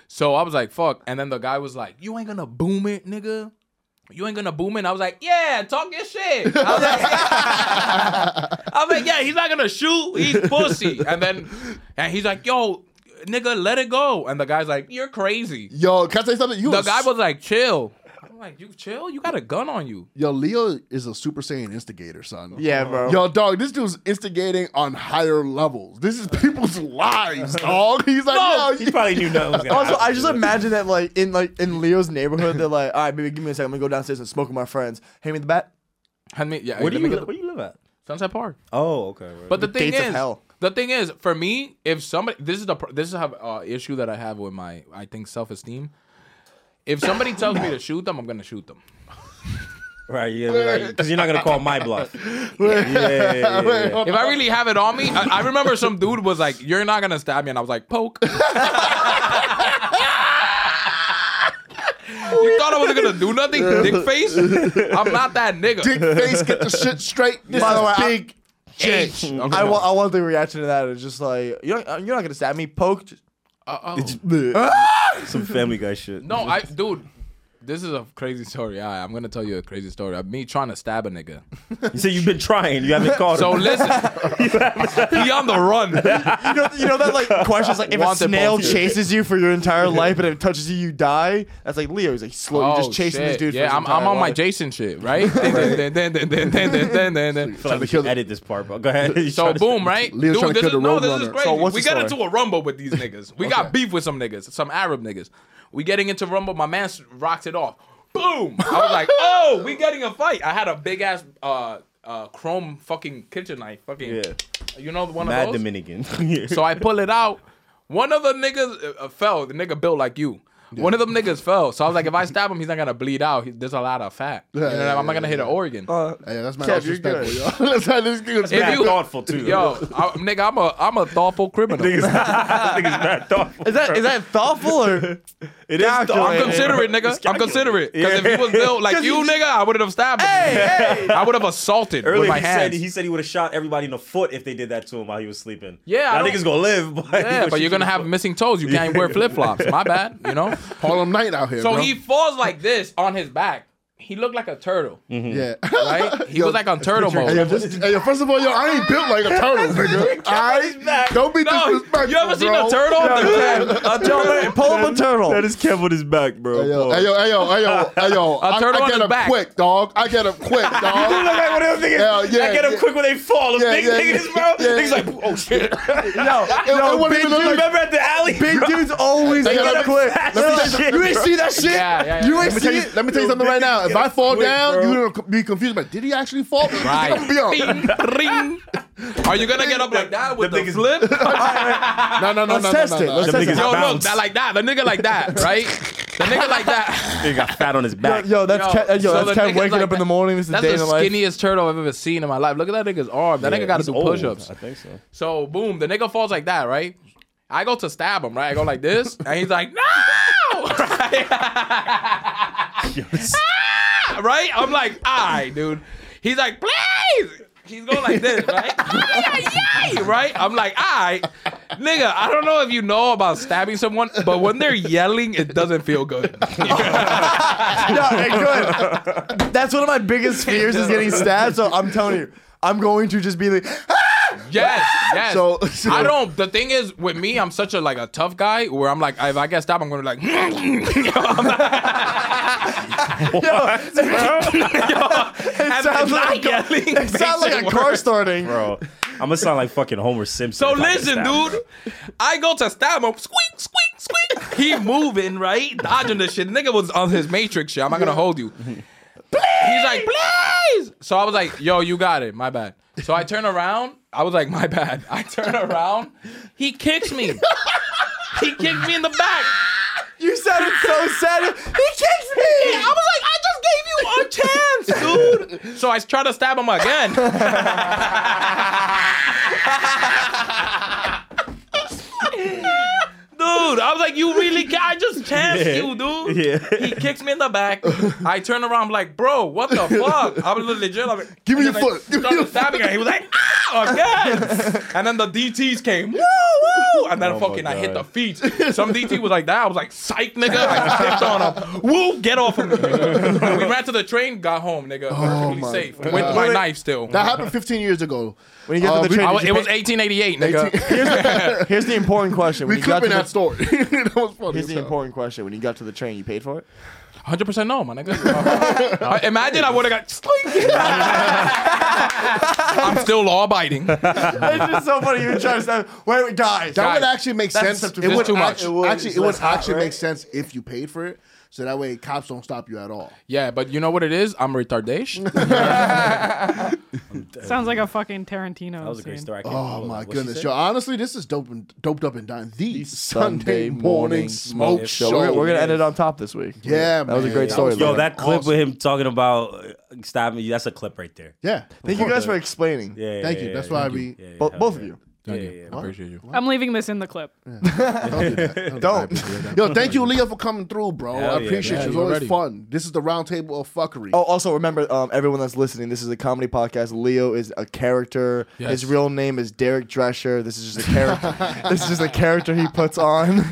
Speaker 5: So I was like, fuck. And then the guy was like, you ain't gonna boom it, nigga. You ain't gonna boom it. And I was like, yeah, talk your shit. I was like, yeah. I was like, yeah, he's not gonna shoot. He's pussy. And then, and he's like, yo, nigga, let it go. And the guy's like, you're crazy.
Speaker 2: Yo, can I tell you something? You
Speaker 5: The
Speaker 2: a
Speaker 5: guy
Speaker 2: s-
Speaker 5: was like, chill. like, you chill. You got a gun on you.
Speaker 2: Yo, Leo is a Super Saiyan instigator, son.
Speaker 1: Yeah, bro.
Speaker 2: Yo, dog, this dude's instigating on higher levels. This is people's lives, dog. He's like, no,
Speaker 3: He probably knew nothing was gonna
Speaker 1: Also,
Speaker 3: happen.
Speaker 1: I just imagine that like in like in Leo's neighborhood, they're like, all right, baby, give me a second. I'm gonna go downstairs and smoke with my friends. Hand me the bat.
Speaker 5: Hand me, yeah,
Speaker 3: Where
Speaker 5: let
Speaker 3: do
Speaker 5: me
Speaker 3: you
Speaker 5: get
Speaker 3: li-
Speaker 5: the-
Speaker 3: where do you live at?
Speaker 5: Sunset Park.
Speaker 3: Oh, okay. But
Speaker 5: But the, thing
Speaker 1: gates of
Speaker 5: is,
Speaker 1: hell.
Speaker 5: the thing is, for me, if somebody, this is the pr- this is a uh, issue that I have with my, I think, self esteem. If somebody tells me to shoot them, I'm gonna shoot them.
Speaker 3: right, yeah, because you're not gonna call my bluff. yeah, yeah, yeah, yeah, yeah.
Speaker 5: If I really have it on me, I, I remember some dude was like, "You're not gonna stab me," and I was like, "Poke." you thought I wasn't gonna do nothing, dick face? I'm not that nigga.
Speaker 2: dick face, get the shit straight. This
Speaker 1: By the way,
Speaker 2: is
Speaker 1: I-
Speaker 2: big
Speaker 5: H.
Speaker 2: change.
Speaker 5: Okay.
Speaker 1: I want I want the reaction to that. It's just like you're not, you're not gonna stab me. Poked.
Speaker 5: Uh, oh.
Speaker 3: Some Family Guy shit.
Speaker 5: No, I, dude. This is a crazy story. All right, I'm gonna tell you a crazy story. of Me trying to stab a nigga.
Speaker 3: You said you've been trying. You haven't called.
Speaker 5: So
Speaker 3: him.
Speaker 5: listen, he on the run.
Speaker 1: You know, you know that like questions like if
Speaker 5: Wanted
Speaker 1: a snail
Speaker 5: both.
Speaker 1: chases you for your entire life and if it touches you, you die. That's like Leo. He's like slow,
Speaker 5: Oh,
Speaker 1: you're just chasing this
Speaker 5: shit.
Speaker 1: dude. for his
Speaker 5: Yeah, I'm, I'm
Speaker 1: entire
Speaker 5: on my
Speaker 1: life.
Speaker 5: Jason shit, right? Then, then, then, then, then, then, then, then, then.
Speaker 3: I feel like we should edit this part, but go ahead. You
Speaker 5: So
Speaker 3: tried to-
Speaker 5: boom, right?
Speaker 2: Leo's trying to
Speaker 5: this
Speaker 2: kill the
Speaker 5: is no, this is
Speaker 2: Roadrunner.
Speaker 5: crazy.
Speaker 1: So what's
Speaker 5: we
Speaker 1: the
Speaker 5: got
Speaker 1: story?
Speaker 5: into a rumble with these niggas. We got beef with some niggas, some Arab niggas. We getting into rumble. My man s- rocks it off. Boom! I was like, oh, we getting a fight. I had a big ass uh uh chrome fucking kitchen knife, fucking.
Speaker 3: Yeah.
Speaker 5: You know the one
Speaker 3: Mad
Speaker 5: of those.
Speaker 3: Dominican.
Speaker 5: So I pull it out. One of the niggas uh, uh, fell. The nigga built like you. One of them niggas fell. So I was like, if I stab him, he's not gonna bleed out. He, there's a lot of fat. You know what I mean? I'm not gonna hit an organ.
Speaker 2: Yeah, that's my
Speaker 1: Kev, you're
Speaker 2: disrespectful, yo. That's how this dude's
Speaker 5: If
Speaker 3: mad
Speaker 5: you-
Speaker 3: thoughtful too.
Speaker 5: Yo, I, nigga, I'm a I'm a thoughtful criminal.
Speaker 3: Niggas- niggas mad thoughtful.
Speaker 1: Is that is that thoughtful or
Speaker 3: It is thoughtful.
Speaker 5: I'm considerate, nigga. I'm considerate. Because if he was built like you, nigga, I would have stabbed him. I would have assaulted
Speaker 3: Earlier
Speaker 5: with my
Speaker 3: he said
Speaker 5: hands.
Speaker 3: he said he would have shot everybody in the foot if they did that to him while he was sleeping.
Speaker 5: Yeah, I
Speaker 3: I
Speaker 5: don't-
Speaker 3: think he's gonna live. But
Speaker 5: yeah, but you're gonna have missing toes. You can't wear flip flops. My bad. You know.
Speaker 2: Harlem Night out here,
Speaker 5: So
Speaker 2: bro.
Speaker 5: he falls like this on his back. He looked like a turtle,
Speaker 2: yeah.
Speaker 5: right? He was like on turtle
Speaker 2: Hey, Mm-hmm. yo,
Speaker 5: mode.
Speaker 2: this- hey, yo, first of all, yo, I ain't built like a turtle, nigga. I don't be
Speaker 5: No,
Speaker 2: disrespectful.
Speaker 5: you ever seen
Speaker 2: bro.
Speaker 5: a turtle?
Speaker 1: a turtle? Pull up a turtle.
Speaker 3: is Kev with his back, bro.
Speaker 2: Hey yo, hey yo, hey yo, hey yo, hey yo. I,
Speaker 5: turtle
Speaker 2: I
Speaker 5: on
Speaker 2: get
Speaker 5: his
Speaker 2: him
Speaker 5: back.
Speaker 2: quick, dog. I get him quick,
Speaker 3: like
Speaker 2: dog.
Speaker 3: what else niggas.
Speaker 2: Hell, yeah,
Speaker 3: I get them
Speaker 2: yeah.
Speaker 3: quick when they fall. Them
Speaker 2: Yeah,
Speaker 3: big
Speaker 2: yeah,
Speaker 3: niggas,
Speaker 2: yeah.
Speaker 3: bro.
Speaker 2: Yeah,
Speaker 3: niggas
Speaker 2: yeah.
Speaker 3: like, oh shit.
Speaker 1: Yo,
Speaker 2: It-
Speaker 1: yo,
Speaker 2: it wasn't
Speaker 1: big
Speaker 2: even look
Speaker 1: dude,
Speaker 2: like-
Speaker 3: Remember at the alley?
Speaker 1: big dudes always
Speaker 2: They
Speaker 1: get
Speaker 2: got
Speaker 1: up
Speaker 2: a
Speaker 1: quick.
Speaker 3: fast
Speaker 1: They're
Speaker 3: as
Speaker 1: like,
Speaker 3: shit,
Speaker 1: You ain't
Speaker 3: bro."
Speaker 1: see that shit?
Speaker 5: Yeah, yeah, yeah.
Speaker 1: You ain't
Speaker 2: Let me, tell
Speaker 1: see
Speaker 2: you,
Speaker 1: it?
Speaker 2: let me tell you something right now. If I fall down, you're gonna be confused. Like, did he actually fall?
Speaker 5: Right.
Speaker 2: I'm gonna be on.
Speaker 5: Ring, ring. Are you gonna get up like that with the
Speaker 3: Them niggas-
Speaker 5: flip?
Speaker 2: No, no, no,
Speaker 1: Let's
Speaker 2: no,
Speaker 1: test
Speaker 2: no,
Speaker 1: it.
Speaker 2: no, no.
Speaker 1: Let's test
Speaker 3: niggas
Speaker 1: it.
Speaker 5: Yo, look,
Speaker 3: Bounce.
Speaker 5: that like that. The nigga like that, right? The nigga like that.
Speaker 3: He got fat on his back.
Speaker 1: Uh, Yo, that's
Speaker 5: Yo,
Speaker 1: Kev, yo,
Speaker 5: so
Speaker 1: that's
Speaker 5: the
Speaker 1: Kev
Speaker 5: niggas
Speaker 1: waking
Speaker 5: like
Speaker 1: up in
Speaker 5: that-
Speaker 1: the morning. This is
Speaker 5: That's
Speaker 1: day
Speaker 5: the
Speaker 1: in the life.
Speaker 5: skinniest turtle I've ever seen in my life. Look at that nigga's arm. That nigga got to
Speaker 3: he's
Speaker 5: do
Speaker 3: old.
Speaker 5: push-ups.
Speaker 3: I think so.
Speaker 5: So boom, the nigga falls like that, right? I go to stab him, right? I go like this, and he's like, no, Ah! right? I'm like, I, dude. He's like, please. He's going like this, right? Ay, ay, ay, right? I'm like, I, nigga. I don't know if you know about stabbing someone, but when they're yelling, it doesn't feel good.
Speaker 1: No, hey, good. That's one of my biggest fears is getting stabbed. So I'm telling you, I'm going to just be like,
Speaker 5: Yes, yes.
Speaker 2: So- so-
Speaker 5: I don't. The thing is, with me, I'm such a like a tough guy where I'm like, if I get stabbed, I'm gonna be like, I'm like,
Speaker 1: it sounds like, a,
Speaker 5: yelling.
Speaker 1: it sounds like a car starting.
Speaker 3: Bro, I'm gonna sound like fucking Homer Simpson.
Speaker 5: So
Speaker 3: if I get
Speaker 5: listen,
Speaker 3: stabbed, bro.
Speaker 5: dude. I go to stab him. Squeak, squeak, squeak. He moving right, dodging the shit. Nigga was on his matrix shit. I'm not gonna hold you. He's like, please. So I was like, yo, you got it. My bad. So I turn around. I was like, my bad. I turn around. He kicks me. He kicked me in the back.
Speaker 1: You sounded so sad. He kicks me.
Speaker 5: I was like, I just gave you a chance, dude. So I try to stab him again. dude, I was like, you really got I just chanced you, dude.
Speaker 3: Yeah.
Speaker 5: He kicks me in the back. I turn around, I'm like, bro, what the fuck? I was legit. I'm like,
Speaker 2: Give me your
Speaker 5: and then I
Speaker 2: foot. Give me
Speaker 5: started
Speaker 2: your
Speaker 5: stabbing her. He was like, ah, again. And then the DTs came, woo, woo. And then
Speaker 3: Oh my
Speaker 5: fucking I hit the
Speaker 3: God.
Speaker 5: feet. Some DT was like that. I was like, psych, nigga. I stepped on him. Woo, get off of me. nigga. we ran to the train, got home, nigga. Perfectly
Speaker 2: my
Speaker 5: safe.
Speaker 2: God.
Speaker 5: With my knife still.
Speaker 2: That happened 15 years ago.
Speaker 1: When you get
Speaker 2: Uh,
Speaker 1: to the
Speaker 2: we-
Speaker 1: train,
Speaker 5: I
Speaker 1: did
Speaker 5: was-
Speaker 1: you
Speaker 5: it was
Speaker 1: pay-
Speaker 5: 1888, nigga.
Speaker 1: Here's the important question. When
Speaker 2: We
Speaker 1: you got to
Speaker 2: clipping
Speaker 1: the,
Speaker 2: that story. that was funny.
Speaker 1: here's
Speaker 2: as
Speaker 1: the
Speaker 2: hell.
Speaker 1: important question. When you got to the train, you paid for it.
Speaker 5: Hundred percent no, my nigga. I- Imagine I would have got. Sleep. I'm still law abiding.
Speaker 7: it's just so funny. You're trying to stop. Wait, wait, guys.
Speaker 2: That would
Speaker 5: Guys,
Speaker 2: actually make
Speaker 7: that's
Speaker 2: sense.
Speaker 7: subjective.
Speaker 2: It would
Speaker 5: It's too
Speaker 2: act-
Speaker 5: much.
Speaker 2: It would, actually,
Speaker 7: It's
Speaker 2: it would
Speaker 7: less hot,
Speaker 2: actually
Speaker 7: right?
Speaker 2: make sense if you paid for it, so that way cops don't stop you at all.
Speaker 5: Yeah, but you know what it is? I'm retardation.
Speaker 6: Sounds like a fucking Tarantino.
Speaker 3: That was a great story. I can't
Speaker 2: Oh
Speaker 3: remember
Speaker 2: my
Speaker 3: what she
Speaker 2: goodness,
Speaker 3: said.
Speaker 2: yo! Honestly, this is dope and doped up and done. The,
Speaker 1: Sunday
Speaker 2: Sunday
Speaker 1: morning
Speaker 2: morning smoke
Speaker 3: smoke
Speaker 2: show.
Speaker 1: So we're, we're gonna end it on top this week.
Speaker 2: Yeah,
Speaker 1: that was a
Speaker 2: man.
Speaker 1: great
Speaker 2: That
Speaker 1: story.
Speaker 2: was
Speaker 3: Yo,
Speaker 1: Lil.
Speaker 3: that clip
Speaker 2: Awesome.
Speaker 3: with him talking about uh, stabbing you, that's a clip right there.
Speaker 2: yeah.
Speaker 1: Thank you guys for explaining.
Speaker 3: Yeah, yeah,
Speaker 2: Thank
Speaker 3: yeah,
Speaker 2: you.
Speaker 3: yeah,
Speaker 2: That's
Speaker 3: yeah.
Speaker 2: why we
Speaker 3: Yeah, yeah,
Speaker 1: Bo-
Speaker 3: hell
Speaker 1: both
Speaker 3: yeah.
Speaker 1: of you.
Speaker 3: Yeah, yeah, yeah.
Speaker 5: I appreciate you.
Speaker 6: I'm leaving this in the clip.
Speaker 2: don't do that.
Speaker 1: Don't.
Speaker 2: do that. Yo, thank you, Leah, for coming through, bro.
Speaker 3: Hell
Speaker 2: I
Speaker 3: yeah,
Speaker 2: appreciate
Speaker 5: man.
Speaker 2: you. It's
Speaker 5: You
Speaker 2: always
Speaker 5: already.
Speaker 2: fun. This is the roundtable of fuckery.
Speaker 1: Oh, also remember, um, everyone that's listening, this is a comedy podcast. Leo is a character. His
Speaker 5: Yes.
Speaker 1: real name is Derek Drescher. This is just a character. this is just a character he puts on.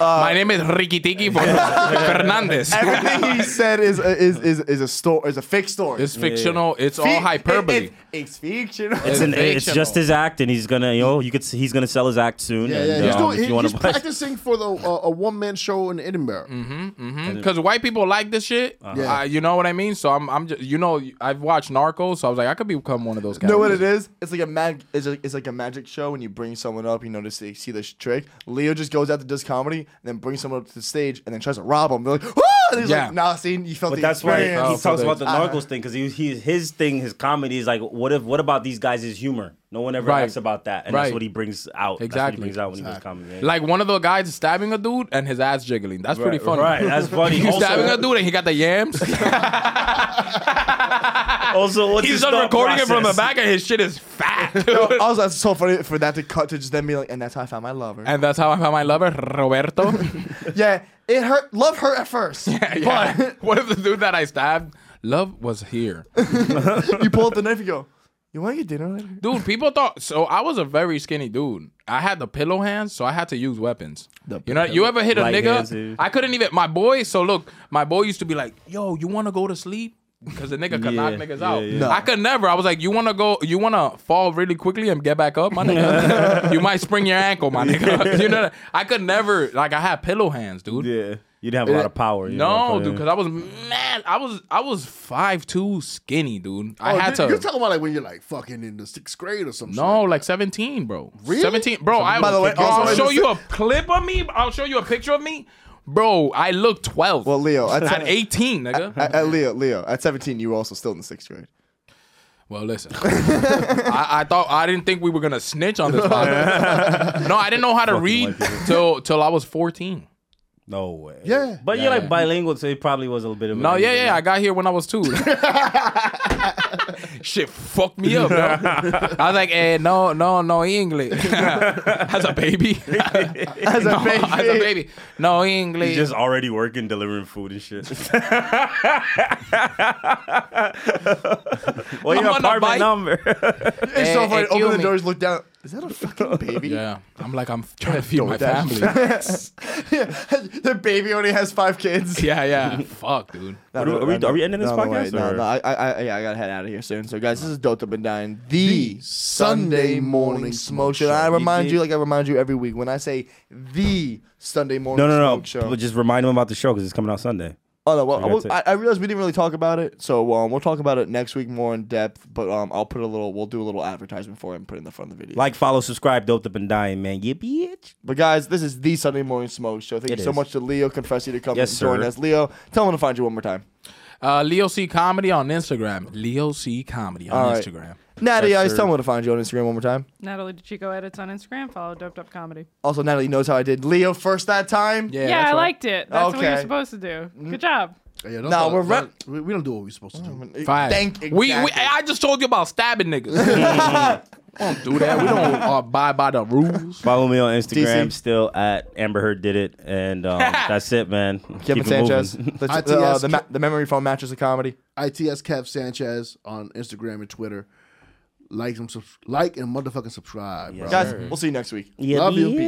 Speaker 5: My name is Ricky Tiki Fernandez.
Speaker 1: Everything he said is a, is is is a story. Is a fake story.
Speaker 5: It's fictional. It's all hyperbole.
Speaker 1: It- it- it's fictional.
Speaker 3: It's, an, it's
Speaker 5: Fictional.
Speaker 3: just his act, and he's gonna, you know, you could, s- he's gonna sell his act soon.
Speaker 2: yeah,
Speaker 3: and,
Speaker 2: yeah. He's,
Speaker 3: um,
Speaker 2: doing,
Speaker 3: if
Speaker 2: he-
Speaker 3: you want
Speaker 2: he's
Speaker 3: to buy,
Speaker 2: practicing for the uh, a one man show in Edinburgh.
Speaker 5: Because white people like this shit.
Speaker 2: Yeah.
Speaker 5: Uh, you know what I mean? So I'm, I'm just, you know, I've watched Narcos, so I was like, I could become one of those guys.
Speaker 1: You know what it is? It's like a mag. It's, a, it's like a magic show when you bring someone up. You know to see, see this trick. Leo just goes out to does comedy, and then brings someone up to the stage, and then tries to rob him. They're like, "Whoa!" And he's
Speaker 5: Yeah.
Speaker 1: like, "Nah, see, you felt
Speaker 3: But
Speaker 1: the
Speaker 3: that's why um, he
Speaker 1: experience."
Speaker 5: Oh,
Speaker 3: talks about
Speaker 5: perfect.
Speaker 3: the Narcos thing because he, he, his thing, his comedy is like, what if, what about these guys' humor? No one ever
Speaker 5: Right.
Speaker 3: asks about that, and that's
Speaker 5: Right.
Speaker 3: what he brings out. That's what he
Speaker 5: Exactly.
Speaker 3: brings out when he does comedy.
Speaker 5: Like one of the guys stabbing a dude and his ass jiggling. That's pretty funny.
Speaker 3: Right, that's funny.
Speaker 5: He's
Speaker 3: Also-
Speaker 5: stabbing a dude and he got the yams.
Speaker 3: Also, what's
Speaker 5: He's
Speaker 3: his
Speaker 5: just
Speaker 3: thought
Speaker 5: recording it from the
Speaker 3: process?
Speaker 5: back and his shit is fat. dude.
Speaker 1: Also, that's so funny for that to cut to just them being like, "And that's how I found my lover."
Speaker 5: and that's how I found my lover, Roberto.
Speaker 1: yeah, it hurt. Love hurt at first,
Speaker 5: yeah. What if the dude that I stabbed, love was here?
Speaker 1: but you pull up the knife. You go, "You want to get dinner later?"
Speaker 5: Dude, people thought so. I was a very skinny dude. I had the pillow hands, so I had to use weapons. you know, you ever hit a
Speaker 3: Light
Speaker 5: nigga?
Speaker 3: hands, dude.
Speaker 5: I couldn't even. My boy. So look, my boy used to be like, "Yo, you want to go to sleep?" Because the nigga could knock
Speaker 3: Yeah,
Speaker 5: niggas
Speaker 3: yeah,
Speaker 5: out.
Speaker 3: yeah.
Speaker 5: I could never. I was like, "You want to go? You want to fall really quickly and get back up, my nigga? you might spring your ankle, my nigga. you know, that- I could never. Like, I had pillow hands, dude.
Speaker 3: Yeah, you didn't have a lot of power. you know,
Speaker 5: No,
Speaker 3: but-
Speaker 5: dude, because I was mad. I was I was five two, skinny, dude. I
Speaker 2: Oh,
Speaker 5: had
Speaker 2: you-
Speaker 5: to.
Speaker 2: You're talking about like when you're like fucking in the sixth grade or something.
Speaker 5: No, like 17, bro.
Speaker 2: Really?
Speaker 5: 17. Bro, I,
Speaker 1: By the way,
Speaker 5: Yo, I'll
Speaker 1: also-
Speaker 5: show you a clip of me. I'll show you a picture of me. Bro, I look 12.
Speaker 1: Well, Leo, at,
Speaker 5: at
Speaker 1: at,
Speaker 5: 18, nigga.
Speaker 1: at, at Leo, Leo, at seventeen, you were also still in the sixth grade.
Speaker 5: well, listen. I, I thought I didn't think we were gonna snitch on this podcast. no, I didn't know how to read till till I was 14.
Speaker 3: no way.
Speaker 2: Yeah.
Speaker 3: but you're like bilingual, so it probably was a little bit of. a-
Speaker 5: No, yeah, yeah, I got here when I was two. Shit fucked me up, bro. I was like, eh, no, no, no English. as a baby.
Speaker 1: As a
Speaker 5: No,
Speaker 1: baby,
Speaker 5: as a baby. No English.
Speaker 3: He's just already working, delivering food and shit. well,
Speaker 5: I'm
Speaker 3: your
Speaker 5: on a
Speaker 3: apartment
Speaker 5: bike.
Speaker 3: number.
Speaker 1: it's so
Speaker 5: Eh,
Speaker 1: funny.
Speaker 5: eh, kill
Speaker 1: Open the
Speaker 5: me.
Speaker 1: doors, look down. Is that a fucking baby?
Speaker 5: Yeah, I'm like I'm trying to feed my
Speaker 1: that.
Speaker 5: family.
Speaker 1: the baby only has five kids.
Speaker 5: yeah, yeah. Fuck, dude.
Speaker 1: No,
Speaker 3: Are we-
Speaker 1: no,
Speaker 3: are we-
Speaker 1: no,
Speaker 3: are we ending this
Speaker 1: no, no,
Speaker 3: podcast,
Speaker 1: wait, No,
Speaker 3: or-
Speaker 1: no, I, I, I, yeah, I gotta head out of here soon. So, guys, this is Dota Been Dying, the,
Speaker 2: The
Speaker 1: Sunday
Speaker 2: Sunday
Speaker 1: morning
Speaker 2: morning
Speaker 1: smoke
Speaker 2: smoke
Speaker 1: show. And I
Speaker 3: show.
Speaker 1: remind
Speaker 3: You
Speaker 1: you, like
Speaker 3: did-
Speaker 1: I remind you every week, when I say the Sunday morning
Speaker 3: No, no, no.
Speaker 1: smoke show.
Speaker 3: But just remind him about the show because it's coming out Sunday.
Speaker 1: oh no, well,
Speaker 3: gotta
Speaker 1: well,
Speaker 3: take-
Speaker 1: I, I realized we didn't really talk about it, so um, we'll talk about it next week more in depth. But um, I'll put a little, we'll do a little advertisement for it and put it in the front of the video.
Speaker 3: Like, follow, subscribe, doped up and dying, man. You bitch.
Speaker 1: but guys, this is the Sunday morning smoke show. Thank
Speaker 3: It
Speaker 1: you so
Speaker 3: is.
Speaker 1: much to Leo Confessi to come
Speaker 3: Yes,
Speaker 1: and join
Speaker 3: sir.
Speaker 1: us. Leo, tell him to find you one more time.
Speaker 5: Uh, Leo C comedy on Instagram. Leo C comedy on
Speaker 1: All right.
Speaker 5: Instagram.
Speaker 1: Natty,
Speaker 3: Yes,
Speaker 1: I
Speaker 3: sir.
Speaker 1: tell him to find you on Instagram one more time.
Speaker 6: Natalie DeChico edits on Instagram. Follow Doped Up Comedy.
Speaker 1: Also, Natalie knows how I did Leo first that time.
Speaker 5: Yeah,
Speaker 6: Yeah,
Speaker 5: that's
Speaker 6: I
Speaker 5: right. Mm.
Speaker 6: liked it. That's what
Speaker 1: Okay.
Speaker 6: you're supposed to do. Good job.
Speaker 2: Yeah,
Speaker 1: Nah,
Speaker 2: no,
Speaker 1: we're
Speaker 2: we're
Speaker 1: rep-
Speaker 2: we, we don't do what we're supposed to do.
Speaker 1: Mm-hmm.
Speaker 5: Fine.
Speaker 1: Thank you.
Speaker 5: We, we I just told you about stabbing niggas. don't do that. We don't uh, abide by the rules.
Speaker 3: Follow me on Instagram,
Speaker 1: DC.
Speaker 3: still at Amber Heard did it, and um, that's it, man.
Speaker 1: Kevin
Speaker 3: Keep it
Speaker 1: Sanchez.
Speaker 3: moving.
Speaker 1: The,
Speaker 2: ITS
Speaker 1: the, uh, the, ma-
Speaker 2: Ke-
Speaker 1: the memory foam mattress of comedy.
Speaker 2: ITS Kev Sanchez on Instagram and Twitter. Like and subs- like and motherfucking subscribe, bro.
Speaker 1: Guys, we'll see you next week.
Speaker 3: Yeah,
Speaker 2: Love you.
Speaker 3: bitch.
Speaker 2: Peace.